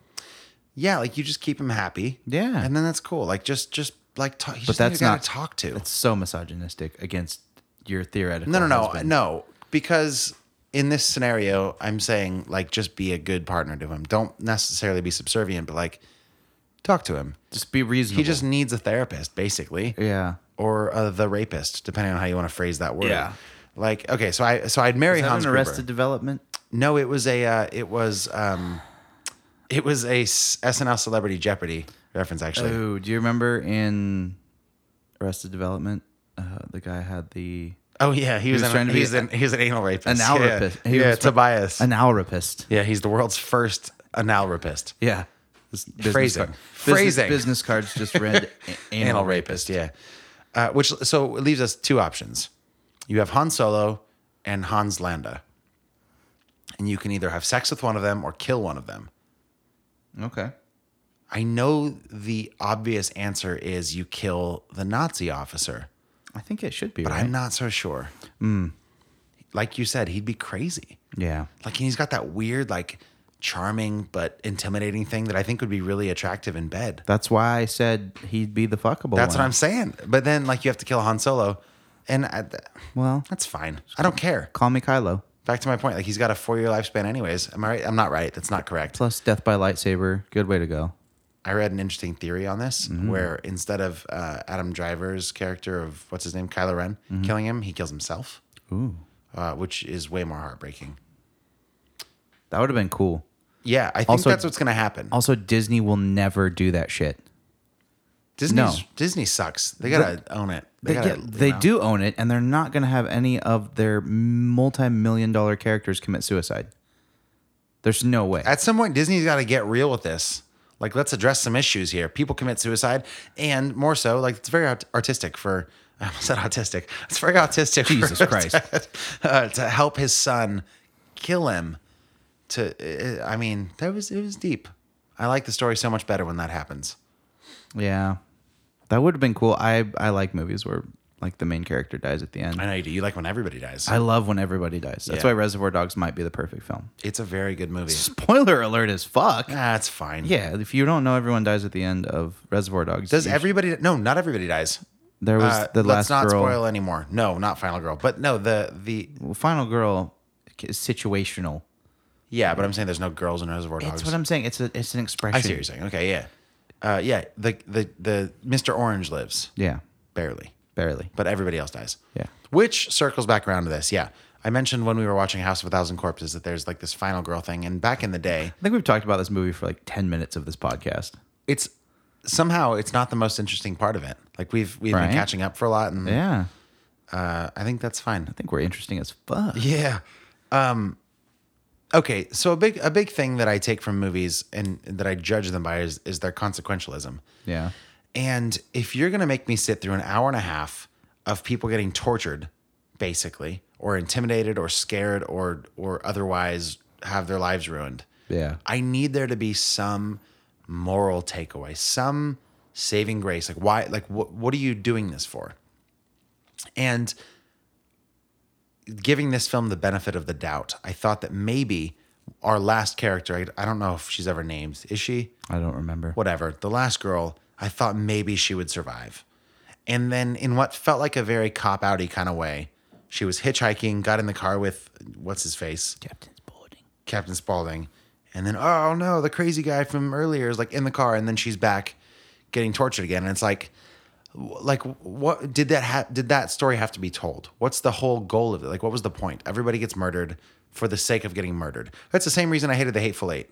Speaker 1: yeah, like you just keep him happy.
Speaker 2: Yeah.
Speaker 1: And then that's cool. Like just, just like, talk, he's
Speaker 2: But
Speaker 1: just that's
Speaker 2: that's
Speaker 1: not
Speaker 2: not-
Speaker 1: to talk to.
Speaker 2: It's so misogynistic against your theoretical.
Speaker 1: No, no, no,
Speaker 2: husband.
Speaker 1: no. Because in this scenario, I'm saying like, just be a good partner to him. Don't necessarily be subservient, but like talk to him.
Speaker 2: Just be reasonable.
Speaker 1: He just needs a therapist basically.
Speaker 2: yeah.
Speaker 1: Or uh, the rapist, depending on how you want to phrase that word.
Speaker 2: Yeah.
Speaker 1: Like, okay. So I, so I'd marry
Speaker 2: Is that
Speaker 1: Hans
Speaker 2: an
Speaker 1: Gruber.
Speaker 2: arrested development?
Speaker 1: No, it was a uh, it was um, it was a s- SNL Celebrity Jeopardy reference actually.
Speaker 2: Oh, do you remember in Arrested Development? Uh, the guy had the
Speaker 1: oh yeah, he was,
Speaker 2: was
Speaker 1: an,
Speaker 2: trying to be
Speaker 1: he's an he's an anal rapist.
Speaker 2: an
Speaker 1: yeah.
Speaker 2: alrapist.
Speaker 1: Yeah, Tobias.
Speaker 2: An alrapist.
Speaker 1: yeah, he's the world's first anal rapist.
Speaker 2: Yeah. This business
Speaker 1: Phrasing.
Speaker 2: card- business-
Speaker 1: Phrasing.
Speaker 2: Business
Speaker 1: <laughs>
Speaker 2: cards just read a- anal,
Speaker 1: Anal
Speaker 2: rape.
Speaker 1: rapist, yeah. Uh, which so it leaves us two options. You have Han Solo and Hans Landa, and you can either have sex with one of them or kill one of them.
Speaker 2: Okay.
Speaker 1: I know the obvious answer is you kill the Nazi officer,
Speaker 2: I think it should be.
Speaker 1: but
Speaker 2: right? Hmm.
Speaker 1: I'm not so sure. Like you said, he'd be crazy.
Speaker 2: Yeah.
Speaker 1: Like he's got that weird, like charming but intimidating thing that I think would be really attractive in bed.
Speaker 2: That's why I said he'd be the fuckable.
Speaker 1: That's what
Speaker 2: one.
Speaker 1: I'm saying. But then like you have to kill Han Solo, and I, th-
Speaker 2: Well,
Speaker 1: that's fine. I don't care.
Speaker 2: call me Kylo.
Speaker 1: Back to my point. Like he's got a four year lifespan, anyways. Am I right? I'm not right. That's not correct.
Speaker 2: Plus, death by lightsaber. Good way to go.
Speaker 1: I read an interesting theory on this,
Speaker 2: Mm-hmm.
Speaker 1: where instead of uh, Adam Driver's character of what's his name, Kylo Ren, killing him, he kills himself,
Speaker 2: Mm-hmm. Ooh,
Speaker 1: uh, which is way more heartbreaking.
Speaker 2: that would have been cool.
Speaker 1: Yeah, I think
Speaker 2: Also-
Speaker 1: that's what's gonna happen.
Speaker 2: Also, Disney will never do that shit.
Speaker 1: Disney,
Speaker 2: no.
Speaker 1: Disney sucks. They gotta own it.
Speaker 2: They,
Speaker 1: gotta,
Speaker 2: get-
Speaker 1: you
Speaker 2: they
Speaker 1: know.
Speaker 2: do own it, and they're not going to have any of their multi-million dollar characters commit suicide. There's no way.
Speaker 1: At some point, Disney's got to get real with this. Like, let's address some issues here. People commit suicide, and more so, like it's very art- artistic for. <laughs> I almost said autistic. It's very autistic. for-
Speaker 2: Jesus Christ.
Speaker 1: <laughs> uh, to help his son kill him. To uh, I mean, that was it was deep. I like the story so much better when that happens.
Speaker 2: yeah, that would have been cool. I I like movies where like the main character dies at the end.
Speaker 1: I know you do. You like when everybody dies.
Speaker 2: I love when everybody dies. That's
Speaker 1: Yeah.
Speaker 2: why Reservoir Dogs might be the perfect film.
Speaker 1: it's a very good movie.
Speaker 2: Spoiler alert as fuck.
Speaker 1: That's fine.
Speaker 2: Yeah, if you don't know, everyone dies at the end of Reservoir Dogs.
Speaker 1: Does
Speaker 2: You sh-
Speaker 1: everybody? No, not everybody dies.
Speaker 2: there was
Speaker 1: Uh,
Speaker 2: the
Speaker 1: let's
Speaker 2: last
Speaker 1: not
Speaker 2: girl?
Speaker 1: spoil anymore. No, not Final Girl. But no, the the
Speaker 2: Well, Final girl is situational.
Speaker 1: yeah. But I'm saying there's no girls in Reservoir Dogs.
Speaker 2: That's what I'm saying. It's a it's an expression.
Speaker 1: I see what you're saying. Okay, yeah, uh, yeah. The the the Mr. Orange lives
Speaker 2: Yeah,
Speaker 1: barely,
Speaker 2: barely.
Speaker 1: but everybody else dies.
Speaker 2: Yeah.
Speaker 1: which circles back around to this. Yeah, I mentioned when we were watching House of a Thousand Corpses that there's like this final girl thing, and back in the day,
Speaker 2: I think we've talked about this movie for like ten minutes of this podcast.
Speaker 1: it's somehow it's not the most interesting part of it. Like we've we've
Speaker 2: Right.
Speaker 1: been catching up for a lot, and
Speaker 2: Yeah,
Speaker 1: uh, I think that's fine.
Speaker 2: I think we're interesting as fuck.
Speaker 1: Yeah. Um, okay. So a big a big thing that I take from movies and that I judge them by is is their consequentialism.
Speaker 2: Yeah,
Speaker 1: And if you're going to make me sit through an hour and a half of people getting tortured, basically, or intimidated or scared or or otherwise have their lives ruined,
Speaker 2: yeah.
Speaker 1: I need there to be some moral takeaway, some saving grace. Like why like what what are you doing this for? And giving this film the benefit of the doubt, I thought that maybe our last character, I, I don't know if she's ever named, is she?
Speaker 2: I don't remember.
Speaker 1: whatever, the last girl, I thought maybe she would survive. And then, in what felt like a very cop outy kind of way, she was hitchhiking, got in the car with what's his face,
Speaker 2: Captain's boarding.
Speaker 1: Captain Spaulding. And then, oh no, the crazy guy from earlier is like in the car, and then she's back getting tortured again. And it's like, w- like what did that ha- did that story have to be told? What's the whole goal of it? Like, what was the point? Everybody gets murdered for the sake of getting murdered. That's the same reason I hated the Hateful Eight.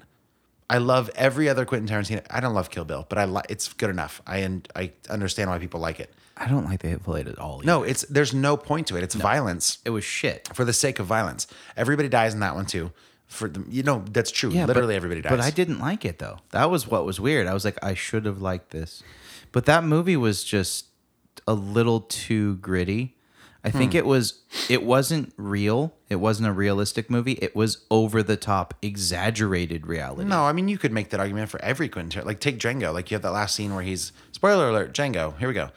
Speaker 1: I love every other Quentin Tarantino. I don't love Kill Bill, but I li- it's good enough. I and I understand why people like it.
Speaker 2: I don't like the Hateful Eight at all. either.
Speaker 1: No, it's there's no point to it. It's violence
Speaker 2: it was shit.
Speaker 1: for the sake of violence. Everybody dies in that one too. For the, you know that's true.
Speaker 2: but-
Speaker 1: Literally everybody dies.
Speaker 2: But I didn't like it though. That was what was weird. I was like, I should have liked this, but that movie was just a little too gritty. I
Speaker 1: Hmm.
Speaker 2: think it was. It wasn't real. It wasn't a realistic movie. It was over the top, exaggerated reality.
Speaker 1: No, I mean you could make that argument for every Quentin. Tar- Like take Django. Like you have that last scene where he's spoiler alert Django. Here we go.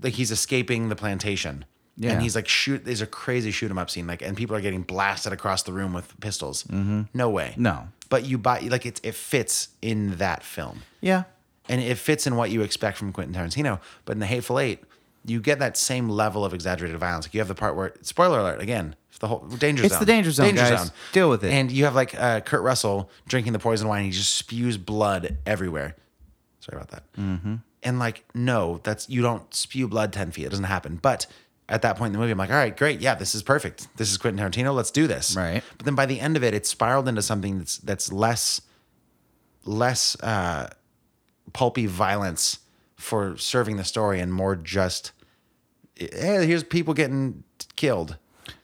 Speaker 1: Like he's escaping the plantation.
Speaker 2: Yeah.
Speaker 1: And he's like shoot. There's a crazy shoot 'em up scene. Like and people are getting blasted across the room with pistols. No way.
Speaker 2: Mm-hmm. No.
Speaker 1: But you buy like it. It fits in that film.
Speaker 2: Yeah.
Speaker 1: and it fits in what you expect from Quentin Tarantino. But in The Hateful Eight, you get that same level of exaggerated violence. Like you have the part where spoiler alert again, it's the whole danger
Speaker 2: It's
Speaker 1: zone.
Speaker 2: the danger zone, guys. Deal with it.
Speaker 1: And you have like uh, Kurt Russell drinking the poison wine. He just spews blood everywhere. Sorry about that. Mm-hmm. And like, no, that's you don't spew blood ten feet. It doesn't happen. But at that point in the movie, I'm like, all right, great, yeah, this is perfect. This is Quentin Tarantino. Let's do this.
Speaker 2: Right.
Speaker 1: But then by the end of it, it spiraled into something that's that's less less uh, pulpy violence for serving the story and more just hey, here's people getting killed.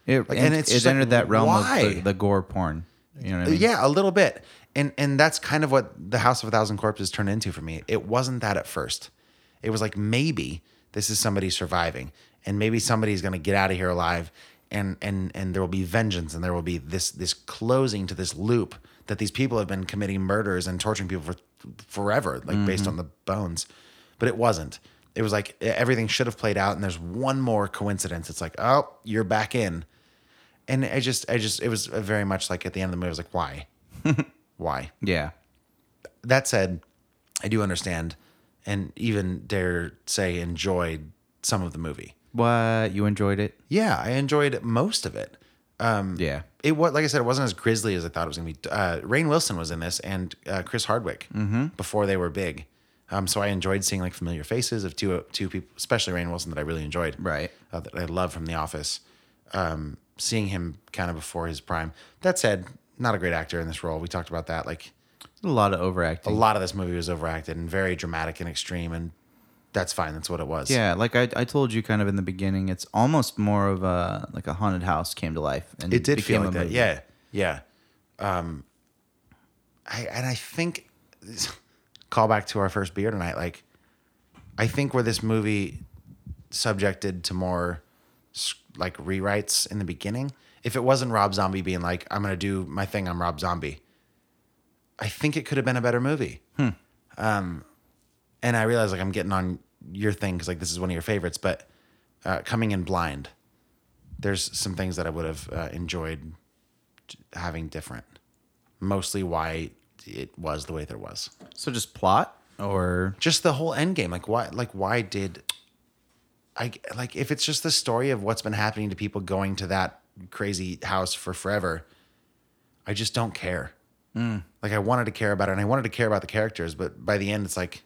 Speaker 2: It,
Speaker 1: Like,
Speaker 2: and
Speaker 1: and it's
Speaker 2: it
Speaker 1: just
Speaker 2: entered
Speaker 1: like,
Speaker 2: that realm
Speaker 1: why? Uh,
Speaker 2: of the, the gore porn. You know what I mean?
Speaker 1: Yeah, a little bit. and and that's kind of what the House of a Thousand Corpses turned into for me. It wasn't that at first. It was like maybe this is somebody surviving, and maybe somebody's gonna get out of here alive, and and and there will be vengeance, and there will be this this closing to this loop that these people have been committing murders and torturing people for forever, like
Speaker 2: Mm-hmm.
Speaker 1: based on the bones. But it wasn't. It was like e-, everything should have played out, and there's one more coincidence. It's like, oh, you're back in, and I just, I just, it was very much like at the end of the movie, I was like, why, <laughs> why?
Speaker 2: Yeah.
Speaker 1: that said, I do understand and even dare say enjoyed some of the movie.
Speaker 2: What you enjoyed it?
Speaker 1: Yeah, I enjoyed most of it. Hmm.
Speaker 2: yeah.
Speaker 1: It was like I said, it wasn't as grisly as I thought it was gonna be. Uh, Rain Wilson was in this, and uh, Chris Hardwick before they were big. Um, so I enjoyed seeing like familiar faces of two uh, two people, especially Rain Wilson that I really enjoyed,
Speaker 2: Right.
Speaker 1: Uh, that I love from The Office. Um, seeing him kind of before his prime. That said, not a great actor in this role. We talked about that. Like
Speaker 2: A lot of
Speaker 1: a
Speaker 2: overacting.
Speaker 1: lot of this movie was overacted and very dramatic and extreme, and that's fine. That's what it was.
Speaker 2: Yeah, like I, I told you kind of in the beginning, it's almost more of a like a haunted house came to life and
Speaker 1: It did feel
Speaker 2: became
Speaker 1: like
Speaker 2: a
Speaker 1: that.
Speaker 2: movie.
Speaker 1: Yeah. Yeah. Um, I, and I think, call back to our first beer tonight. Like, I think where this movie subjected to more s- like rewrites in the beginning, if it wasn't Rob Zombie being like, I'm going to do my thing, I'm Rob Zombie, I think it could have been a better movie.
Speaker 2: Hmm.
Speaker 1: Um, and I realize like I'm getting on your thing because like this is one of your favorites, but uh, coming in blind, there's some things that I would have uh, enjoyed t- having different. Mostly why it was the way there was.
Speaker 2: So just plot or
Speaker 1: Just the whole end game. Like why? Like why did I like if it's just the story of what's been happening to people going to that crazy house for forever? I just don't care. Like I wanted to care about it, and I wanted to care about the characters, but by the end, it's like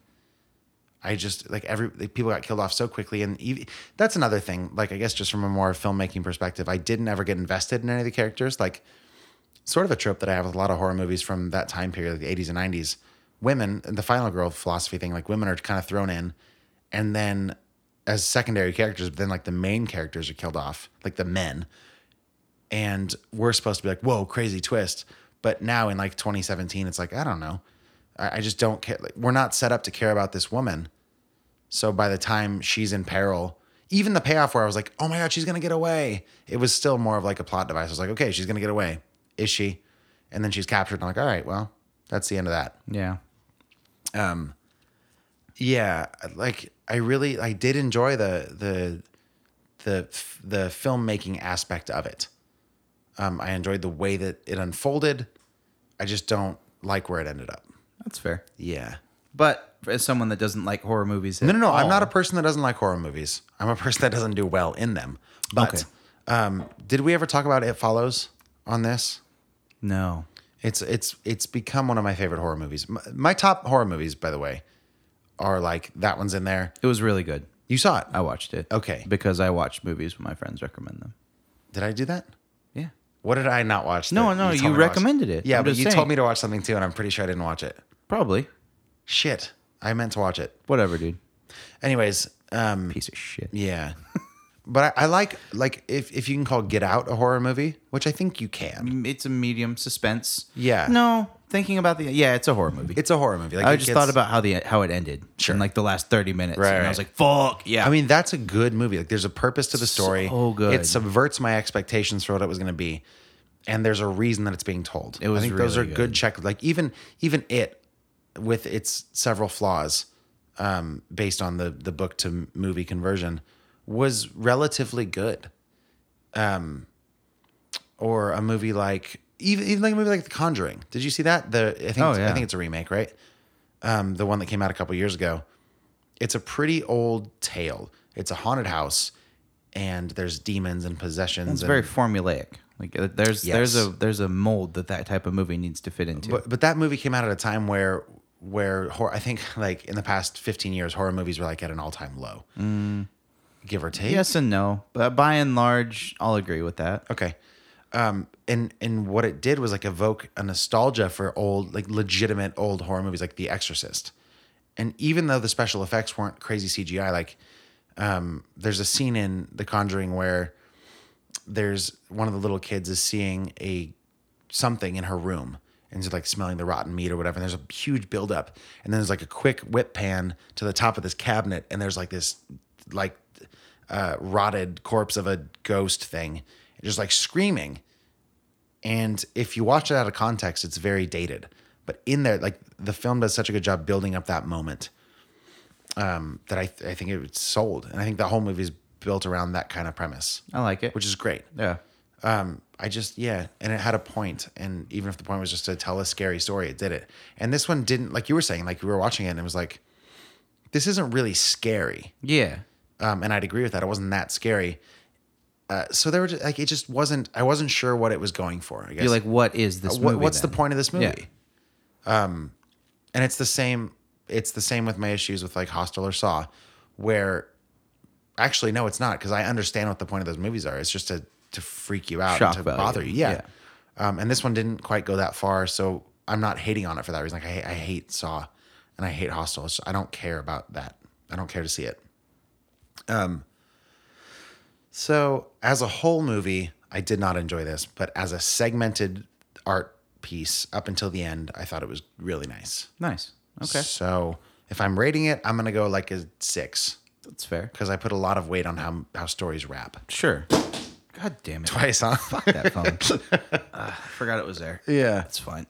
Speaker 1: I just like every like, people got killed off so quickly, and ev that's another thing. Like I guess just from a more filmmaking perspective, I didn't ever get invested in any of the characters. Like sort of a trope that I have with a lot of horror movies from that time period, like the 80s and 90s. Women, the final girl philosophy thing, like women are kind of thrown in, and then as secondary characters, but then like the main characters are killed off, like the men and we're supposed to be like, whoa, crazy twist. But now in like 2017, it's like, I don't know. I, I just don't care. Like, we're not set up to care about this woman. So by the time she's in peril, even the payoff where I was like, oh my God, she's going to get away, it was still more of like a plot device. I was like, okay, she's going to get away. Is she? And then she's captured. And I'm like, all right, well, that's the end of that.
Speaker 2: yeah.
Speaker 1: Yeah, like I really I did enjoy the the the f- the filmmaking aspect of it. Um, I enjoyed the way that it unfolded. I just don't like where it ended up.
Speaker 2: That's fair.
Speaker 1: Yeah.
Speaker 2: But as someone that doesn't like horror movies,
Speaker 1: No, no, no. I'm not a
Speaker 2: Oh.
Speaker 1: person that doesn't like horror movies. I'm a person that doesn't do well in them. But
Speaker 2: Okay.
Speaker 1: um, did we ever talk about It Follows on this?
Speaker 2: no.
Speaker 1: It's it's it's become one of my favorite horror movies. My, my top horror movies, by the way, are like that one's in there.
Speaker 2: It was really good.
Speaker 1: You saw it.
Speaker 2: I watched it.
Speaker 1: Okay.
Speaker 2: Because I watch movies when my friends recommend them.
Speaker 1: Did I do that?
Speaker 2: Yeah.
Speaker 1: What did I not watch?
Speaker 2: No,
Speaker 1: that
Speaker 2: no,
Speaker 1: told
Speaker 2: you
Speaker 1: me to watch?
Speaker 2: recommended it.
Speaker 1: Yeah,
Speaker 2: I'm
Speaker 1: but
Speaker 2: just
Speaker 1: you
Speaker 2: saying.
Speaker 1: told me to watch something too, and I'm pretty sure I didn't watch it.
Speaker 2: Probably.
Speaker 1: Shit, I meant to watch it.
Speaker 2: Whatever, dude.
Speaker 1: Anyways, um,
Speaker 2: Piece of shit. <laughs>
Speaker 1: yeah, but I, I like like if if you can call Get Out a horror movie, which I think you can.
Speaker 2: It's a medium suspense.
Speaker 1: Yeah.
Speaker 2: No, thinking about the yeah, it's a horror movie.
Speaker 1: It's a horror movie. Like
Speaker 2: I
Speaker 1: it
Speaker 2: just
Speaker 1: gets-
Speaker 2: thought about how the how it ended. Sure. In like the last thirty minutes,
Speaker 1: Right,
Speaker 2: and I
Speaker 1: right.
Speaker 2: was like, "Fuck yeah!"
Speaker 1: I mean, that's a good movie. Like, there's a purpose to the story.
Speaker 2: So good.
Speaker 1: It subverts my expectations for what it was going to be, and there's a reason that it's being told. It
Speaker 2: was
Speaker 1: I think those are
Speaker 2: really
Speaker 1: good.
Speaker 2: good.
Speaker 1: check. Like even even it, with its several flaws, um, based on the the book to m- movie conversion, was relatively good. Um, or a movie like even even like a movie like The Conjuring. Did you see that? The I think
Speaker 2: Oh,
Speaker 1: it's- I
Speaker 2: yeah.
Speaker 1: think it's a remake, right? Um, the one that came out a couple years ago it's a pretty old tale. It's a haunted house, and there's demons and possessions.
Speaker 2: it's
Speaker 1: and,
Speaker 2: very formulaic. Like uh, there's
Speaker 1: Yes.
Speaker 2: there's a there's a mold that that type of movie needs to fit into.
Speaker 1: but but that movie came out at a time where where horror. I think <laughs> like in the past 15 years, horror movies were like at an all time low, give or take.
Speaker 2: Mm. yes and no, but by and large, I'll agree with that.
Speaker 1: Okay. Um, and and what it did was like evoke a nostalgia for old, like legitimate old horror movies, like The Exorcist. And even though the special effects weren't crazy CGI, like um, there's a scene in The Conjuring where there's one of the little kids is seeing a something in her room, and you're like smelling the rotten meat or whatever. And there's a huge buildup, and then there's like a quick whip pan to the top of this cabinet, and there's like this like uh, rotted corpse of a ghost thing, just like screaming. And if you watch it out of context, it's very dated. But in there, like the film does such a good job building up that moment um, that I, I think it's sold. And I think the whole movie is built around that kind of premise,
Speaker 2: I like it.
Speaker 1: which is great.
Speaker 2: yeah.
Speaker 1: Um, I just, yeah. And it had a point, And even if the point was just to tell a scary story, it did it. And this one didn't, like you were saying, like you were watching it and it was like, this isn't really scary
Speaker 2: Yeah.
Speaker 1: um, and I'd agree with that. It wasn't that scary. Uh, so there were just, like it just wasn't. I wasn't sure what it was going for. I guess.
Speaker 2: You're like, what is this
Speaker 1: Uh, what,
Speaker 2: movie
Speaker 1: what's
Speaker 2: then?
Speaker 1: the point of this movie?
Speaker 2: Yeah.
Speaker 1: Um, and it's the same. It's the same with my issues with like Hostel or Saw, where actually no, it's not because I understand what the point of those movies are. It's just to to freak you out, and
Speaker 2: Shock
Speaker 1: to
Speaker 2: value.
Speaker 1: bother you. Yeah. Um, and this one didn't quite go that far, so I'm not hating on it for that reason. Like I, I hate Saw, and I hate Hostel. It's- I don't care about that. I don't care to see it. Um, So, as a whole movie, I did not enjoy this, but as a segmented art piece up until the end, I thought it was really nice.
Speaker 2: Nice. Okay.
Speaker 1: So, if I'm rating it, I'm going to go like a six
Speaker 2: That's fair.
Speaker 1: because I put a lot of weight on how, how stories wrap.
Speaker 2: Sure. God damn
Speaker 1: <laughs>
Speaker 2: it.
Speaker 1: Twice, huh? <laughs>
Speaker 2: That phone. Ah, I forgot it was there.
Speaker 1: Yeah.
Speaker 2: That's fine.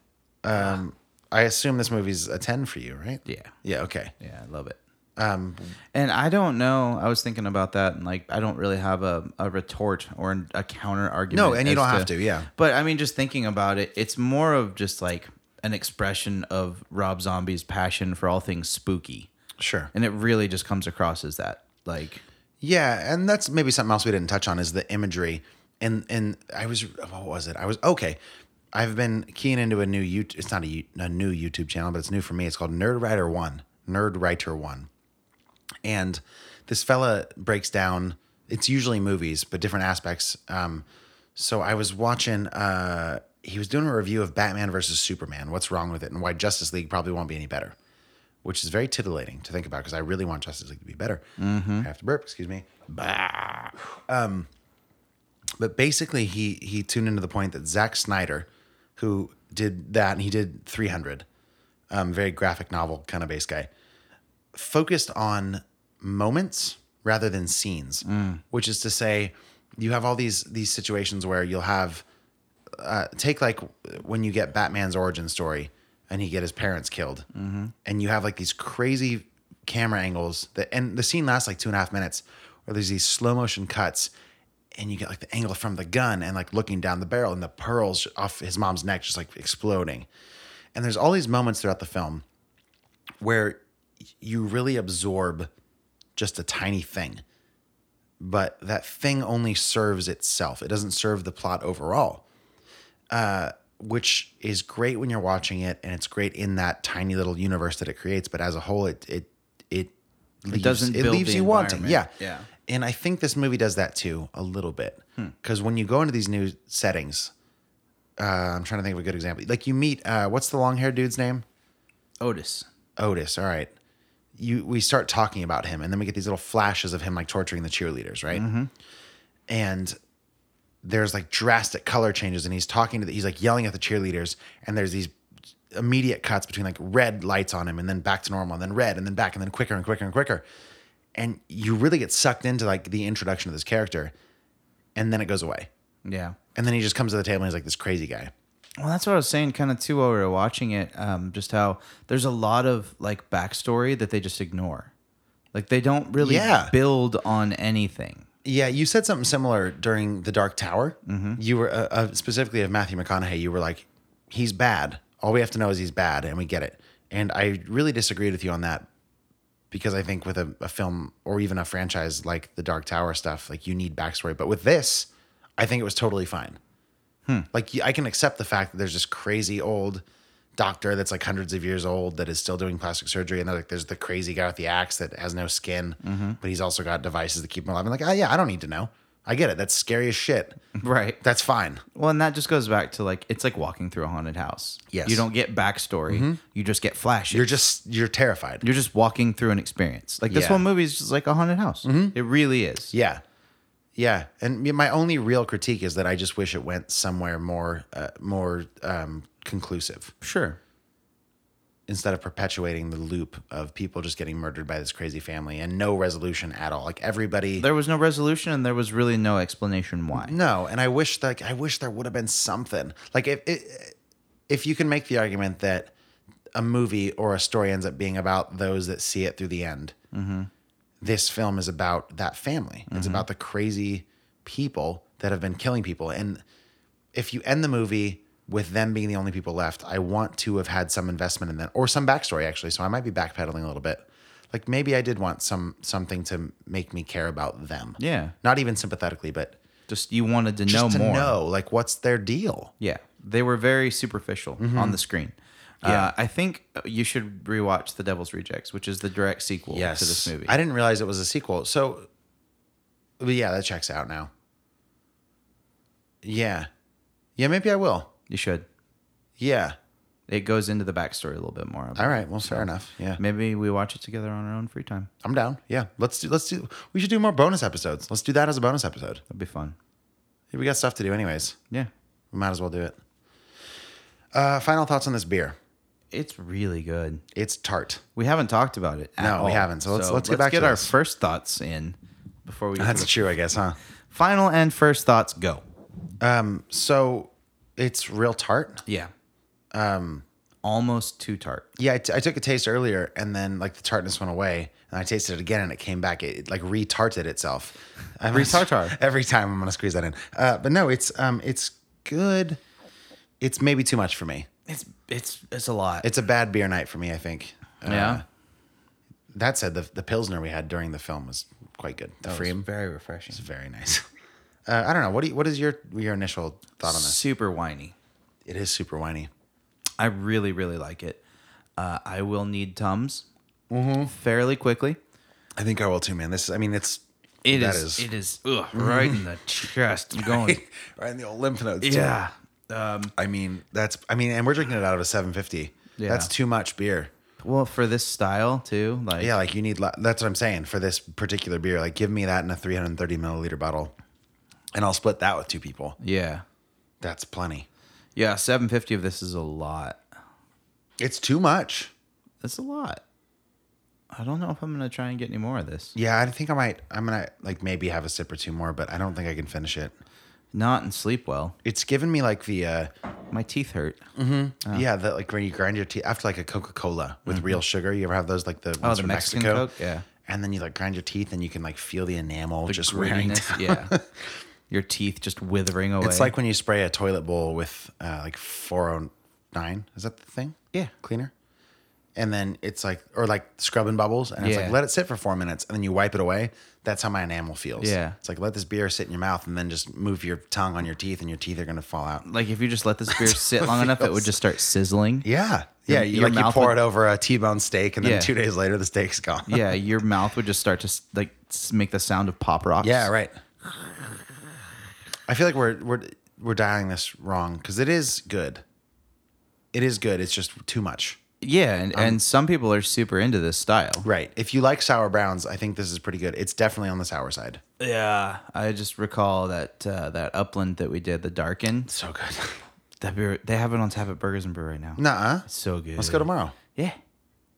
Speaker 1: I assume this movie's a 10 for you, right?
Speaker 2: Yeah.
Speaker 1: Yeah, okay.
Speaker 2: Yeah, I love it.
Speaker 1: Um,
Speaker 2: And I don't know. I was thinking about that, and like, I don't really have a, a retort or an- a counter argument.
Speaker 1: No, and you
Speaker 2: as
Speaker 1: don't have to, yeah.
Speaker 2: But I mean, just thinking about it, it's more of just like an expression of Rob Zombie's passion for all things spooky,
Speaker 1: Sure.
Speaker 2: and it really just comes across as that. Like,
Speaker 1: Yeah, and that's maybe something else we didn't touch on is the imagery. And and I was what was it? I was okay. I've been keying into a new YouTube. It's not a, you- a new YouTube channel, but it's new for me. It's called Nerd Writer One. Nerd Writer One. And this fella breaks down. It's usually movies, but different aspects. Um, so I was watching. Uh, he was doing a review of Batman versus Superman. What's wrong with it, and why Justice League probably won't be any better which is very titillating to think about because I really want Justice League to be better. I have to burp, excuse me. Bah. Um, but basically, he he tuned into the point that Zack Snyder, who did that, and he did 300, um, very graphic novel kind of base guy, focused on moments rather than scenes, which is to say, you have all these these situations where you'll have uh, take like when you get Batman's origin story and he get his parents killed, and you have like these crazy camera angles that, and the scene lasts like two and a half minutes, where there's these slow motion cuts, and you get like the angle from the gun and like looking down the barrel and the pearls off his mom's neck just like exploding, and there's all these moments throughout the film where you really absorb just a tiny thing. But that thing only serves itself. It doesn't serve the plot overall uh, which is great when you're watching it and it's great in that tiny little universe that it creates but as a whole it it it leaves,
Speaker 2: doesn't build the
Speaker 1: you wanting yeah
Speaker 2: environment. Yeah. Hmm.
Speaker 1: and i think this movie does that too a little bit because when you go into these new settings uh, i'm trying to think of a good example like you meet uh, what's the long-haired dude's name
Speaker 2: Otis.
Speaker 1: Otis, all right. You we start talking about him, and then we get these little flashes of him like torturing the cheerleaders, right? And there's like drastic color changes, and he's talking to the, he's like yelling at the cheerleaders, and there's these immediate cuts between like red lights on him, and then back to normal, and then red, and then back, and then quicker and quicker and quicker, and you really get sucked into like the introduction of this character, and then it goes away,
Speaker 2: Yeah.
Speaker 1: and then he just comes to the table and he's like this crazy guy.
Speaker 2: Well, that's what I was saying, kind of too, while we were watching it. Um, just how there's a lot of like backstory that they just ignore. Like they don't really
Speaker 1: Yeah.
Speaker 2: build on anything.
Speaker 1: Yeah, you said something similar during the Dark Tower. You were uh, uh, specifically of Matthew McConaughey. You were like, "He's bad. All we have to know is he's bad, and we get it." And I really disagreed with you on that because I think with a, a film or even a franchise like the Dark Tower stuff, like you need backstory. But with this, I think it was totally fine. Like y- I can accept the fact that there's this crazy old doctor that's like hundreds of years old that is still doing plastic surgery, and then like there's the crazy guy with the axe that has no skin, but he's also got devices that keep him alive. I'm like, oh yeah, I don't need to know. I get it. That's scary as shit.
Speaker 2: Right.
Speaker 1: That's fine.
Speaker 2: Well, and that just goes back to like it's like walking through a haunted house.
Speaker 1: Yes. Mm-hmm.
Speaker 2: You don't get backstory. You just get flashes.
Speaker 1: You're just you're terrified.
Speaker 2: you're just walking through an experience. Like
Speaker 1: Yeah.
Speaker 2: this
Speaker 1: Mm-hmm.
Speaker 2: whole movie is just like a haunted house. It really is.
Speaker 1: Yeah. Yeah. And me- my only real critique is that I just wish it went somewhere more, uh, more um, conclusive
Speaker 2: Sure.
Speaker 1: instead of perpetuating the loop of people just getting murdered by this crazy family and no resolution at all. Like everybody
Speaker 2: There was no resolution and there was really no explanation why.
Speaker 1: No, and I wish like I wish there would have been something. Like if it, if you can make the argument that a movie or a story ends up being about those that see it through the end,
Speaker 2: Mm-hmm.
Speaker 1: this film is about that family. It's about the crazy people that have been killing people. And if you end the movie with them being the only people left, I want to have had some investment in that or some backstory actually. So I might be backpedaling a little bit. Like maybe I did want some something to make me care about them.
Speaker 2: Yeah.
Speaker 1: Not even sympathetically, but
Speaker 2: Just you wanted to
Speaker 1: just
Speaker 2: know
Speaker 1: to
Speaker 2: more.
Speaker 1: know like what's their deal.
Speaker 2: Yeah, they were very superficial
Speaker 1: Mm-hmm.
Speaker 2: on the screen. Uh, I think you should rewatch The Devil's Rejects, which is the direct sequel to this movie.
Speaker 1: I didn't realize it was a sequel. So, but yeah, that checks out now. Yeah. Yeah, maybe I will.
Speaker 2: you should.
Speaker 1: Yeah.
Speaker 2: It goes into the backstory a little bit more.
Speaker 1: All right. Well, fair enough. Yeah.
Speaker 2: Maybe we watch it together on our own free time.
Speaker 1: I'm down. Yeah. Let's do, let's do, we should do more bonus episodes. Let's do that as a bonus episode.
Speaker 2: That'd be fun.
Speaker 1: We got stuff to do, anyways.
Speaker 2: Yeah,
Speaker 1: We might as well do it. Uh, final thoughts on this beer.
Speaker 2: it's really good.
Speaker 1: It's tart.
Speaker 2: We haven't talked about it. At
Speaker 1: No, we
Speaker 2: all.
Speaker 1: haven't. So let's- let's get back to
Speaker 2: our
Speaker 1: this.
Speaker 2: first thoughts in before we. Get to
Speaker 1: That's
Speaker 2: the
Speaker 1: true, I guess, huh?
Speaker 2: final and first thoughts go.
Speaker 1: So it's real tart.
Speaker 2: Yeah. Um, almost too tart.
Speaker 1: Yeah, I, t- I took a taste earlier, and then like the tartness went away, and I tasted it again, and it came back. It, it, like retarted itself. <laughs> I'm gonna-
Speaker 2: Retartar.
Speaker 1: every time I'm gonna squeeze that in. Uh, but no, it's um, it's good. It's maybe too much for me.
Speaker 2: It's it's it's a lot.
Speaker 1: It's a bad beer night for me. I think. Uh,
Speaker 2: yeah.
Speaker 1: That said, the the pilsner we had during the film was quite good. The
Speaker 2: It's
Speaker 1: Freem
Speaker 2: very refreshing.
Speaker 1: was very nice. <laughs> Uh, I don't know. What do you, what is your your initial thought on this?
Speaker 2: Super whiny.
Speaker 1: It is super whiny.
Speaker 2: I really, really like it. Uh, I will need Tums
Speaker 1: Mm-hmm.
Speaker 2: fairly quickly.
Speaker 1: I think I will too, man. This is, I mean, it's <laughs>
Speaker 2: It
Speaker 1: That is-
Speaker 2: is, It is ugh, right in the chest.
Speaker 1: <laughs>
Speaker 2: I'm going.
Speaker 1: right in the old lymph nodes. too.
Speaker 2: yeah.
Speaker 1: I mean, that's I mean, and we're drinking it out of a 750.
Speaker 2: Yeah.
Speaker 1: That's too much beer.
Speaker 2: Well, for this style too, like
Speaker 1: Yeah, like you need. lo- That's what I'm saying for this particular beer. Like, give me that in a 330 milliliter bottle, and I'll split that with two people.
Speaker 2: yeah,
Speaker 1: That's plenty.
Speaker 2: yeah. Seven fifty of this is a lot.
Speaker 1: It's too much.
Speaker 2: That's a lot. I don't know if I'm gonna try and get any more of this.
Speaker 1: Yeah, I think I might. I'm gonna like maybe have a sip or two more, but I don't think I can finish it.
Speaker 2: Not and sleep well.
Speaker 1: It's given me like the uh
Speaker 2: My teeth hurt. Oh.
Speaker 1: yeah that like when you grind your teeth after like a Coca Cola with real sugar. You ever have those like the ones
Speaker 2: Mm-hmm. Oh, the
Speaker 1: from
Speaker 2: Mexican
Speaker 1: Mexico?
Speaker 2: Coke? Yeah.
Speaker 1: And then you like grind your teeth and you can like feel the enamel just wearing
Speaker 2: Grittiness,
Speaker 1: down. <laughs>
Speaker 2: Yeah. Your teeth just withering away.
Speaker 1: It's like when you spray a toilet bowl with uh, like 409. Is that the thing?
Speaker 2: Yeah.
Speaker 1: Cleaner. And then it's like, or like scrubbing bubbles, and it's
Speaker 2: Yeah.
Speaker 1: like, let it sit for four minutes, and then you wipe it away. That's how my enamel feels.
Speaker 2: Yeah.
Speaker 1: It's like, let this beer sit in your mouth, and then just move your tongue on your teeth, and your teeth are going to fall out.
Speaker 2: like if you just let this
Speaker 1: <laughs>
Speaker 2: beer sit long enough, it would just start sizzling.
Speaker 1: Yeah.
Speaker 2: Your-
Speaker 1: Yeah. You,
Speaker 2: your
Speaker 1: like, you
Speaker 2: mouth
Speaker 1: pour
Speaker 2: would-
Speaker 1: it over a T bone steak, and then
Speaker 2: Yeah.
Speaker 1: two days later, the steak's gone.
Speaker 2: yeah, your mouth would just start to s- like s- make the sound of pop
Speaker 1: <laughs>
Speaker 2: rocks.
Speaker 1: Yeah, right. I feel like we're we're we're dialing this wrong because it is good. It is good. It's just too much.
Speaker 2: Yeah, and,
Speaker 1: Um,
Speaker 2: and some people are super into this style.
Speaker 1: Right. If you like sour browns, I think this is pretty good. It's definitely on the sour side.
Speaker 2: Yeah, I just recall that uh, that Upland that we did, the Darken.
Speaker 1: So good.
Speaker 2: That beer, they have it on tap at Burgers and Brew right now.
Speaker 1: Nuh-uh.
Speaker 2: It's so good.
Speaker 1: Let's go tomorrow.
Speaker 2: Yeah,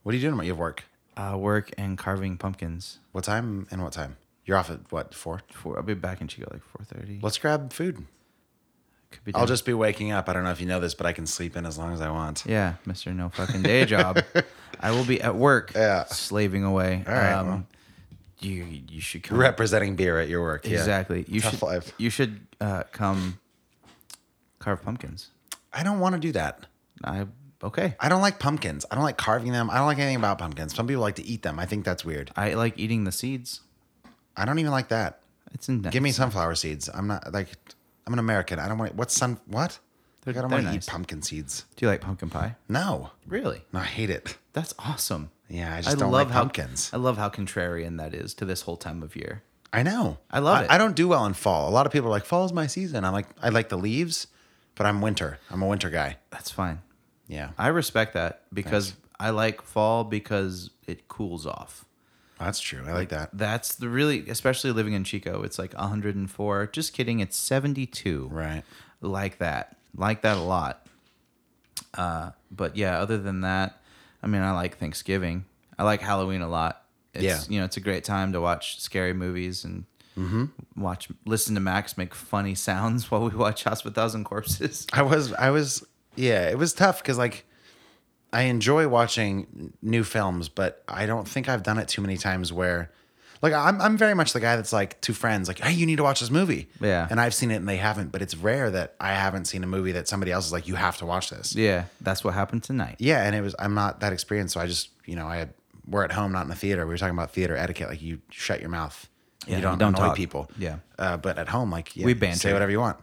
Speaker 1: What are you doing tomorrow? You have work.
Speaker 2: uh, work and carving pumpkins.
Speaker 1: What time and what time? You're off at what, four?
Speaker 2: Four, I'll be back in Chicago like four thirty.
Speaker 1: Let's grab food.
Speaker 2: Could be
Speaker 1: I'll
Speaker 2: done.
Speaker 1: just be waking up. I don't know if you know this, but I can sleep in as long as I want.
Speaker 2: yeah, Mister No Fucking Day
Speaker 1: <laughs>
Speaker 2: Job. I will be at work.
Speaker 1: Yeah.
Speaker 2: slaving away. All
Speaker 1: right, well.
Speaker 2: you you should come.
Speaker 1: Representing beer at your work. yeah.
Speaker 2: Exactly. You
Speaker 1: Tough
Speaker 2: should
Speaker 1: life.
Speaker 2: you should uh, come carve pumpkins.
Speaker 1: I don't want to do that.
Speaker 2: I okay.
Speaker 1: I don't like pumpkins. I don't like carving them. I don't like anything about pumpkins. Some people like to eat them. I think that's weird.
Speaker 2: I like eating the seeds.
Speaker 1: I don't even like that.
Speaker 2: It's in
Speaker 1: Give me sunflower seeds. I'm not like I'm an American. I don't want what's sun what? Like, I don't
Speaker 2: they're
Speaker 1: want to
Speaker 2: nice.
Speaker 1: eat pumpkin seeds.
Speaker 2: Do you like pumpkin pie?
Speaker 1: No.
Speaker 2: Really?
Speaker 1: No, I hate it.
Speaker 2: That's awesome.
Speaker 1: Yeah, I just don't like
Speaker 2: how,
Speaker 1: pumpkins.
Speaker 2: I love how contrarian that is to this whole time of year.
Speaker 1: I know.
Speaker 2: I love it.
Speaker 1: I don't do well in fall. A lot of people are like, fall's my season. I'm like, I like the leaves, but I'm winter. I'm a winter guy.
Speaker 2: That's fine.
Speaker 1: Yeah.
Speaker 2: I respect that because I like fall because it cools off.
Speaker 1: that's true. I like that.
Speaker 2: That's the really, especially living in Chico, it's like 104. Just kidding, it's 72.
Speaker 1: Right.
Speaker 2: Like that. Like that a lot. Uh, but yeah, other than that, I mean, I like Thanksgiving. I like Halloween a lot. It's,
Speaker 1: Yeah.
Speaker 2: you know, it's a great time to watch scary movies and
Speaker 1: Mm-hmm.
Speaker 2: watch, listen to Max make funny sounds <laughs> while we watch House of a Thousand Corpses.
Speaker 1: I was, I was, yeah, it was tough because like I enjoy watching n- new films, but I don't think I've done it too many times where, like, I'm, I'm very much the guy that's like to friends, like, hey, you need to watch this movie.
Speaker 2: Yeah.
Speaker 1: And I've seen it and they haven't, but it's rare that I haven't seen a movie that somebody else is like, you have to watch this.
Speaker 2: Yeah, that's what happened tonight.
Speaker 1: yeah and it was i'm not that experienced so i just you know i had we're at home not in the theater we were talking about theater etiquette like you shut your mouth
Speaker 2: Yeah,
Speaker 1: you don't,
Speaker 2: you don't
Speaker 1: annoy
Speaker 2: talk.
Speaker 1: people
Speaker 2: Yeah.
Speaker 1: uh, but at home like yeah,
Speaker 2: We banter.
Speaker 1: say whatever you want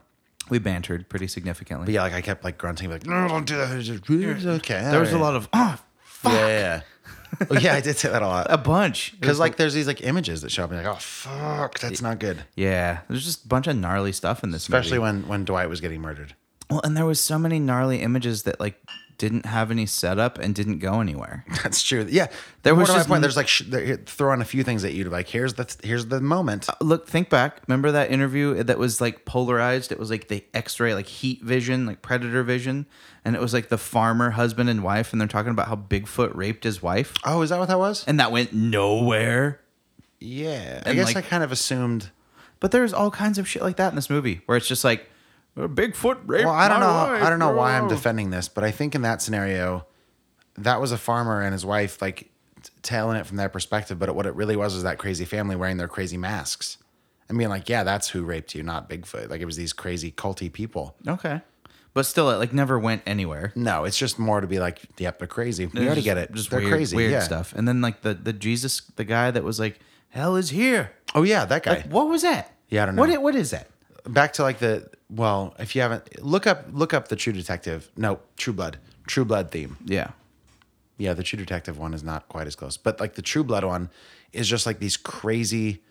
Speaker 2: We bantered pretty significantly.
Speaker 1: but yeah like i kept like grunting like no don't do that It's just- it's okay
Speaker 2: there was a lot of oh,
Speaker 1: of yeah yeah, yeah. <laughs> oh, yeah i did say that a
Speaker 2: <laughs> a
Speaker 1: lot
Speaker 2: bunch
Speaker 1: because like there's these like images that show up and you're like oh fuck that's not good
Speaker 2: yeah, there's just a bunch of gnarly stuff in this,
Speaker 1: especially
Speaker 2: movie.
Speaker 1: when when dwight was getting murdered <laughs>
Speaker 2: well, and there was so many gnarly images that like didn't have any setup and didn't go anywhere.
Speaker 1: that's true yeah
Speaker 2: There
Speaker 1: More
Speaker 2: was
Speaker 1: to my
Speaker 2: just
Speaker 1: point
Speaker 2: n-
Speaker 1: there's like sh- they're throwing a few things at you to like here's the here's the moment
Speaker 2: <laughs> Look, think back. Remember that interview that was like polarized? It was like the X-ray, like heat vision, like predator vision, and it was like the farmer husband and wife, and they're talking about how Bigfoot raped his wife,
Speaker 1: oh is that what that was
Speaker 2: and that went nowhere.
Speaker 1: Yeah, I
Speaker 2: And,
Speaker 1: guess
Speaker 2: like-
Speaker 1: I kind of assumed.
Speaker 2: But there's all kinds of shit like that in this movie where it's just like "Oh, Bigfoot raped.
Speaker 1: Well, I don't
Speaker 2: my
Speaker 1: know.
Speaker 2: wife,
Speaker 1: I don't know why I'm
Speaker 2: bro."
Speaker 1: defending this, but I think in that scenario, that was a farmer and his wife, like t- telling it from their perspective. But what it really was was that crazy family wearing their crazy masks and being like, "Yeah, that's who raped you, not Bigfoot." Like it was these crazy culty people.
Speaker 2: Okay. But still, it like never went anywhere.
Speaker 1: No, it's just more to be like, "Yep, they're crazy. We
Speaker 2: It's
Speaker 1: already
Speaker 2: just-
Speaker 1: get it.
Speaker 2: Just
Speaker 1: they're
Speaker 2: weird,
Speaker 1: crazy.
Speaker 2: weird
Speaker 1: yeah.
Speaker 2: stuff. And then like the the Jesus, the guy that was like, "Hell is here."
Speaker 1: Oh yeah, that guy.
Speaker 2: Like, what was that?
Speaker 1: Yeah, I don't
Speaker 2: What
Speaker 1: know.
Speaker 2: i- what is that?
Speaker 1: back to like the well, if you haven't look up look up the True Detective. No, True Blood. True Blood theme.
Speaker 2: Yeah.
Speaker 1: Yeah, the True Detective one is not quite as close, but like the True Blood one is just like these crazy,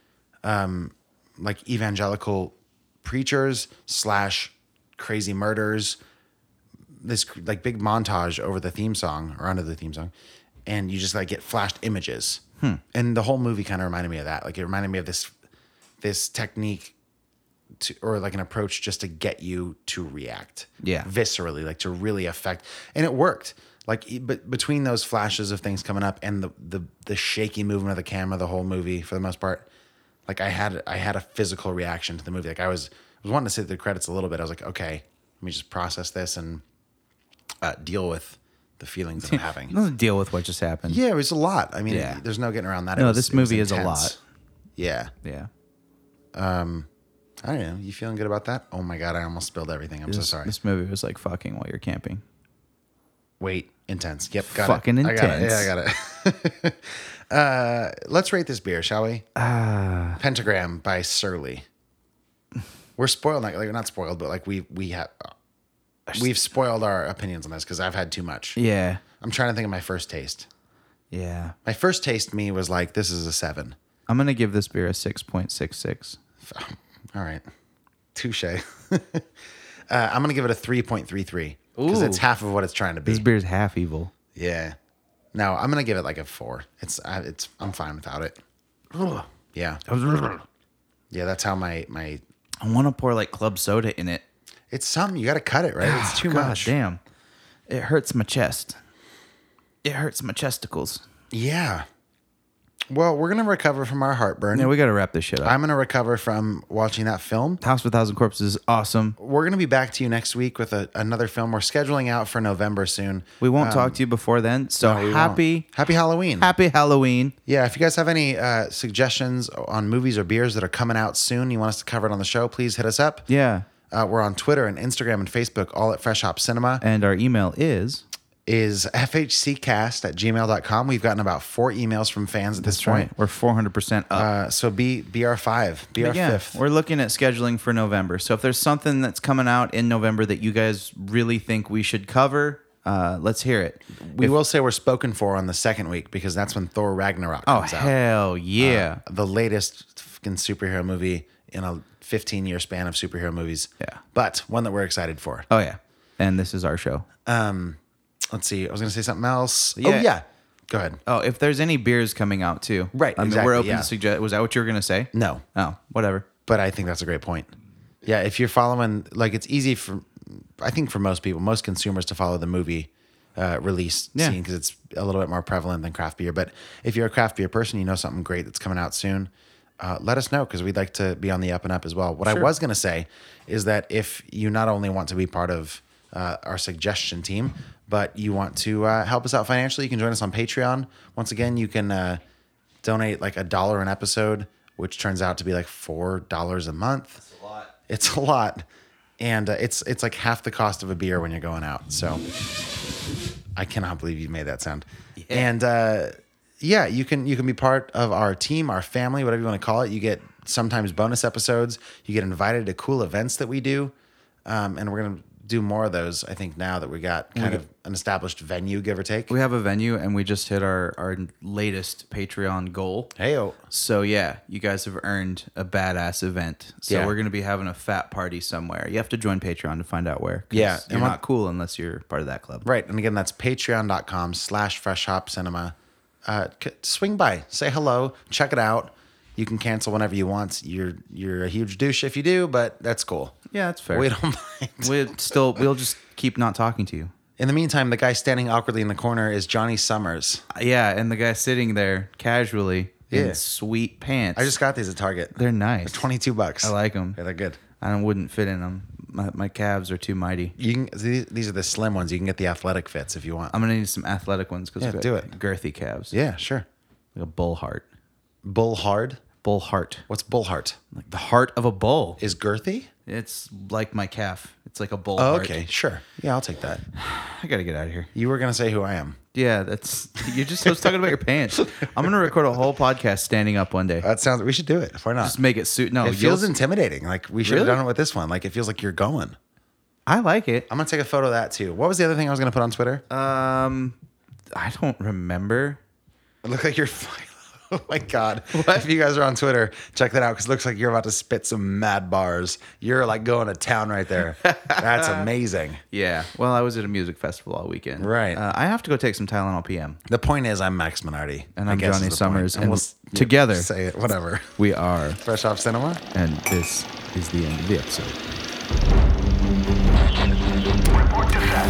Speaker 1: um, like evangelical preachers slash crazy murders. This like big montage over the theme song or under the theme song, and you just like get flashed images. And the whole movie kind of reminded me of that. Like it reminded me of this, this technique, to, or like an approach just to get you to react
Speaker 2: Yeah.
Speaker 1: viscerally, like to really affect. And it worked. Like, e- but between those flashes of things coming up and the the the shaky movement of the camera, the whole movie for the most part, like I had I had a physical reaction to the movie. Like I was I was wanting to sit through the credits a little bit. I was like, okay, let me just process this and uh, deal with the feelings <laughs> that I'm having.
Speaker 2: Let's deal with what just happened.
Speaker 1: Yeah, it was a lot. I mean,
Speaker 2: Yeah.
Speaker 1: there's no getting around that. It
Speaker 2: No,
Speaker 1: was-
Speaker 2: this
Speaker 1: it was
Speaker 2: movie is a
Speaker 1: intense.
Speaker 2: lot.
Speaker 1: Yeah,
Speaker 2: Yeah.
Speaker 1: I don't know. You feeling good about that? Oh my god, I almost spilled everything. I'm so
Speaker 2: This-
Speaker 1: sorry.
Speaker 2: This movie was like fucking while you're camping.
Speaker 1: Wait, intense. Yep, got
Speaker 2: Fucking
Speaker 1: it. I got it.
Speaker 2: intense.
Speaker 1: Yeah, I got it. <laughs> uh, let's rate this beer, shall we?
Speaker 2: Uh,
Speaker 1: Pentagram by Surly. We're spoiled, like, like not spoiled, but like we we have we've spoiled our opinions on this because I've had too much.
Speaker 2: Yeah.
Speaker 1: I'm trying to think of my first taste.
Speaker 2: Yeah.
Speaker 1: My first taste, me was like, this is a seven.
Speaker 2: I'm gonna give this beer a six point six six.
Speaker 1: <sighs> All right, touche. <laughs> uh, I'm gonna give it a three point three three because
Speaker 2: Ooh.
Speaker 1: it's half of what it's trying to be.
Speaker 2: This beer's half evil.
Speaker 1: Yeah. No, I'm gonna give it like a four. It's I, it's I'm fine without it. Yeah. Yeah, that's how my my.
Speaker 2: I want to pour like club soda in it.
Speaker 1: It's something you got to cut it right.
Speaker 2: <sighs>
Speaker 1: It's too
Speaker 2: God
Speaker 1: much.
Speaker 2: Damn, it hurts my chest. It hurts my chesticles.
Speaker 1: Yeah. Well, we're gonna recover from our heartburn.
Speaker 2: Yeah, we gotta wrap this shit up.
Speaker 1: I'm gonna recover from watching that film.
Speaker 2: House of a Thousand Corpses is awesome.
Speaker 1: We're gonna be back to you next week with a, another film. We're scheduling out for November soon.
Speaker 2: We won't talk to you before then. So
Speaker 1: Um, We won't.
Speaker 2: happy,
Speaker 1: happy Halloween.
Speaker 2: happy Halloween.
Speaker 1: Yeah, if you guys have any uh, suggestions on movies or beers that are coming out soon, you want us to cover it on the show, please hit us up.
Speaker 2: Yeah,
Speaker 1: Uh, we're on Twitter and Instagram and Facebook, all at Fresh Hop Cinema,
Speaker 2: and our email is
Speaker 1: is fhccast at gmail.com. We've gotten about four emails from fans at this point.
Speaker 2: We're four hundred percent up.
Speaker 1: Uh, so be, be our five, be our
Speaker 2: yeah,
Speaker 1: Uh, fifth.
Speaker 2: we're looking at scheduling for November. So if there's something that's coming out in November that you guys really think we should cover, uh, let's hear it.
Speaker 1: We will say we're spoken for on the second week because that's when Thor Ragnarok
Speaker 2: Oh
Speaker 1: comes out.
Speaker 2: hell yeah!
Speaker 1: The latest fucking superhero movie in a 15 year span of superhero movies.
Speaker 2: Yeah.
Speaker 1: But one that we're excited for.
Speaker 2: oh yeah, and this is our show.
Speaker 1: Let's see. I was going to say something else. Oh,
Speaker 2: Yeah.
Speaker 1: yeah. Go ahead.
Speaker 2: Oh, if there's any beers coming out too.
Speaker 1: Right,
Speaker 2: I mean,
Speaker 1: exactly,
Speaker 2: we're open
Speaker 1: yeah.
Speaker 2: to suggest. Was that what you were going to say?
Speaker 1: No.
Speaker 2: Oh, whatever.
Speaker 1: but I think that's a great point. Yeah, if you're following, like, it's easy for I think for most people, most consumers to follow the movie uh, release
Speaker 2: Yeah.
Speaker 1: scene because it's a little bit more prevalent than craft beer. But if you're a craft beer person, you know something great that's coming out soon. Uh, let us know because we'd like to be on the up and up as well. What I was going to say is that if you not only want to be part of uh, our suggestion team, but you want to uh, help us out financially, you can join us on Patreon. Once again, you can uh, donate like a dollar an episode, which turns out to be like four dollars a month. It's a lot. It's a lot, and uh, it's it's like half the cost of a beer when you're going out. So I cannot believe you made that sound. And uh, yeah, you can you can be part of our team, our family, whatever you want to call it. You get sometimes bonus episodes. You get invited to cool events that we do, um, and we're gonna do more of those. I think now that we got kind of an established venue, give or take.
Speaker 2: We have a venue and we just hit our, our latest Patreon goal.
Speaker 1: Heyo.
Speaker 2: So yeah, you guys have earned a badass event. So
Speaker 1: Yeah.
Speaker 2: we're gonna be having a fat party somewhere. You have to join Patreon to find out where. 'cause
Speaker 1: Yeah,
Speaker 2: you're
Speaker 1: and one-
Speaker 2: not cool unless you're part of that club.
Speaker 1: Right. And again, that's patreon.com slash fresh hop cinema. Uh, c- swing by, say hello, check it out. You can cancel whenever you want. You're you're a huge douche if you do, but that's cool.
Speaker 2: Yeah, that's fair.
Speaker 1: We
Speaker 2: We
Speaker 1: don't <laughs> mind.
Speaker 2: will still we'll just keep not talking to you.
Speaker 1: In the meantime, the guy standing awkwardly in the corner is Johnny Summers.
Speaker 2: Uh, Yeah, and the guy sitting there casually
Speaker 1: Yeah.
Speaker 2: in sweet pants.
Speaker 1: I just got these at Target.
Speaker 2: they're nice.
Speaker 1: 22 bucks.
Speaker 2: I like them.
Speaker 1: Yeah, they're good.
Speaker 2: I wouldn't fit in them. My, my calves are too mighty.
Speaker 1: You can these these are the slim ones. You can get the athletic fits if you want.
Speaker 2: I'm gonna need some athletic ones because
Speaker 1: Yeah,
Speaker 2: I've got
Speaker 1: do it.
Speaker 2: girthy calves.
Speaker 1: yeah, sure.
Speaker 2: like a bull heart.
Speaker 1: Bull hard.
Speaker 2: Bull heart.
Speaker 1: What's bull heart?
Speaker 2: Like the heart of a bull.
Speaker 1: Is girthy?
Speaker 2: It's like my calf. It's like a bull.
Speaker 1: Oh,
Speaker 2: heart.
Speaker 1: okay, sure. Yeah, I'll take that.
Speaker 2: I gotta get out of here.
Speaker 1: You were gonna say who I am.
Speaker 2: Yeah, that's you're just I was talking about your
Speaker 1: <laughs>
Speaker 2: pants. I'm gonna record a whole podcast standing up one day.
Speaker 1: That sounds. We should do it. Why not?
Speaker 2: Just make it suit. No,
Speaker 1: Uh, it
Speaker 2: you'll-
Speaker 1: feels intimidating. Like we should have
Speaker 2: Really?
Speaker 1: done it with this one. Like it feels like you're going.
Speaker 2: I like it.
Speaker 1: I'm gonna take a photo of that too. What was the other thing I was gonna put on Twitter?
Speaker 2: Um, I don't remember.
Speaker 1: It looked <laughs> like you're. Oh my <laughs> God. If you guys are on Twitter, check that out because it looks like you're about to spit some mad bars. You're like going to town right there. <laughs> That's amazing.
Speaker 2: Yeah. Well, I was at a music festival all weekend.
Speaker 1: Right.
Speaker 2: Uh, I have to go take some Tylenol PM.
Speaker 1: The point is, I'm Max Minardi.
Speaker 2: And
Speaker 1: I
Speaker 2: I'm
Speaker 1: guess
Speaker 2: Johnny
Speaker 1: is the
Speaker 2: Summers,
Speaker 1: point.
Speaker 2: and
Speaker 1: we'll s-
Speaker 2: together-
Speaker 1: say it, whatever. <laughs>
Speaker 2: We are,
Speaker 1: Fresh off cinema.
Speaker 2: and this is the end of the episode.
Speaker 4: Report to set.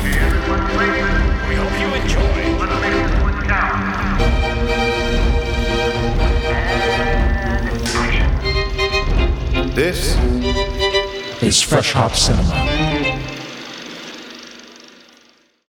Speaker 4: Hey, everyone, please. We hope you enjoy. Let's make this one count. And action.
Speaker 5: This is Fresh Hop Cinema.